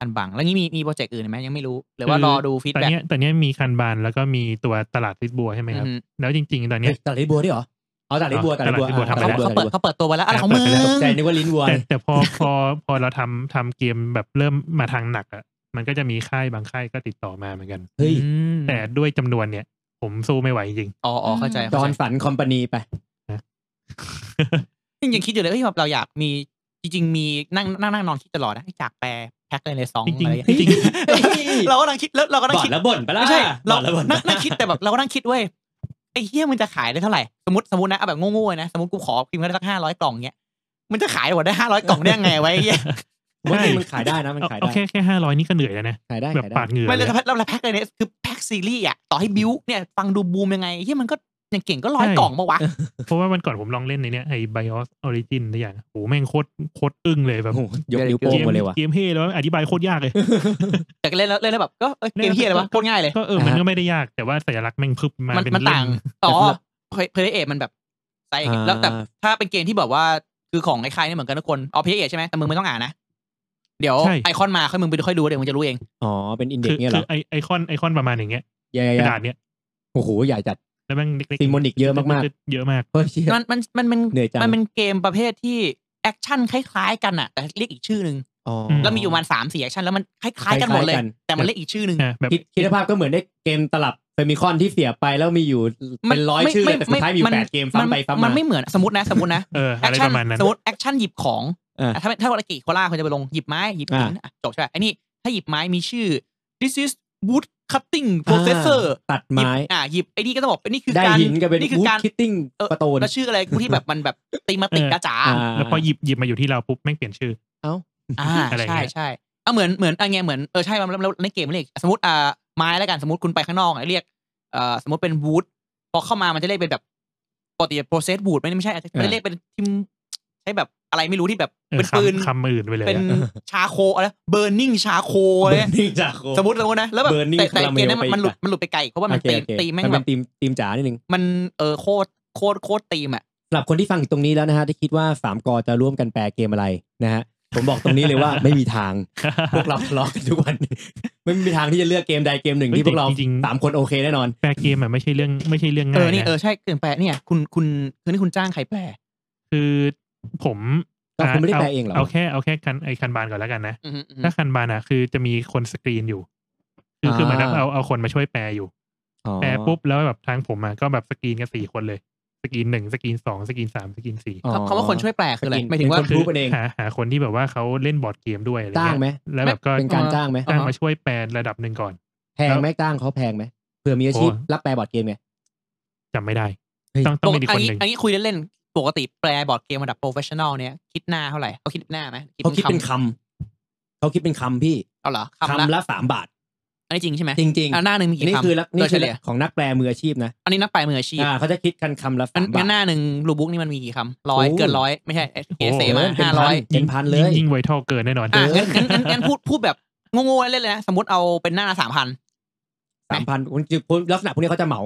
อันบัง แล้วนี้มีมีโปรเจกต์อื่นไหมยังไม่รู้ หรือว่ารอดูฟีด
ตอน
แบ็ก
เนี้ยตอนเนี้ยมีคันบานแล้วก็มีตัวตลาดลิสบัวใช่ไหมครับ แล้วจริง ๆ ตอนเนี้ย
ตลาดลิบัวด้วยเหรอเอาตลาดลิบัวตลาดลิบัว
ตลาดลิบัวทำ
เขาเขา
ไปแล้ว
เปิดเขาเปิดตัวไปแล้วอะไรของมึง
ตกใจนึกว่าลิ้นวัว
แต่แต่พอพอพอเราทำทำเกมแบบเริ่มมาทางหนักอะมันก็จะมีค่ายบางค่ายก็ติดต่อมาเหมือนกัน
เฮ้ย
อืม
แต่ด้วยจำนวนเนี่ย ผมสู้ไม่ไหวจริง
อ๋ออ๋อเข้าใจ
จ
เข้า
อ
ใจ
นสันคอมพานีไป
ยังยังคิดอยู่เลยเอ้ยแบบเราอยากมีจริง ๆ มีนั่งนั่งนั่งนอนคิดตลอดนะอยากแปลแพ็คเลยในซอง
จริง
อะ
ๆ
ไรอย่างเงี้ย
จริง
เฮ้ยเราก็นั่งคิดแล้วเราก็นั่ง
บ่น
คิด
แล้วบ่นไปะละ
ไม่ใช่เรา
บ่นแล้วบ่น
นั่งนั่งคิดแต่แบบเราก็นั่งคิดเว้ยไอ้เฮียมันจะขายได้เท่าไหร่ สมมติสมมตินะเอาแบบโง่ๆเลยนะ สมมติกูขอพิมพ์ได้สักห้าร้อยกล่องเนี้ยมันจะขายหมดได้ห้าร้อยกล่องได้ยังไงไวะไอ้เฮีย
ผมว่าจริงมันขายได้นะมัน
เอา
ขาย
เอา
ได้
แค่แค่ห้าร้อยนี่ก็เหนื่อยแล้วนะ
ขายได้
แบบ
ขาย
ปา
ได้
ดเหงื่อ
ไม่เล
เลย ย
แล้วแล้วแพ็คเลยเนี่ยคือแพ็คซีรีส์อ่ะต่อให้บิวเนี่ยฟังดูบูมยังไงเฮียมันก็อย่างเก่งก็ร้อย
ใช่
กล่องมาวะ
เพราะว่าวันก่อนผมลองเล่นในเนี้ยไอ้ BIOS Origin ตัวอย่างโหแม่งโคตรโคตรอึ้งเลยแบบ
โอ้โหยกนิ้วโป้
เก
ง
ม
มาเลยว่ะ
เกมเฮ้แล้วอธิบายโคตร
<laughs>
ยากเลย
แต่ก็เล่นแล้วเล่นแล้วแบบก็เอ้ยเกมเฮียอะไรวะโคตรง่ายเลย
ก็เออมัน
อ่าฮะ
ก็ไม่ได้ยากแต่ว่าสัญลักษณ์แม่งพึบมา
มัน
เป็น
มัน
เล่
ต่าง อ๋อเพลย์เอมันแบบไซส์อย่างเงี้ยแล้วแต่
อ่า
ถ้าเป็นเกมที่แบบว่าคือของไอ้ใครเนี่ยเหมือนกันทุกคนเอาเพลย์เอใช่ไหมแต่มึงไม่ต้องอ่านนะ เดี๋ยวไอคอนมาค่อยมึงไปดูค่อยดูเดี๋ยวมึงจะรู้เอง
อ๋อเป็นอินเด็กซ์
คือ
เนี่ยเหร
คือ อไอไอคอนไอคอนประมาณอย่างเงี้ย
ใหญ่
กระดาษเนี้ย
ๆโอ้โหใหญ่จัด
แล้วแม่งเล็ก
ซิมโมนิกเยอะมาก
ๆเยอะมาก
ๆเฮ้ยเชี่ย
มันมันมันมัน
เหนื่อยจัง
มันเป็นเกมประเภทที่แอคชั่นคล้ายๆกันอ่ะแต่เรียกอีกชื่อหนึ่ง
อ๋อ
แล้วมีอยู่ประมาณสามสี่แอคชั่นแล้วมันคล้ายๆกันหมดเลย
คล้ายๆกัน
แต่มันเรียกอีกชื่อหนึ่ง
นะแบบ
คิดคิดภาพก็เหมือนได้เกมตลับเฟมิคอนที่เสียไปแล้วมีอยู่
มั
เป็นร้อย
ไม่
ชื่อ
ไม่
แต่สุดท้ายมีอยู่แปดเกม
น
ซ้ำไปซ้ำ
มั
มาน
ไม่เหมือนสมมตินะสมมติ
<laughs>
นะ
เออ
แอ
อะ
ค
ไร
ชั่
ป
น
ระมาณนั้น
สมมติแอคชั่นหยิบของ
อ่า
อ่ะถ้าเป็นถ้าวารากิโคล่าเขาจะไปลงหยิบไม้หยิบหินอ่ะจบใช่ไหมไอ้นี่ถ้าหยิบไม้มีชื่อ this is wood cutting processor
ตัด
หยิบ
ไม้
อ่ะหยิบไอ้นี่ก็ต้องบอกเป็นนี่คือ
ได้
การ
หินกันเป็น
นี่คือ
วูด
การ
คิตติ้ง
เออ
ประตูน
แล้วชื่ออะไรกูที่แบบมันแบบตีมาติด
เออ
กระจ๋า
แล้วพอหยิบหยิบมาอยู่ที่เราปุ๊บแม่งเปลี่ยนชื่อ
อ่า
อะไรอย่าง
ใช่
เงี้ย
ใช่เอาเหมือนเหมือนอะไรเงี้ยเหมือนเออใช่มันแล้วแล้วในเกมมันเรียกสมมติอ่าไม้แล้วกันสมมติคุณไปข้างนอกอ่ะเรียกเอ่อสมมติเป็นวูดพอเข้ามามันจะเรียกเป็นแบบปกติโปรเซสวูดไม่ไม่ใช่อาจจะ
อ่า
เรียกเป็นทิมใช้แบบอะไรไม่รู้ที่แบบ
เออ
เป็นปืน
คำคำอื่นไปเลย
เป็น
อะ
ชาโคอะไรเบ r ร์นิ่งชาโค
เบิ
เล
ร์
ย
นนิ่งจากโค
สมมติสมมตินะแล้วแบบ
Burning
แต่แต่เกมนั้น
Caramel
มันหลุด
ไปอีก
มั
อะ
นหลุดไปไกลเพราะว่ามัน
โอเค
ตี
โอเค
ตีแม่ง
มัน
แบ
เป็
บ
นทีมทีมจ๋านิดนึง
มันเออโคตรโคตรโคตรตีมอ่ะ
สำหรับคนที่ฟังอยู่ตรงนี้แล้วนะฮะที่คิดว่าสามกอจะร่วมกันแปลเกมอะไรนะฮะผมบอกตรงนี้เลยว่า
<laughs>
ไม่มีทาง พวกเราทะเลาะกันทุกวัน <laughs> ไม่มีทางที่จะเลือกเกมใดเกมหนึ่งที่พวกเราสามคนโอเคแน่นอน
แปลเกมอะไม่ใช่เรื่องไม่ใช่เรื่อง
เอ
ง่า
อย นี่เอ
นะ
อใช่เกินแปลเนี่ยคุณคุณคือนี่คุณจ้างใครแปล
คือผม
ก็คุณไม่ได้
า
แปลเองเหรอ
เอาแค่เอาแค่คันไอคันบานก่อนแล้วกันนะ
อืมอืมอืม
ถ้าคันบานอ่ะคือจะมีคนสกรีนอยู่ คือคือเหมือนแบบเอาเอาคนมาช่วยแปลอยู่
อ๋อ
แปลปุ๊บแล้วแบบทางผมอ่ะก็แบบสกรีนกันสี่คนเลย สกรีนหนึ่งสกรีนสองสกรีนสามสกรีนสี่
อ๋อ
คำว่าคนช่วยแปลคืออะไร
สกิน
หมายถึงว่า
เป็น รู้กัเอง
หาหาคนที่แบบว่าเขาเล่นบอร์ดเกมด้วยอะไร
จ้าง
เงี้ย
ไหม
แล้วแบบก็
เป็นการจ้างไหม
จ้าง
อ่าฮะ
มาช่วยแปลระดับหนึ่งก่อน
แพงไหมจ้างเขาแพงไหมเผื่อมีอาชีพ
โอ้
รับแปลบอร์ดเกมไง
จำไม่ได้
เฮ้ย
ต้องต้องเป็นอีก
อั
คน
นี้
หนึ่ง
อันนี้คุยเล่นๆปกติแปลบอร์ดเกมระดับโปรเฟชชั่นอลเนี่ยคิดหน้าเท่าไหร่เขาคิดหน้าไหม
เขาคิดเป็น
ำ
คำเขาคิดเป็นคำพี่
เอาเหรอ
คำ
คำละ
ละสามบาท
อันนี้จริงใช่ไหม
จริงๆ
อ่ะหน้าหนึ่งมี
อัน
กี่
นี่
คำ
คือละนี่
โดย
คื
เฉ
อ
ลี่ย
ของนักแปลมืออาชีพนะ
อันนี้นักแปลมืออาชีพ
อ่าเขาจะคิดกันคำละ
งั้
สาน ม
งั้
บาน
ห
ท
น้าหนึ่งรูบุ๊กนี่มันมีกี่คำร้อ
โอ้
ย
โห
เกินร้อยไม่ใช่เอเซ
โอ้
มา
โหป็
ห้าร้อย
เป็นพันเลย
ยิ่งไวทอเกินแน่นอน
อ่ะงั้นงั้นงั้นงั้นพูดพูดแบบโง่ๆเล่นๆเลยนะสมมติเอาเป็นหน้าสามพัน
สามพันคุณลักษณะพวกนี้เขาจะเหมา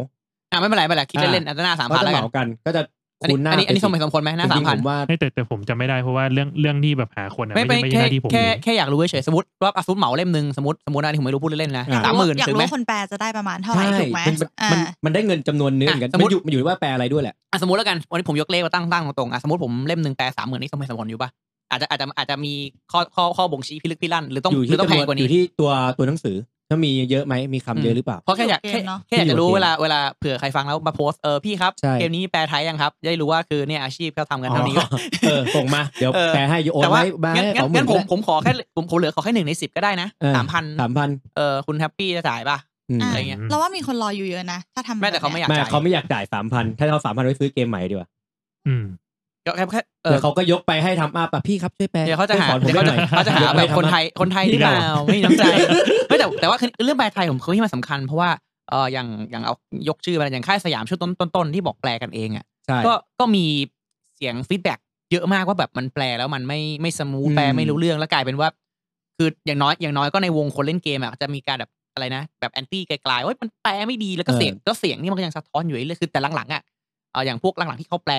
อ่ะไม่เป็นไรไม่เป็นไรคิดเล่นๆอ่ะหน้าสาม
เขา
พัน
จะ
แล้ว
เห
กัน
มากัน ก็จะ
อันนี้
คูณหน้า
อันนี้อันนี้สมเห
ไป
ตุสมผลไหมหน้า
จ
สา
ริ
ม
งๆ
พัน
ผมว่า
ไม่แต่แต่ผมจำไม่ได้เพราะว่าเรื่องเรื่องที่แบบหาคนอะ
ไม่
ไม่
ไม่
ได้ไม่
แค่
ใช่หน้าที่ผม
แค่แค่อยากรู้เฉยๆสมมติว่าอาซุปเหมาเล่มหนึ่งสมมติสมมตินะที่ผมไม่รู้พูดเล่นๆนะ
อ่า
สามหมื่น
อยาก
ถึง
รู้
ไหม
ว่าคนแปลจะได้ประมาณเท่าไหร่
ใช่
ถูกไหม
นน
อ่า
นมันได้เงินจำนวนเนื้อเหมือนกัน
อ่ะสม
มั
มุติ
นอยู่มันอยู่ที่ว่าแปลอะไรด้วยแหละ
อ่ะสมมติแล้วกันวันนี้ผมยกเลขมาตั้งตั้งตรงๆอ่ะสมมติผมเล่มหนึ่งแปลสามหมื่นนี่สมเหตุสมผลอยู่ปะอาจจะอาจจะอาจจะมีข้อข้อข้อบ่งชี้พิลึกพิลั่นหรือต้อง
อยู่
หรื
ที่
อต้องแพ
จำ
ง
นวน
กว่า
อ
นี้
ยู่ที่ตัวตัวหนังสือถ้ามีเยอะไหมมีคำ
อืม
เยอะหรือเปล่า
เพราะแค่อยาก
ที่อยู่
แค่
เกมเนอะ
แค่อยากจะรู้
ที่อยู่
เวลา
เกม
เวลาเผื่อใครฟังแล้วมาโพสต์เออพี่ครับ
ใช่
เกมนี้แปลไทยยังครับจะได้รู้ว่าคือเนี่ยอาชีพเขาทำกันเท่านี้
อ๋อเออส่งมา เดี๋ยว
เออ
แปลให้โอน
แต่ว่า
ไว้บ้าง
งั้น
ให้
งั้
สอนงหมื่
งั้
น
นผมผมขอแค่ผมผมเหลือขอแค่หนึ่งในสิบก็ได้นะสามพัน
สามพัน
เออคุณแฮปปี้จะจ่ายปะ
อ่า
อะไรเงี้ย
เราว่ามีคนรออยู่เยอะนะ ถ้าทำ
แม่แต่เขาไม่อยาก
ไม่
จ่าย
เขาไม่อยากจ่ายสามพันถ้าเขาสามพันไว้ซื้อเกมใหม่ดีกว่า
อืม
ก็แค่แค่เอ
เดี๋
อ
ยวเขาก็ยกไปให้ทำอัพอ่ะพี่ครับช่วยแปล
เดี๋ยวเขาจะหา
ช่วยสอนผม
เดี๋ยว
ได้
เขา
ห
จะ
น่อย
เขาจะหาแบบคนไทยคนไทย
อี
ที่
กแล้
เป
ว
ล่าไม่มีน้ำใจ <laughs> ไม่แต่แต่ว่าคือเรื่องแปลไทยผมคิดว่ามันสำคัญเพราะว่าเอออย่างอย่างเอายกชื่อมาอย่างค่ายสยามชุดต้นต้นๆที่บอกแปลกันเองอ่ะ
ใช่
ก็ก็มีเสียงฟีดแบ็กเยอะมากว่าแบบมันแปลแล้วมันไม่ไม่สมูท
อืม
แปลไม่รู้เรื่องแล้วกลายเป็นว่า คืออย่างน้อยอย่างน้อยก็ในวงคนเล่นเกมอ่ะจะมีการแบบอะไรนะ แบบแอนตี้ไกลๆว่ามันแปลไม่ดีแล้วก็เสียงก็เสียงนี่มันก็ยังสะท้อนอยู่เรื่อยคือแต่หลังๆอ่ะเอออย่างพวกหลังๆที่เขาแปล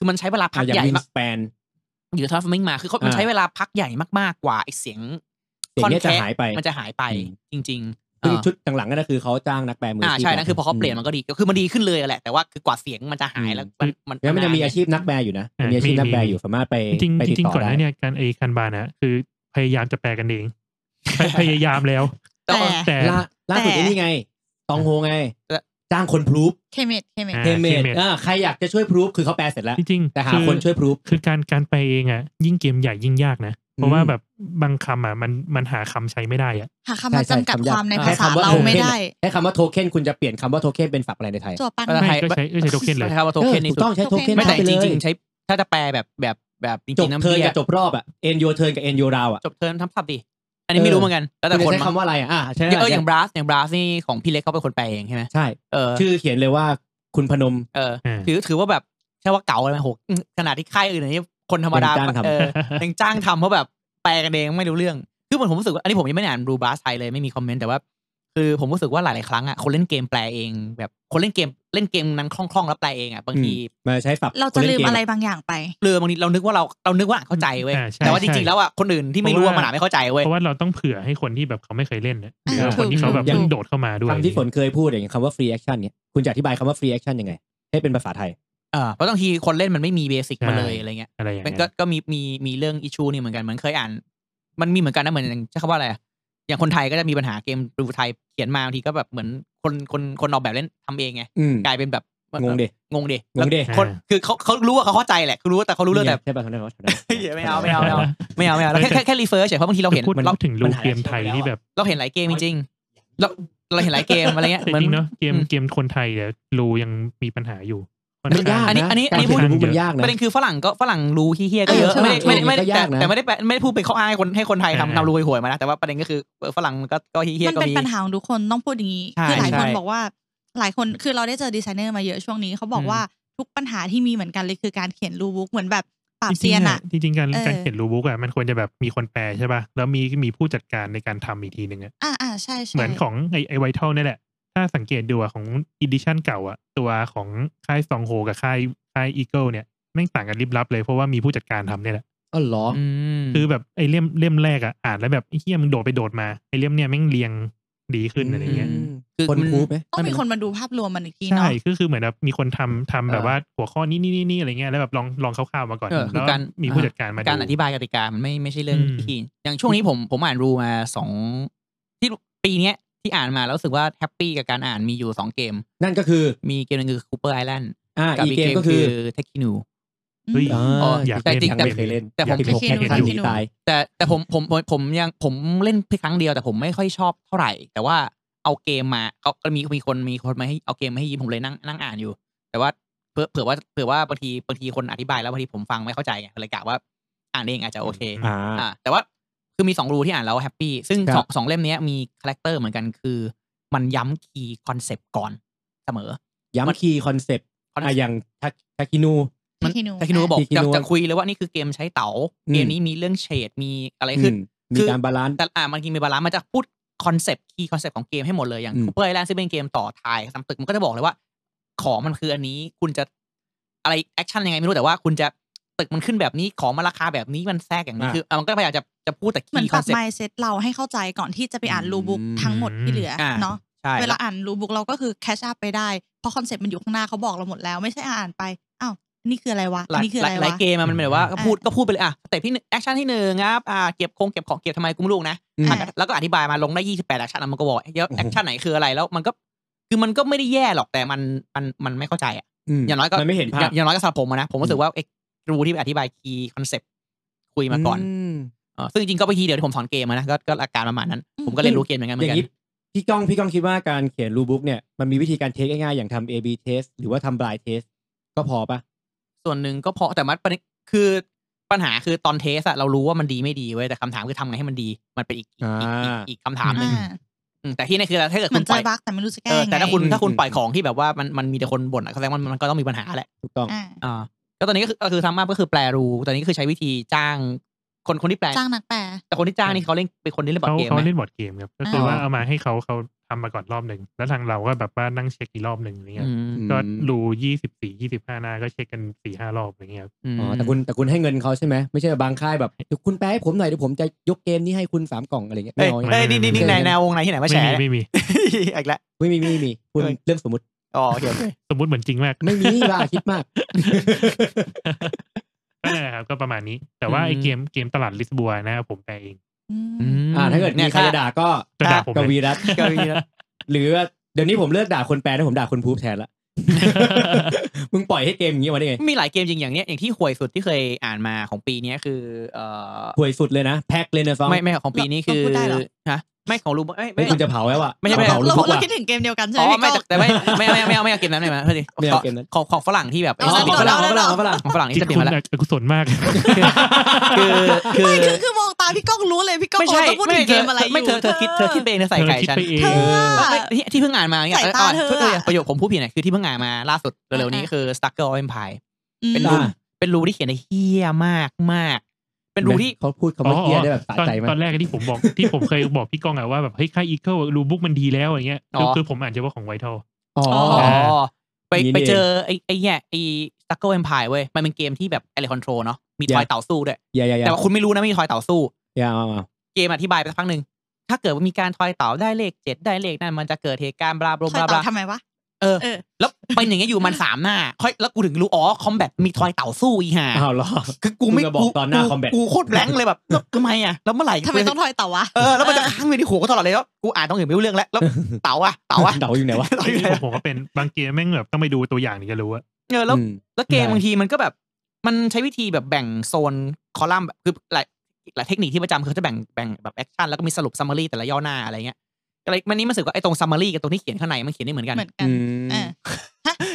คือมันใช้เวลาพั
อ่ะ
ก
อย่าง
ใหญ่
วิน
มาก
สแปน
หรือทราฟมิ่งมาคือเขา
อ่ามั
มันใช้เวลาพักใหญ่มากๆกว่าไอเสียง
เสียงเนี้ยจะ
คอแค
หายไป
มันจะหายไปจริงๆ
ซึ่ง
เออ
ชุดหลังๆก็คือเขาจ้างนักแปลมือ
อ่า
อาชีพ
ใช่นั่นคือพอเขาเปลี่ยน
ม
มันก็ดีก็คือมันดีขึ้นเลยแหละแต่ว่าคือกว่าเสียงมันจะหายแล้วมันมัน
แล้วมันจะมีอาชีพนักแปลอยู่นะมันมีอาชีพนักแปลอยู่สามารถไป
จริง
ไปติด
จริง
ต่อ
ๆก่อนห
ได้
น้าเนี่ยการไอคันบานะคือพยายามจะแปลกันเองพยพยายาม
<laughs>
แล้ว
แต่
แต่
แต่
ล่าล่าสุดไอ้นี่ไง ตองโฮไง จ้างคนพรูฟ
เคเมดเคเมด
อ่า
เทเมด
Teammate
อ่าใครอยากจะช่วยพรูฟคือเขาแปลเสร็จแล้ว
จริงๆ
แต่หา
อ
คนช่วยพรูฟ
คือการการแปลเองอ่ะ ยิ่งเกมใหญ่ยิ่งยากนะ เพ
อื
ราะ
ม
ว่าแบบบางคำอ่ะมันมันหาคำใช้ไม่ได้อ่ะ
หาคำมาจำกัดความในภาษา
ช่ช่
เราไม่ได้
ใช้คำว่าโทเค็นคุณจะเปลี่ยนคำว่าโทเค็นเป็นศัพท์อะไรในไทย
จวบปัง
ภาษาไทย
ไม่ก็ใช้ก็ใช้ token เลย
ใช่ครับว่าโทเค็นนี่
ถูกต้องใช้โทเค็น
ไม่แต่จริงๆ
ใช้
ใช้ถ้าจะแปลแบบแบบแบบจ
จ
ริ
บ
งๆน้ำ
เทิร์น
เพี้ย
กับจบรอบอ่ะเอ็นโยเทิร์นกับเอ็นโยราวอ่ะ
จบเทิร์นทับศัพท์ดิอันนี้ไม่รู้เหมือนกันแล้วแต่
คุณ
คน
จะ
มั้ง
ใช้คำว่าอะไรอ่ะอ่าใช่
เอออย่างบราสอย่างบราสนี่ของพี่เล็กเขาเป็นคนแปลเองใช่ไหม
ใช่
เออ
ชื่อเขียนเลยว่าคุณพนม
เออ
อ่า
ถือถือว่าแบบใช่ว่าเก่าอะไรไหมโหอืมขนาดที่ค่ายอื่นอย่างนี้คนธรรมดา
ยังจ้างทำ
เออยังจ้างทำเพราะแบบแปลกันเองไม่รู้เรื่อง คือเหมือนผมรู้สึกว่าอันนี้ผมยังไม่ได้อ่านรูบาสไทยเลยไม่มีคอมเมนต์แต่ว่า คือผมรู้สึกว่าหลาย ๆ ครั้งอ่ะคนเล่นเกมแปลเอง แบบคนเล่นเกมเล่นเกมนั้นคล่อง ๆ แล้วแปลเองอ่ะบางที
มาใช้ศัพท์
เราจะลืมอะไรบางอย่างไป
เรือบางทีเรานึกว่าเราเรานึกว่าอ่านเข้าใจเว้ย
อ่าใช่
แต่ว่าจริง
ใช่
ๆ แล้วอ่ะคนอื่นที่ไม่รู้ว่ามันอ่านไม่เข้าใจเว้ย
เพราะว่าเราต้องเผื่อให้คนที่แบบเขาไม่เคยเล่นเนี่ยหรือว่า
อ่า
คนที่เขาแบบ
ถูก
เพิ่งโดดเข้ามาด้วย
คำที่ฝนเคยพูดอย่างคำว่า free action เนี่ยคุณจะอธิบายคำว่า free action ยังไง ให้เป็นภาษาไทย
เออเพราะบางทีคนเล่นมันไม่มีเบสิกมาเลยอะไรเงี้ย
อะไรอย่าง
มัน
เงี้
ก็
ย
ก็มีมีมีเรื่องอิชูนี่เหมือนกันเหมือนเคยอ่าน มันมีเหมือนกันนะเหมือนอย่างใช้คำว่าอะไรอะอย่างคนไทยก็จะมีปัญหาเกมรูไทยเขียนมาบางทีก็แบบเหมือนคนคนคนออกแบบเล่นทำเองไง
อืม
กลายเป็นแบบ
งงดิ
งงเด
งงดิ
คนคือเขาเขารู้ว่าเขาเข้าใจแหละคือรู้ว่าแต่เขารู้เรื่องแต่
ใช่ป่ะเขาได้เขาได้
ไม่เอาไม่เอาไม่เอาไม่เอาไม่เอาแล้วแค่แค่แค่รีเฟอร์เฉยเพราะบางทีเราเห็น
พูด
เรา
พูดถึงรู
มันหา
เกมไทยที่แบบ
เราเห็นหลายเกมจริงๆเราเราเห็นหลายเกมอะไรเงี้ย
แต่
เหมือน
จริงเนาะเกม
อืม
เกมคนไทยเนี่ยรูยังมีปัญหาอยู่ค่
มันยาก
ข้ง
อันนี้อันนี้อันนี้พูด
การเขียรูปมันยาก
ป
นะ
ระเด็นคือฝรั่งก็ฝรั่งรู้เฮี้ยๆก็เยอะ
เออ
ไม่ได้
ฝรั่
ไม่
ง
ได้ไม่ได้
ก็
แต่
ยากนะ
แต่ไม่ได้แปลไม่ได้พูดไปนข้ออ้างให้คนให้คนไทย
อ่า
ทำทำรูหวยๆมานะแต่ว่าประเด็นก็คือเออฝรั่งก็ก็เฮี้ย
มัน
ๆก็
เป็น
มี
ปัญหาของทุกคนต้องพูดอย่างนี้
ใช่
คือหลายคน
ใช่
บอกว่า หลายคนคือเราได้เจอดีไซเนอร์มาเยอะช่วงนี้เขาบอก
อืม
ว่าทุกปัญหาที่มีเหมือนกันเลยคือการเขียนรูบุ๊กเหมือนแบบปราบเซียนอะ
จริงๆการ
เออ
การเขียนรูบุ๊กอะมันควรจะแบบมีคนแปลใช่ป่ะแล้วมีมีผู้จัดการในการทำอีกทีหนึ่งอะ
อ่าอ่าใช่ใช่
เหมือนของไอไอไวท์นี่ยแหละ ถ้าสังเกตดูอะของอีดิชันเก่าอะตัวของค่ายซองโฮกับค่ายค่ายอีเกิลเนี่ยแม่งต่างกันลิบลับเลยเพราะว่ามีผู้จัดการทำเนี่ยแหละ
อ๋อเหรอ
อืม
คือแบบไอเล่มเล่มแรกอะอ่านแล้วแบบไอ้เฮียมึงโดดไปโดดมาไอเล่มเนี่ยแม่งเรียงดีขึ้นอะไรเงี้ย
อืม
คน
มัน
พูดไหม
ต้องมีคนมาดูภาพรวมมันอีกที
ใช่
เนาะ
คือคือเหมือนแบบมีคนทำทำแบ
เอบ อ
ว่าหัวข้อนี้นี่นี่นี่อะไรเงี้ยแล้วแบบลองลองคร่าวๆมาก่อน
เออคือ
แล้ว
การ
มีผู้จัดการมาดู
การอธิบายกติกามันไม่ไม่ใช่เรื่อง
อืม
ที่อย่างช่วงนี้ผมผมอ่านรูมาสองที่ปีเนี้ยที่อ่านมาแล้วรู้สึกว่าแฮปปี้กับการอ่านมีอยู่สองเกม
นั่นก็คือ
มีเกมหนึงคือคูเปอร์ไอแลนด์
อ่า
กั
อี
อีก
เก
เก
ม
ม
ก็
ก็
คื
คือ อเทคคินู
เฮ้ย
อ
อ๋อ
อ
อาย
ยากก
เล่น
เล่น
ยัง
อยาก
ไม่
แต่ผม
เคยเล่น
เล่น
สิบหก
แค่
แค่
ดู
ทัน
แค่
ที
ดู
ตาย
แต่แต่ผมผมผมผมยังผมเล่นเพียงครั้งเดียวแต่ผมไม่ค่อยชอบเท่าไหร่ แต่ว่าเอาเกมมาเขาก็มีมีคนมีคนมาให้เอาเกมมาให้ยืมผมเลยนั่งนั่งอ่านอยู่ แต่ว่าเผื่อเผื่อว่าเผื่อว่าบางทีบางทีคนอธิบายแล้วบางทีผมฟังไม่เข้าใจไงเลยกะว่าอ่านเองอาจจะโอเค
อ่า
แต่ว่า คือมีสองรูที่อ่านแล้วแฮปปี้ซึ่ง
ครับ
สองสองเล่มเนี้ยมีคาแรคเตอร์เหมือนกันคือ มันย้ำคีย์คอนเซปต์ก่อนเสมอ
ย้ำคีย์คอนเซปต์
คอนเซปต์
อ่ะอย่างทาทาคินู
มัน
ที่นู
ทาคิโนะบอก
ทาคิ
จะ
โนะ
จะคุยเลยว่านี่คือเกมใช้เต๋า
อืม
เกมนี้มีเรื่องเฉดมีอะไรขึ้น
อืมมี
คือ
การบาลานซ์
แต่อ่ามันกินมีบาลานซ์มันจะพูดคอนเซปต์คีย์คอนเซปต์ของเกมให้หมดเลย อย่าง
อืม
คูเปอร์ไอแลนด์ซึ่งเป็นเกมต่อทายซ้ำตึกมันก็จะบอกเลยว่า ของมันคืออันนี้คุณจะอะไรแอคชั่นยังไงไม่รู้แต่ว่าคุณจะตึกมันขึ้นแบบนี้ของมันราคาแบบนี้มันแทรกอย่างนี้คืออ่ะมันก็พยายามจะจะพูดแต่
เหมือ
คี
น
ย์
ป
ค
รั
อบ นเซป
ไม
ต์
เซ็ตเราให้เข้าใจก่อนที่จะไปอ่านรูบุ๊ก
อืม
ทั้งหมดที่เหลือ
อ่า
เนาะ
ใช่
เวลาอ่านรูบุ๊กเราก็คือแคชอัพไปได้เพราะคอนเซ็ปต์มันอยู่ข้างหน้าเขาบอกเราหมดแล้ว ไม่ใช่อ่านไปอ้าวนี่คืออะไรวะ
หลาย
นี่คือ
ห
อะ
ลายหลายว
ไระ
เกมอะมันเหมือนว่าก็พูด
อ่ะ
ก็พูดไปเลยอ่ะสเต็ปที่แอคชั่นที่หนึ่งครับอ่าเก็บโครงเก็บของเก็บทำไมกูไม่รู้นะ
อืม
อ่ะ
แล้วก็อธิบายมาลงได้ 28 แอคชั่นแล้วมันก็บอกเยอะ
โอ้โห
แอคชั่นไหนคืออะไรแล้วมันก็คือมันก็ไม่ได้แย่หรอกแต่มันมันมันไม่เข้าใจอ่ะ
ม
อย่างน้อยก็
มันไม่เห็นภา
อย่า
พ
งอย่างน้อยก็สำหรับผมอะนะ ผมรู้สึกว่าไอ้รูที่อธิบายคีย์คอนเซปต์คุยมาก่อน
ม
เออซึ่งจริงๆก็ไปทีเดียวที่ผมสอนเกมอะนะก็ก็อาการประมาณนั้น
อืม
ผมก็เรียนรู้เกมอย่างนั้นเหมื
อ
อนกั
ย่านงนี้พี่ก้องพี่ก้องคิดว่าการเขียนรูบุ๊กเนี่ยมันมีวิธีการเทคง่ายๆอย่างทำ A/B test หรือว่าทำ blind test ก็พอปะ
ส่วนหนึ่งก็เพราะแต่มันคือปัญหาคือตอนเทสอะเรารู้ว่ามันดีไม่ดีเว้ยแต่คำถามคือทำไงให้มันดีมันเป็นอีกอีกอีกอีก
อ่า
อีกคำถามหนึ่ง
อ่า
อืมแต่ที่นี่คือถ้าเกิด
เหมื
คุ
อ
ณป
นเจ
ล่อ
อย บั๊กแต่ไม่รู้จะแก้
เออ
ยังไง
แต่ถ้าคุณถ้าคุณปล่อยของที่แบบว่ามันมันมีแต่คนบ่นอะแสดงว่ามันมันก็ต้องมีปัญหาแหละ
ถูกต้อง
อ่า
อ่าก็ตอนนี้ก็คือก็คือทำมากก็คือแปลรูตอนนี้ก็คือใช้วิธีจ้างคนคนที่แปล
จ้างนักแปล
แต่คนที่จ้างนี่เขาเล่นเป็นคนที่เล่นบอ
เขา
ร์ดเกม
เขา
ไหม
เล่นบอร์ดเกมครับก็คือว่าเอามาให้เขาเขาทำมาก่อนรอบหนึ่งแล้วทางเราก็แบบว่านั่งเช็คอีกรอบหนึ่งอะไรเงี้ย
อืม
ม
ก็รูยี่สิบสี่ยี่สิบห้าหน้าก็เช็คกันสี่ห้ารอบอะไรเงี้ยครับ
อ๋
อ๋
อ
อ
แต่คุณแต่คุณให้เงินเขาใช่ไหมไม่ใช่บางค่ายแบบเดี๋ยวคุณแปลให้ผมหน่อยเดี๋ยวผมจะยกเกมนี้ให้คุณสามกล่องอะไรเงี้ย
เอ้ย
ไม่น้อย
เอ้ยนี่นี่นี่ในแนววงไหนที่ไหนมาแชร์
ไม่มีไม่มี
<laughs> อีกแล้ว
ไม่มีไม่มีคุณ
เอ้ย
เรื่องสมมติ
อ๋อโอเคโอเค
สมมติเหมือนจริงมาก
ไม่มีบ้าคิดมาก
ก็นั่นแหละครับก็ประมาณนี้ แต่ว่าไอเกมเกมตลาดลิสบัวนะครับผมแปลเอง
อ่าถ้าเกิดมีใครจะด่าก็
จะด่าผม
ก
เลย
วีรัตน์
ก็มีนะ
หรือว่าเดี๋ยวนี้ผมเลิกด่าคนแปลนะผมด่าคนพูดแทนละ มึงปล่อยให้เกมอย่างนี้มาได้ไง
มีหลายเกมจริงอย่างเนี้ยอย่างที่ห่วยสุดที่เคยอ่านมาของปีเนี้ยคือเอ่อ
ห่วยสุดเลยนะ แพ็คเลยนะฟอง
ไม่ไม่ของปีนี้คือ
เราพูดได้เหรอ
ฮะไม่ของรูไม่
ไม่
ไม่
คุณจะเผาแล้วอ่ะ
ไม่ใช่ไม่
เผา
เรา
ลูก
เรา
ว่ะ
คิดถึงเกมเดียวกันใช่
อ๋อ
ไหมพี่
ไม่
ก้อง
แต่แต่ไม่ไม่ไม่ไม่เอาไม่เอาเกมนั้นเลยมาพอดี
ไม่เอาเกมนั้น
ของของฝรั่งที่แบบ
เอา
ของฝรั่งของฝรั่งของฝรั่ง
ของฝรั่งนี่
ที่
จะเปลี่ย
คุ
น
ณ
มาแล้ว
อกุศลมาก
คือคือ
ไม่คือคือมองตาพี่ก้องรู้เลยพี่ก้อง
ไม่ใช่
กำลังจะพูดถึงเกมอะไรอยู่
ไม่เธอเธอคิดเธอคิดไปเองเธอใส่ไก่
เธอคิด
ฉัน
ไปเอง
เธอ
เออ
อะ
ไม่ที่ที่เพิ่งอ่านมาเนี่ย
ใส่ตา
เออ
เธออะ
ประโยคผมพูดผิดเนี่ยคือที่เพิ่งอ่านมาล่าสุดเร็วๆนี้
อ่า
คือ Stucker of Empire
อืม
เป็นรูปเป็นรูที่เขียนในเฮี้ยมากมากเป็นรูที่
เขาพูดคำว่าเฮียได้แบบสะ
ตอน
ใจมา
ต
ก
อนแรกที่ผมบอกที่ผมเคยบอกพี่ก้องอะว่าแบบเฮ้ยค่ายอีเกิลรูบุ๊กมันดีแล้วอย่างเงี้ยคือ
อ๋อ
คือผมอ่านเฉพาะของไวท์ทอล
อ๋อ
อ๋อไป
นี่นี่
ไปเจอไอ้ไอ้เนี่ยไอ้ Stucker of Empire เว้ยมันเป็นเกมที่แบบอะไรคอนโทรเนาะมีทอย
อย่า
เต่าสู้ด้วย
อย่าอย่าอย่า
แต่ว่าคุณไม่รู้นะไม่มีทอยเต่าสู้
อย่าเอาเอา
เกมอธิบายไปสักพักหนึ่งถ้าเกิดว่ามีการทอยเต่าได้เลขเจ็ดได้เลขนั่นมันจะเกิดเหตุการณ์บลาบลา
ค
บ
อย
ลาบ
ตอ
ลา
บทำไมวะ
เออ
เออ
แล้วเป็นอย่างเงี้ยอยู่มันสามหน้า ค่อยแล้วกูถึงรู้อ๋อคอมแบทมีทอยเต่าสู้อีห่า
อ้าวเหรอ
คือกูไม่
มึงจะบอกตอนหน้า combat
กูโคตรแบงค์เลยแบบแล้วทำไมอ่ะแล้วเมื่อไหร่
ทำไมต้องถอยเต่าวะ
เออแล้วมันจะค้างไว้ในหัวกูตลอดเลยแล้วกูอ่านต้องอื่นไม่รู้เรื่องแล้วแล้วเต่าอ่ะเต่าอ่ะ
เดาอยู่ไหนวะ
เต่าอยู่ไหน
ผม
วะ
ผมก็เป็นบางเกมแม่งแบบต้องไปดูตัวอย่างถึงจะรู้อะ
เออแล้ว
อืม
แล้วเกม
ได้
บางทีมันก็แบบ มันใช้วิธีแบบแบ่งโซนคอลัมน์แบบคือหลายหลายเทคนิคที่ประจำคือเขาจะแบ่งแบ่งแบบแอคชั่นแล้วก็มีสรุปซัมมารีแต่ละย่อหน้าอะไรเงี้ยก็เลยมันนี่มันรู้สึกว่าไอ้ตรงซัมมารีกับตรงที่เขียนข้างในมันเขียนได้เหมือนกัน
เหมือนกันเออ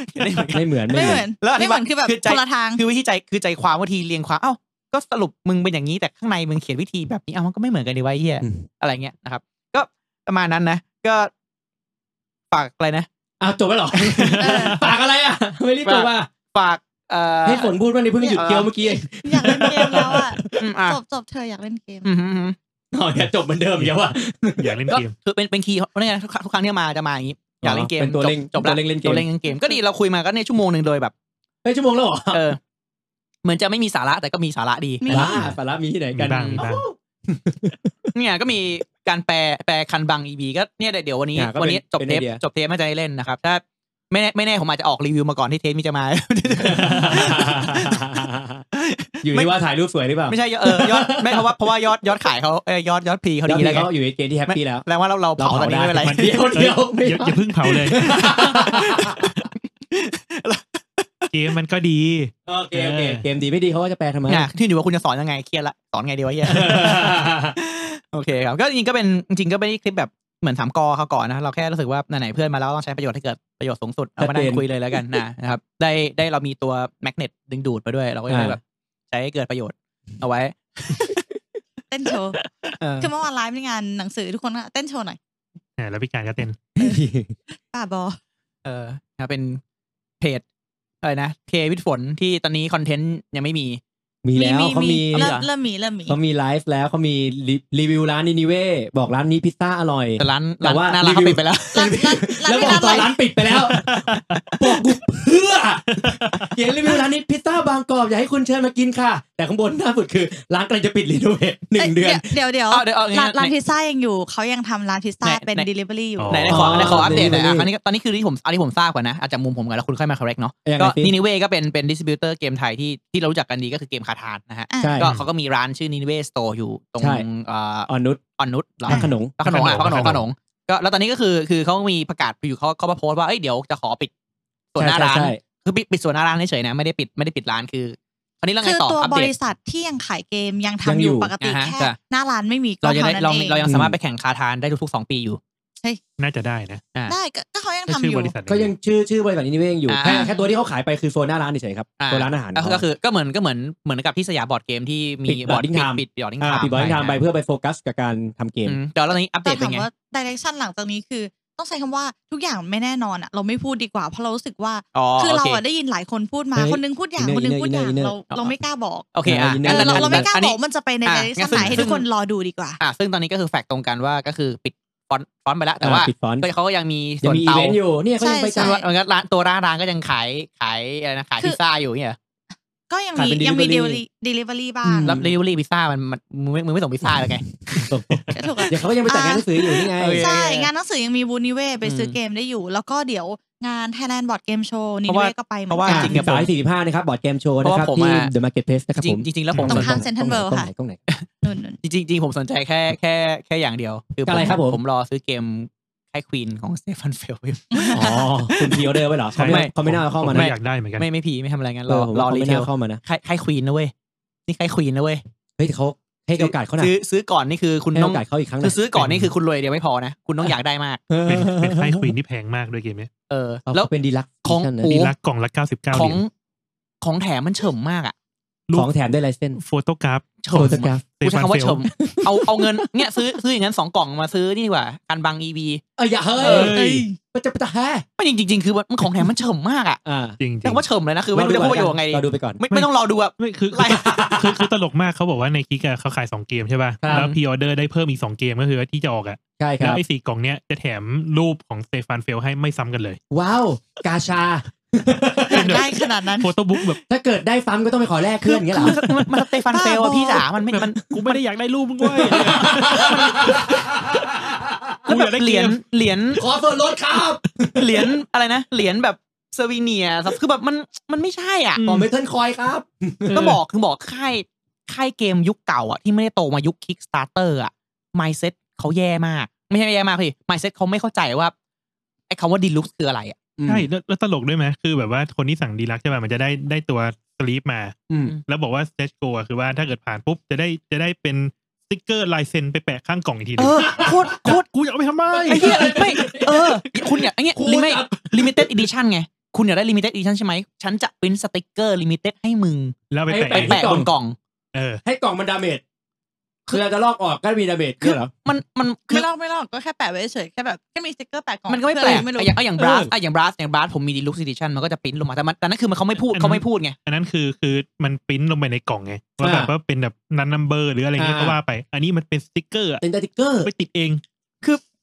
เขียนได้เหมือนกัน
ไม่เหมือน
<laughs>
ไม่เหมือ
ไม่เหมือน น
แล้วอธิ
ไม่เห
บาย
มือนคือแบบ
คือใจ
คนละทาง
คือวิธีใจคือใจความว่าทีเรียงความเอ้าก็สรุปมึงเป็นอย่างนี้แต่ข้างในมึงเขียนวิธีแบบนี้เอ้ามันก็ไม่เหมือนกันดีวะไอ้เฮีย
อืม
อะไรเงี้ยนะครับ ก็ประมาณนั้นนะ ก็ฝากอะไรนะ
อ้าวจบแล้วเหรอปากอะไรอ่ะ ไม่รีบจบว่ะ
ฝากเอ่อ
ให้ฝนพูดว่านี่เพิ่งหยุด
เออ
เกียวเมื่อกี้เอง
อยากเล่นเกมแล้วอ่ะ
อืมอ่ะ
จบจบเธออยากเล่นเกม
อืมอืมอืม
อ๋ออย่าจบเหมือนเดิมเดี๋ยวอ่ะ
อยากเล่น
ก็
เกม
คือเป็นเป็นคีย์เพราะงั้นทุกครั้งทุกครั้งที่มาจะมาอย่างนี้อยากเล่นเกม
เป็นตัวเล่ง
จบ
ตั
แล้ว ว
เล่งเล่นเก
จ
ม
บเล่นเกมก็ดีเราคุยมาก็ในชั่วโมงหนึ่งโดยแบบ
<laughs> เฮ้ยชั่วโมงแล้วเหรอ
เออ เหมือนจะไม่มีสาระแต่ก็มีสาระดี
<laughs>
มี
บ้าสาระมีที่ไหนกัน
มีบ้างมีบ้าง
เนี่ยก็มีการแปลแปลคันบังอีบีก็เนี่ยเดี๋ยววันนี้
อ่ะก็เป็น
วันนี้จบ
เป็น
เทป
ไอเดีย
จบเทปไม่าจะได้เล่นนะครับ ถ้าไม่แน่ไม่แน่ผมอาจจะออกรีวิวมาก่อนที่เทปมีจะมา
<laughs> <laughs> อยู่ที่ว่าถ่ายรูปสวยหรือเปล่า
ไม่ใช่เออยอดไม่เพราะว่าเพราะว่ายอดยอดขายเขาเอ้ยยอดยอดพีเขา
แล้ว
ดี
พี่
แล้วไง
เขาอยู่ในเกณฑ์ที่แฮปปี้แล้ว
แปลว่าเราเรา
เรา
เผาตอนนี้ไม่เป็นไร
เผาได้ เดี๋ยวเดี๋ยวไม่
อย่าอย่าเพิ่งเผาเลย เกมมันก็ดี
โอเคโอเคเกมดีไม่ดีเขาก็จะแปลทำไม
เนี่ยที่อยู่ว่าคุณจะสอนยังไงเครียดละสอนไงดีวะเฮีย โอเคครับก็จริงๆก็เป็นจริงๆก็ไม่ได้คลิปแบบเหมือนถามกอเขาก่อนนะเราแค่รู้สึกว่าไหนๆเพื่อนมาแล้วต้องใช้ประโยชน์ให้เกิดประโยชน์สูงสุดเอามานั่ง
ชัดเจน
คุยเลยแล้วกันนะ นะครับได้ได้เรามีตัวแมกเนตดึงดูดมาด้วย เราก็จะได้
อ่า
แบบใช้ให้เกิดประโยชน์เอาไว้
เต้นโชว์
เออ
คือเมื่อวานไลฟ์ในงานหนังสือทุกคนก็เต้นโชว์หน่อย
อ่าแล้วพี่การก็เต้น
ป้าบอ
เออนะเป็นเพจอะไรนะเควิทฝนที่ตอนนี้คอนเทนต์ยังไม่มี
มีแล้วเขามี
มี
เริ่มเริ่มมีเริ่มมี
เขามีไลฟ์แล้วเขามีรีรีวิวร้านนินิเว่บอกร้านนี้พิซซ่าอร่อย
แต่ร้าน
แต่
ร้าน
ว่า
หน้าร้านเขา
รี
ปิ
วิว
ดไปแล้ว
ร้าน
<laughs>
ร้านร้าน
แล้ว
ไม่
บอก
ร้าน
ตอน
อะไร
ร้านปิดไปแล้ว <laughs> บอกกูเพื่อเขียนรีวิวร้านนี้พิซซ่าบางกรอบอยากให้คุณเชิญมากินค่ะ แต่ข้างบนหน้าสุดคือร้านกำลังจะปิดรีโนเวทหนึ่งเดือน
เดี๋ยวเดี๋ยว
เอาเดี๋ยวเอาอย่างงี้
ร้านร้าน
ไหน
พิซซ่ายังอยู่เขายังทำร้านพิซซ่า
ไหน
เป็น
ไหน
delivery อยู่
อ๋
ไหนไหนขอไหนขออัปเดตหน่อยอ่ะ
Delivery
อันนี้ตอนนี้คือที่ผมอันนี้ผมทราบก่อนนะอาจจะมุมผมก่อนแล้วคุณค่อยมา correct เนาะ
ยังไง
ก็
พี่
นินิเวก็เป็นเป็นดิสติบิวเตอร์เกมไทยที่ที่เรารู้จักกันดีก็คือเกมคาทานนะฮะ
ใช่
ก็เขาก็มีร้านชื่อนินิเวสโตร์อยู่ตรง
ใช่
เอ่อ
อ่อนนุช
อ่อนนุชเหรอ
ร้านขนม
พระโขนงอ่ะพ
พ
ระ
ระ
โขน
โขน
ง
ง
พระโขนงก็แล้วตอนนี้ก็คือคือเขามีประกาศอยู่เขาเขามาโพสต์ว่าเอ้ยเดี๋ยวจะขอปิดส่วนหน้าร้าน
ใช่ใช่
คือปิดปิดส่วนหน้าร้านเฉยๆนะไม่ได้ปิดไม่ได้ปิดร้านคือคราวนี้เราไง
คือ
ต่อ
ตัว
อัป
บ
เด
ริ
ต
ษัทที่ยังขายเกมยังทำ
ยัง
อ
อยู่
ยู่ปกติ
อ่าฮะ
แค่
จ้ะ
หน้าร้านไม่มีก็
เรายัง
เท่า
ได้
นั้น
เรา
เอง
เรายังสามารถไปแข่งคาทานได้ทุกๆสองปีอยู่
น่าจะได้นะ
ได้ก็ก็เขายัง
ถ้า
ทำ
ชื่
อ
อบ
ยู่
ริษัท
ก็ยังชื่อชื่อบริษัทนินิเว่ยังอยู่
อ่า
แค่แค่ตัวที่เขาขายไปคือโซนหน้าร้านเฉยๆครับ
อ่า
ตัวร้านอาหาร
ก็คือก็เหมือนก็เหมือนเหมือนกับที่สยามบอร์ดเกมที่มี
ปิด boarding
ปิ
time
ปิดบอร์ดิ้ง
อ่า
ทาม
ปิดบอยทามไปเพื่อไปโฟกัสกับการทำเกม
เดี๋ยวแล้วตอนนี้อัปเด
แต่
ตเป็น
ถาม
ไง
ว่าดิเรกชันหลังจากนี้คือ ต้องใช้คำว่าทุกอย่างไม่แน่นอนอ่ะเราไม่พูดดีกว่าเพราะเรารู้สึกว่า
อ๋อ
คือเรา
โอ
อ่ะ
เค
ได้ยินหลายคนพูดมา
เฮ้ย
คนนึงพูดอย่าง
inner
คนนึง
inner
พูดอย่าง
inner
เราเราไม่กล้าบอก
โอเคอ่ะ
เออ
เออ
งั้น
เราเราไม่กล้า
อัน
บ
นี้
อกมันจะไปใน
อ่ะ
ดิเรก
งั้
ชัน
น
ไหนให้
ซึ่
ทุ
ง
กคนรอดูดีกว่า
อ่ะซึ่งตอนนี้ก็คือแฟกต์ตรงกันว่าก็คือปิดฟอนต์ฟอนต์ไปแล้วแต่
อ่า
ว่า
ปิดฟอนต์
ก็เขาก็ยังมี
ยั
ส่
ง
วน
มีอี
เตา
เวนต์อยู่เนี่ยเขายังไป
ใช่
จัด
ใช่
มันก็ร้านตัวร้านร้านก็ยังขายขายอะไรนะขาย
คือ
พิซซ่าอยู่เนี่ย
ก็ยัง
ขาย
มี
เป็น
ยังมี
delivery
delivery บ้าง
อืม
แล้วเดลิเวอรี่พิซซ่ามันมันมึงไม่มึงไม่ส่งพิซซ่าเลยไง
ก็ถูกอ่ะ
เดี๋ยวเขาก็ยังไปจัดงานหนังสืออยู่นี่ไง
เออ
ใช่ งานหนังสือยังมีบูนิเว่ไปซื้ออ
ม
เกมได้อยู่ แล้วก็เดี๋ยวงาน Thailand Board Game Show นิ
เพราะว่า
เว่ก็ไปเหมื
เพ
อ
ราะ
น
ว่า
กัน
จริง
สายสี่สิบห้านะครับบอร์ดเกมโชว์นะครับ
เพราะว่าผม
ที่
อะ
The Marketplace นะครับ
จริ
ผ
ง
ม
จริงๆแล้วผม
ตรงข้าม
สน
Central World
ตรงไหน
ค่ะ
ตรงไหน
นู่นนู่น
จริงๆจริงๆผมสนใจแค่แค่แค่อย่างเดียวคือผม
อะไรครับผม
ผมรอซื้อเกมแค่ควีนของสเตฟานเฟล
อ๋อคุณพีออเดอร์ไว้เหรอเขา
ไม่
ไม่เขาไม่น่าเข้ามา
ผ
นะ
อยากได้เหมือนกัน
ไม่ไม่พีไม่ทำอะไรงั้นร
เอ
อ
อผม
รอ
ว่าเขา
รี
ไม่
เท
น่า
ล
เข้ามานะ
ใค่ายควีนนะเว้ยนี่ค่ายควีนนะเว้ย
เฮ้ยแต่เขาให้โอกาสเขาหน่อย
ซื้อซื้อก่อนนี่คือคุณ
ให้
ต้
โอ
อง
กาสเขาอีกครั้งหน่
คื
อย
อซื้อก่อนนี่คือคุณรวยเดียวไม่พอนะ คุณต้องอยากได้มาก
เป็นเป็นค่ายควีนที่แพงมากด้วยเกมเนี้ย
เออ แล้
แล้ว วเป็นดีลัก
ของโอ้
ดีลักกล่องละเก้าสิบเก้า
ข
เห
อง
รียญ
ของแถมมันเฉมมากอ่ะ
รู
ข
ป
องแถมได้ลายเส้น
โฟโต้กราฟ
เฉ
โฟ
ม
โตกราฟ
เซ
กูใช้
ฟา
คำ
นเฟ
ว่า
ล
เฉม เอาเอาเงินเนี่ยซื้อซื้ออย่างนั้นสองกล่องมาซื้อนี่ดีกว่าการบังอีวี
เอ้ยอย่าเฮ้ย
เอ้ย
มันจะปะตะแฮะ
ไม่จริงจริงๆคือมันของแถมมันเฉมมากอ่ะ
อ่า
จริงจ
แต่
ริง
ว่าเฉมเลยนะคือไม่รู้จะพูดประโยคไงดี
เราดูไปก่อน
ไม่ไม่ต้องรอดูอ่ะ
ไม่คือ
ไล่
คือคือตลกมากเขาบอกว่าในคิกอะเขาขายสองเกมใช่ป่ะ
ครับ
แล้วพีออเดอร์ได้เพิ่มอีกสองเกมก็คือที่จะออกอะ
ใช่ค
แล้
รั
ว
บ
ไอ้สี่กล่องเนี้ยจะแถมรูปของสเตฟานเฟลให้ไม่ซ้ำกันเลย
ว้าว กาชา
อยากได้ขนาดนั้น
โฟโต้บุ๊กแบบ
ถ้าเกิดได้ซ้ำก็ต้องไปขอแลกเพื่อนอย่างเงี้ยเหรอ
มันมันมันสเตฟานเฟล
บ้าบ
อะ
อ
พี่จ๋ามันไม่มัน
กูไม่ได้อยากได้รูปมึงเว้ย กู
แล้ว
อ
แบ
ยา
บ
กได้เกม
เหรียญเหรียญ
ขอส่วนลดครับ
เหรียญอะไรนะเหรียญแบบเซอร์วีเนียคือแบบมันมันไม่ใช่อ่ะ
ขอเมทัลคอยครับ
ก็บอกคือบอกค่ายค่ายเกมยุคเก่าอ่ะที่ไม่ได้โตมายุค Kickstarter อ่ะ mindset เขาแย่มาก ไม่ใช่แย่มากพี่ mindset เขาไม่เข้าใจว่าไอ้คำว่าดีลุกคืออะไรอ่ะ
ใช่แล้วแล้วตลกด้วยไหมคือแบบว่าคนที่สั่งดีลักใช่ป่ะมันจะได้ได้ตัวสลีปมา
อืม
แล้วบอกว่าสเตจโกคือว่าถ้าเกิดผ่านปุ๊บ จะได้จะได้เป็นสติ๊กเกอร์ลายเซ็นไปแปะข้างกล่องอีกทีห
เอ
นึง
อโคตรโคตร
กูอยากเอาไปทำไม
ไอ้เหี้ยไม่เออ คุณอยากไอ้เงี้ย
คุณ
ลิมิ
ครับ
ลิมิเต็ดอีดิชันไง คุณอยากได้ลิมิเต็ดอีดิชันใช่ไหม ฉันจะปริ้นสติกเกอร์ลิมิเต็ดให้มึง
แล้วไปแปะ
ไป
เอง
แปะบนกล่อง
เออ
ให้กล่องมันดาเมจคือเราจะลอกออกก็มีดาเมจเนี่ยเหรอ
มันมัน
ไม่ลอกไม่ลอกก็แค่แปะไว้เฉยแค่แบบแค่มีสติ๊กเกอร์แปะกล่อง
มันก็ไม่แปลก
เพื่ออะรไม่รู้
อย่างเอาอย่างบราส
เออ
อะอย่างบราสอย่างบราสผมมีดีลุคซิดิชันมันก็จะปริ้นลงมาแต่มันแต่นั่นคือมันเขาไม่พูด
อันนั้น
เขาไม่พูดไง
อันนั้นคือคือมันปริ้นลงไปในกล่องไงว่าแบบ
อ่า
ว่าเป็นแบบนันนัมเบอร์หรืออะไรเงี้ย
อ่า
ก็ว่าไป อันนี้มันเป็นสติ๊กเกอร์อะ
เป็นสติกเกอร์
ไปติดเอง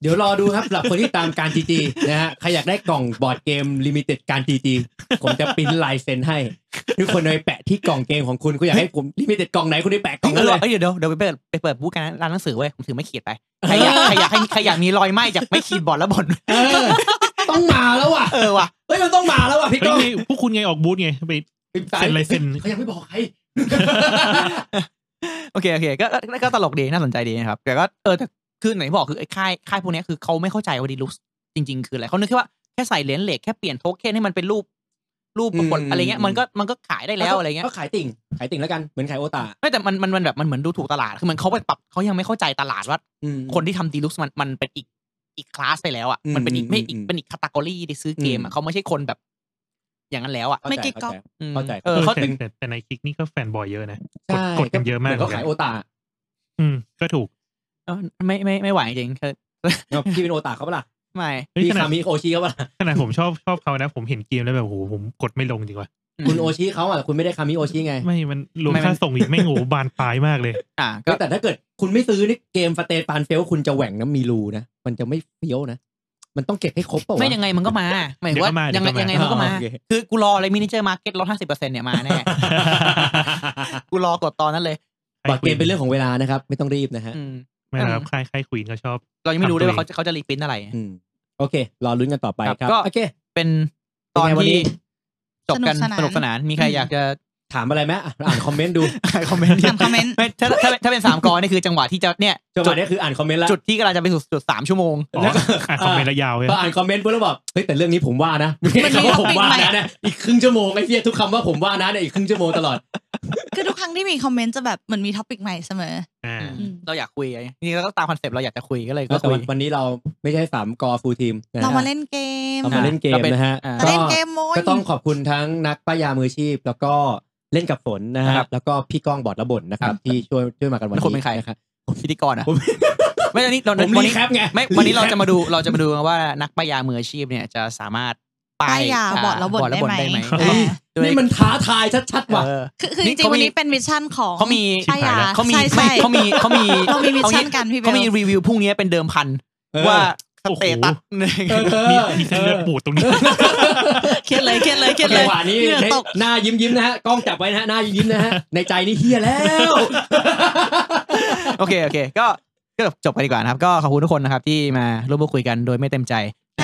เดี๋ยวรอดูครับสำหรับคนที่ตามการจีจีนะฮะ ใครอยากได้กล่องบอร์ดเกมลิมิเต็ดการจีจีผมจะปริ้นลายเซ็นให้ ทุกคนเอาไปแปะที่กล่องเกมของคุณคุณอยากให้ผมลิมิเต็ดกล่องไหนคุณได้แปะกล่อง
เอ
นั้
อ
นเลย
เอ้ยเดี๋ยวเดี๋ยวเดี๋ยวไปเปิดไปเปิดบูธกันนะร้านหนังสือเว้ยผมถือไม่ขีดไปใครอยากใครอยากให้ใครอยากมีรอยไหมจากไม่ขีดบอร์ดแล้วบ่น
เออ ต้องมาแล้วว่ะ
เออว่ะ
เฮ้ยมันต้องมาแล้วว่ะพี่
เฮ้ย
ก้อง
ไงพวกคุณไงออกบูธไงไป เซ็นลายเซ็น
เขายังไม่บอกใคร
โอเคโอเคก็ก็ก็ตลกดีน่าสนใจดีนะครับแต่ก็เออแต่คือไหนบอกคือไอ้ค่ายค่ายพวกเนี้ยคือเขาไม่เข้าใจว่าดีลุคจริง ๆ คืออะไรเขานึกแค่ว่าแค่ใส่เหรียญเหล็กแค่เปลี่ยนโทเค็นให้มันเป็นรูปรูปปรากฏ
อืม
อะไรเงี้ยมันก็มันก็ขายได้แล้วอะไรเงี้ย
ก็ขายติ่ง ขายติ่งแล้วกัน เหมือนขายโอตา
ไม่แต่มันมันมันแบบมันเหมือนดูถูกตลาด คือมันเขาไปปรับเขายังไม่เข้าใจตลาดว่า
อืม
คนที่ทำดีลุกมันมันเป็นอีกอีกคลาสไปแล้วอ่ะ
อืม
มันเป็นอีกไม่
อืม
อี
อื
ก
ม
เป็นอีกคาตากรีที่ซื้อเกม
อื
อ่ะ
ม
เขาไม่ใช่คนแบบ อย่างนั้นแล้วอ่ะ
ไม่กิ๊กก๊อก
อืม
เข้าใจ
เออเขา
แต่แต่แต่ในคลิกนี่ก็แฟนบอยเยอะนะ
ใช่
กดกันเยอะมาก
หนก็ขายโอตา
อืมก็ถูก
เออไม่ไม่ไม่ไหวจริงๆคือ
เอาพี่เป็นโอตาเขาปะล่ะ
ไม่
เฮ้ย
พี่
ขนาด
คามิโอชิเขาปะล่ะ
ขนาดผมชอบชอบเขานะ ผมเห็นเกมแล้วแบบโหผมกดไม่ลงจริงว่ะ
คุณโอชิเขาอ่ะแต่คุณไม่ได้คามิโอชิไง
ไม่มันรวม
ไม่มัน
ค่าส่
<laughs>
งอีกไม่งโหบานปลายมากเลย
อ่ะก็
ก็แต่ถ้าเกิดคุณไม่ซื้อนี่เกมฟาเตปานเฟลคุณจะแหว่งน้ำมีรูนะมันจะไม่เฟี้ยวนะมันต้องเก็บให้ครบเปล่าวะ
ไม่ยังไงมันก็มาหมายถึงว่า
เดี๋
ยั
ย
ง
ว
ไง
ก็มาเดี๋ยวก็
ยังไงมันก็
มายั
มา
อ๋อโอเค
คือกูรออะไรมินิเจอร์มาร์เก็ตลดห้าสิบเปอร์เซ็นต์เนี่ยมาแน่
<laughs>
กูรอกดตอนนั้นเลย
บอร์ดเกมเป็นเรื่องของเวลานะครับ ไม่ต้องรีบนะฮะ
อืม
ไม่นะครับค่ายค่ายควีนก็ชอบ
เรายังไม่รู้ด้วย
ทำตัว
ว่าเขาจะเขาจะรีพิ้นอะไร
อืมโอเค รอลุ้นกันต่อไป
ครับ
ครับ
ก็
โอเค
เป็นตอน
เป็นไงวันนี้
ที่จบกัน
สนุกสนาน
สนุกสนานมีใครอยากจะ
ถามอะไรไหมอ่ะอ่านคอมเมนต์ดู
คอมเมนต์
ถามคอมเมนต์
ไม่ถ้าถ้าถ้าเป็นสามกอนี่คือจังหวะที่จะเนี่ย
<laughs> จังห
จุ
วะ
ด
นี้คืออ่านคอมเมนต์แล้ว
จุดที่กำลังจะไปสู่จุดสามชั่วโมง
อ๋อ
แล้วก็
อ่านคอมเมนต์ระยาวเลย
พออ่านคอมเมนต์ปุ๊บแล้วบอกเฮ้ยแต่เรื่องนี้ผมว่านะ
มันมี
<laughs> เขาว่าผม
topic
ว่า
ใหม่
นะเนี่ยอีกครึ่งชั่วโมงไอ้เพี้ยทุกคำว่าผมว่านะเนี่ยอีกครึ่งชั่วโมงตลอด
คือทุกครั้งที่มีคอมเมนต์จะแบบเหมือนมีท็อปิกใหม่เสมอ
อ่า
อืม
เราอยากคุยไงจริงๆเราก็ตามคอนเซปต์เราอยากจะคุยก็เลยก็
แต่
คุ
วั
ย
นวันนี้เราไม่ใช่สามกอฟูลทีม
เรามาเล่นเกม
เรามาเล่นเกมนะฮะ
มาเล่นเกมโมย
ก็ต้องขอบคุณทั้งนักป้ายามืออาชีพ แล้วก็เล่นกับฝนนะฮะแล้วก็พี่ก้องบอดระบนนะครับที่ช่วยช่วยมากันวัน
แล้ว
นี้
คุณเป็นใคร
นะครับ
พิธีกรอ่ะ
ผม
ไม่วันนี้เรา
ผม
วัน
รี
นี้
แคปไง
ไม่วันนี้เราจะมาดูเราจะมาดูกันว่านักป้ายามืออาชีพเนี่ยจะสามารถ
ป้ายยาบอดแล้วบดได้ไหม
เออด้วย
นี่มันท้าทายชัดๆว่ะ
เออ
คือคือ
นี่
จริง
เขามี
ๆวันนี้เป็นมิชชั่นของ
เขามี
ป้ายยา
เขามี
ใช่
ไม่
ใช่
เขามีเขามี
เรามีมิชชั่
อ
น
งี้
กันพี่เบล
เขามีรีวิวพรุ่งนี้เป็นเดิมพัน
เออ
ว่าสเตตัสเนี่ย
เออ
มีมีเส้นเลือดปูดตรงนี้
เครียดเลยเครียดเลยเครียดเล
จั
ย
งหวะนี้
เหงื่อตก
หน้ายิ้มยิ้มๆนะฮะกล้องจับไว้นะฮะหน้ายิ้มยิ้มๆนะฮะในใจนี่เฮียแล้ว
โอเคโอเค ก็ก็จบไปดีกว่านะครับ ก็ขอบคุณทุกคนนะครับที่มาร่วมพูดคุยกันโดยไม่เต็มใจ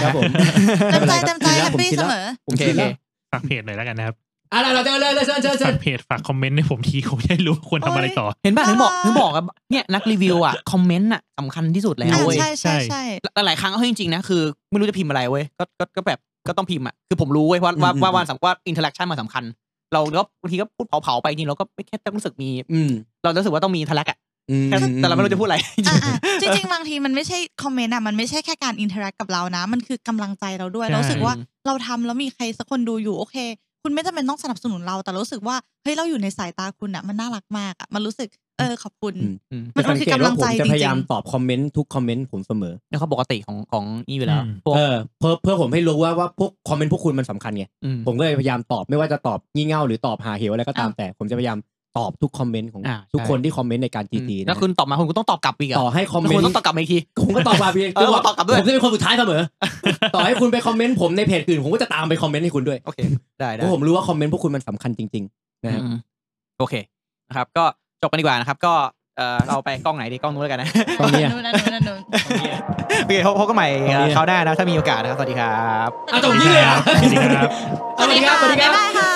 ครับผม
เต็มใจเต็มใจแฮปปี้เสมอ
ผมชินแล้ว
ฝากเพจหน่อยแล้วกันนะครับ
อ่ะเราจะเลยเลยเชิญเชิญเชิ
ฝา
ญ
กเพจฝากคอมเมนต์ให้ผมที <laughs> ผมจะได้รู้ว่าควรทำอะไรต่อ
เห็นป่ะถึงบอก
อ่า
ถึงบอกอะเนี่ยนักรีวิวอ่ะคอมเมนต์อ่ะสำคัญที่สุดแล้ว
อ่ะ
เว้ย
ใช่ใช่
ใช่
ใช่
หลายๆครั้งเอาให้จริงๆนะคือไม่รู้จะพิมพ์อะไรเว้ยก็ก็ก็แบบก็ต้องพิมพ์อ่ะคือผมรู้เว้ยว่าว่าว่าว่าสำว่าอินเทอร์แอคชั่นมันสำคัญ เราก็บางทีก็พูดเผาๆไปจริงเราก็ไม่แค่ต้องรู้สึกมี
อืม
เรารู้สึกว่าต้องมีอินเทอร์แอคอะ
อืม
แค่แต่เราไม่รู้จะพูดอะไร
อ่ะอ่ะจริงๆ บางทีมันไม่ใช่คอมเมนต์อ่ะมันไม่ใช่แค่การอินเทอร์แอคกับเรานะ มันคือกำลังใจเราด้วย
ใช่
เรารู้สึกว่าเราทำแล้วมีใครสักคนดูอยู่โอเค คุณไม่จำเป็นต้องสนับสนุนเราแต่รู้สึกว่าเฮ้ยเราอยู่ในสายตาคุณอ่ะมันน่ารักมากอ่ะมันรู้สึกเออขอบคุณ
อืม
อืม
มันมันคือกำลังใจ
จะสัเตว่าผมจะ
จ
พยายา
ริ
ม
ง
ตอบคอมเมนต์ทุกคอมเมนต์ผมเสมอ
นี่เขาปกติของของนี่อยู่แล้ว
อืม
พวก
เออเพื่อเพื่อผมให้รู้ว่าว่าพวกคอมเมนต์พวกคุณมันสำคัญไง
ม
ผมก็เลยพยายามตอบไม่ว่าจะตอบงี่เง่าหรือตอบหาเหวอะไรก็ตามแต่ ผมจะพยายามตอบทุกคอมเมนต์ของ
อ่า
ทุกคน
ใช่
ที่คอมเมนต์ในการจีจี
แล้วคุณตอบมาคุณก็ต้องตอบกลับอีกเหร
ต่อให้คอม
แล้ว
เมน
คุณ
ต์
ต้องตอบกลับมาอีกที
ผมก็ตอบกลับอีก
เออผมตอบกลับด้วย
ผมจะเป็นคนสุดท้ายเสมอ ต่อให้คุณไปคอมเมนต์ผมในเพจอื่นผมก็จะตามไปคอมเมนต์ให้คุณด้วย
โอเค ได้
เพ
ได้
ราะผมรู้ว่าคอมเมนต์พวกคุณมันสำคัญจริงๆนะฮะ
อืมโอเคนะครับ ก็จบกันดีกว่านะครับ ก็เออเราไปกล้องไหนดีกล้องนู้นแล้วกันนะ <laughs>
ๆ
ตรงเนี้ย
นู่นนะนู่นนะนู่น
โอเคพบพบกันใหม่เอ่อคราวหน้านะถ้ามีโอกาสนะครับสวัสดีครับ
เอาตรงนี้เลยเหรอ
สวัสดีครับ
เอาสวัสดีครับสวัสดีครับ
บ๊ายบายค่ะ